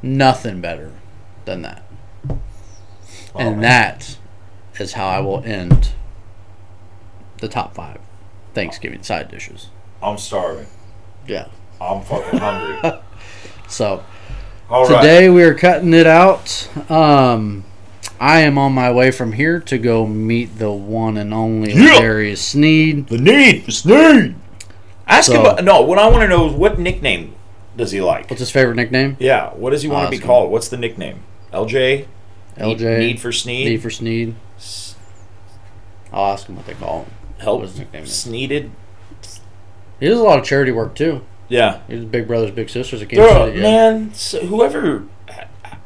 B: nothing better than that.
C: Oh,
B: and
C: man.
B: that is how I will end the top five Thanksgiving side dishes.
C: I'm starving.
B: Yeah.
C: I'm fucking hungry.
B: So
C: All right.
B: today we are cutting it out. Um, I am on my way from here to go meet the one and only
A: Yeah.
B: Darius Sneed.
A: The need, the need. Ask
B: So-
A: him. a- No, what I want to know is what nickname does he like?
B: What's his favorite nickname?
A: Yeah, what does he want to be
B: Awesome.
A: called? What's the nickname? LJ. Need-
B: LJ.
A: Need for Sneed.
B: Need for Sneed.
A: S-
B: I'll ask him what they call him.
A: Help.
B: What his nickname is.
A: Sneeded.
B: He does a lot of charity work too.
A: Yeah.
B: He's Big Brothers Big Sisters. I can't
A: They're,
B: see it yet.
A: man, so whoever, I-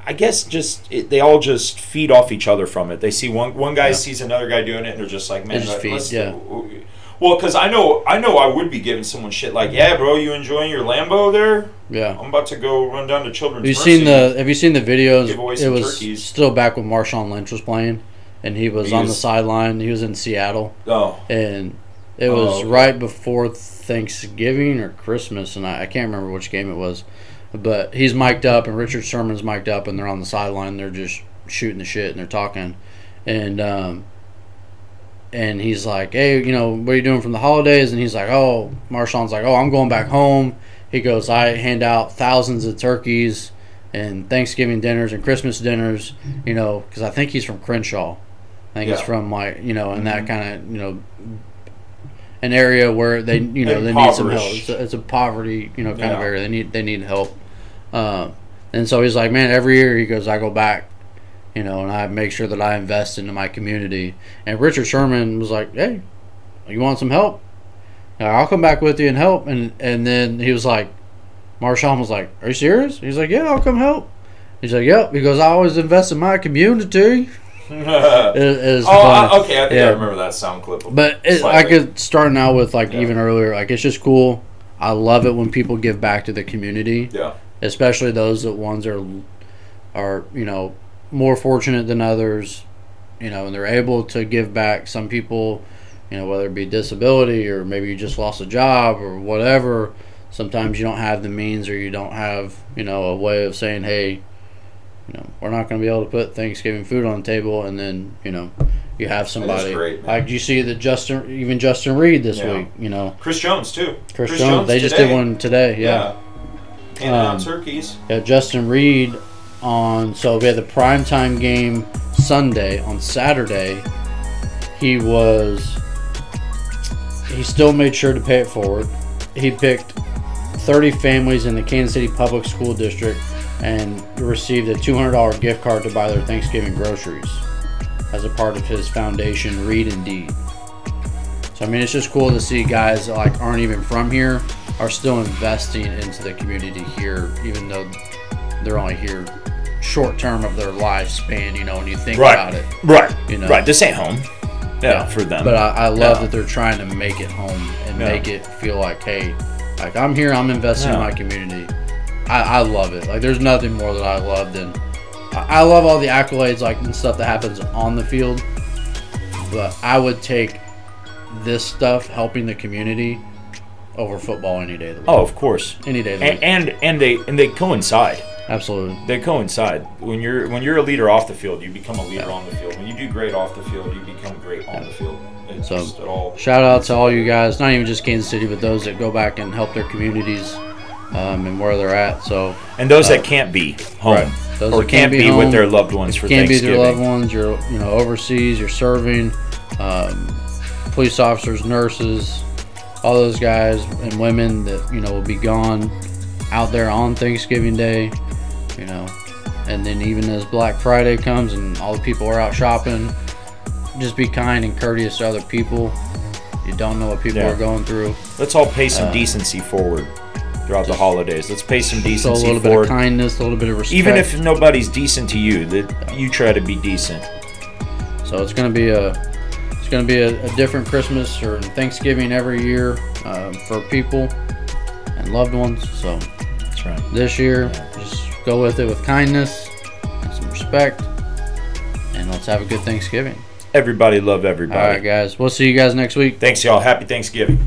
A: I guess, just it, they all just feed off each other from it. They see one one guy sees another guy doing it, and they're just like, man,
B: They just
A: like,
B: feed,
A: let's
B: yeah.
A: do-
C: Well, because I know, I know, I would be giving someone shit like, "Yeah, bro, you enjoying your Lambo there?
B: Yeah.
C: I'm about to go run down to Children's."
B: Have you
C: Mercy.
B: seen the Have you seen the video? It
C: Give away
B: was
C: some turkeys.
B: still back when Marshawn Lynch was playing, and he was
C: He
B: on the
C: was-
B: sideline. He was in Seattle,
C: Oh,
B: and it
C: Oh,
B: was
C: okay.
B: right before Thanksgiving or Christmas, and I, I can't remember which game it was. But he's mic'd up, and Richard Sherman's mic'd up, and they're on the sideline. They're just shooting the shit, and they're talking, and um, and he's like, "Hey, you know, what are you doing from the holidays?" And he's like, "Oh, Marshawn's like, oh, I'm going back home." He goes, "I hand out thousands of turkeys and Thanksgiving dinners and Christmas dinners, you know, because I think he's from Crenshaw. I think he's
C: Yeah. Mm-hmm.
B: from like, you know, in that kind of, you know, an area where they, you know, they need some help. It's
C: Impoverished.
B: a, it's a poverty, you know, kind of
C: Yeah.
B: area. They need they need help. Uh, and so he's like, man, every year he goes, I go back, you know, and I make sure that I invest into my community. And Richard Sherman was like, hey, you want some help? Yeah, I'll come back with you and help. And and then he was like, Marshawn was like, are you serious? He's like, yeah, I'll come help. He's like, yep. He goes, I always invest in my community.
C: oh,
B: It, it's funny.
C: I, okay, I think
B: Yeah.
C: I remember that sound clip.
B: But it,
C: Slightly.
B: like it starting out with like
C: Yeah.
B: even earlier, like it's just cool. I love it when people give back to the community,
C: yeah,
B: especially those that ones are are you know more fortunate than others, you know, and they're able to give back. Some people, you know, whether it be disability or maybe you just lost a job or whatever. Sometimes you don't have the means or you don't have you know a way of saying, hey, you know, we're not going to be able to put Thanksgiving food on the table, and then you know. You have somebody
C: great, man.
B: like you see that Justin, even Justin Reed this
C: Yeah.
B: week. You know,
C: Chris Jones too.
B: Chris, Jones. They just did
C: today.
B: one today. Yeah.
C: Yeah, handing
B: Um,
C: out turkeys.
B: Yeah, Justin Reed on so we had the primetime game Sunday on Saturday. He was he still made sure to pay it forward. He picked 30 families in the Kansas City Public School District and received a $200 gift card to buy their Thanksgiving groceries as a part of his foundation Reed and Deed. So I mean, it's just cool to see guys that like aren't even from here are still investing into the community here, even though they're only here short term of their lifespan. You know, when you think
A: Right.
B: about it.
A: Right.
B: You know.
A: Right. This ain't home. Yeah, for them.
B: But I, I love
A: Yeah.
B: that they're trying to make it home and
A: Yeah.
B: make it feel like, hey, like I'm here, I'm investing in
A: Yeah.
B: my community. I, I love it. Like there's nothing more that I love than I, I love all the accolades like and stuff that happens on the field. But I would take this stuff helping the community over football any day of the week.
A: oh, of course.
B: Any day of the
A: And,
B: week.
A: and and they and they coincide.
B: Absolutely.
A: They coincide. When you're when you're a leader off the field, you become a leader on the field. When you do great off the field, you become great on the field. It's
B: So-
A: just it all.
B: Shout out to all you guys, not even just Kansas City, but those that go back and help their communities um, and where they're at. So
A: And those that can't be home
B: uh, Right. Those
A: or
B: that
A: can't,
B: can't be
A: be, with
B: home,
A: their loved ones for
B: can be
A: Thanksgiving.
B: their loved ones. You're you know overseas. You're serving, um, police officers, nurses, all those guys and women that you know will be gone out there on Thanksgiving Day. You know, and then even as Black Friday comes and all the people are out shopping, just be kind and courteous to other people. You don't know what people
A: Yeah.
B: are going through.
A: Let's all pay some decency forward throughout the holidays. Let's pay some
B: So Uh, a
A: decency
B: little bit
A: forward.
B: of kindness, a little bit of respect.
A: Even if nobody's decent to you, that you try to be decent.
B: So it's gonna be a it's gonna be a, a different Christmas or Thanksgiving every year um, for people, uh, and loved ones. So
A: That's right.
B: this year, just go with it with kindness, some respect, and let's have a good Thanksgiving.
A: Everybody love
B: All right,
A: everybody.
B: guys. We'll see you guys next week.
A: Thanks, y'all. Happy Thanksgiving.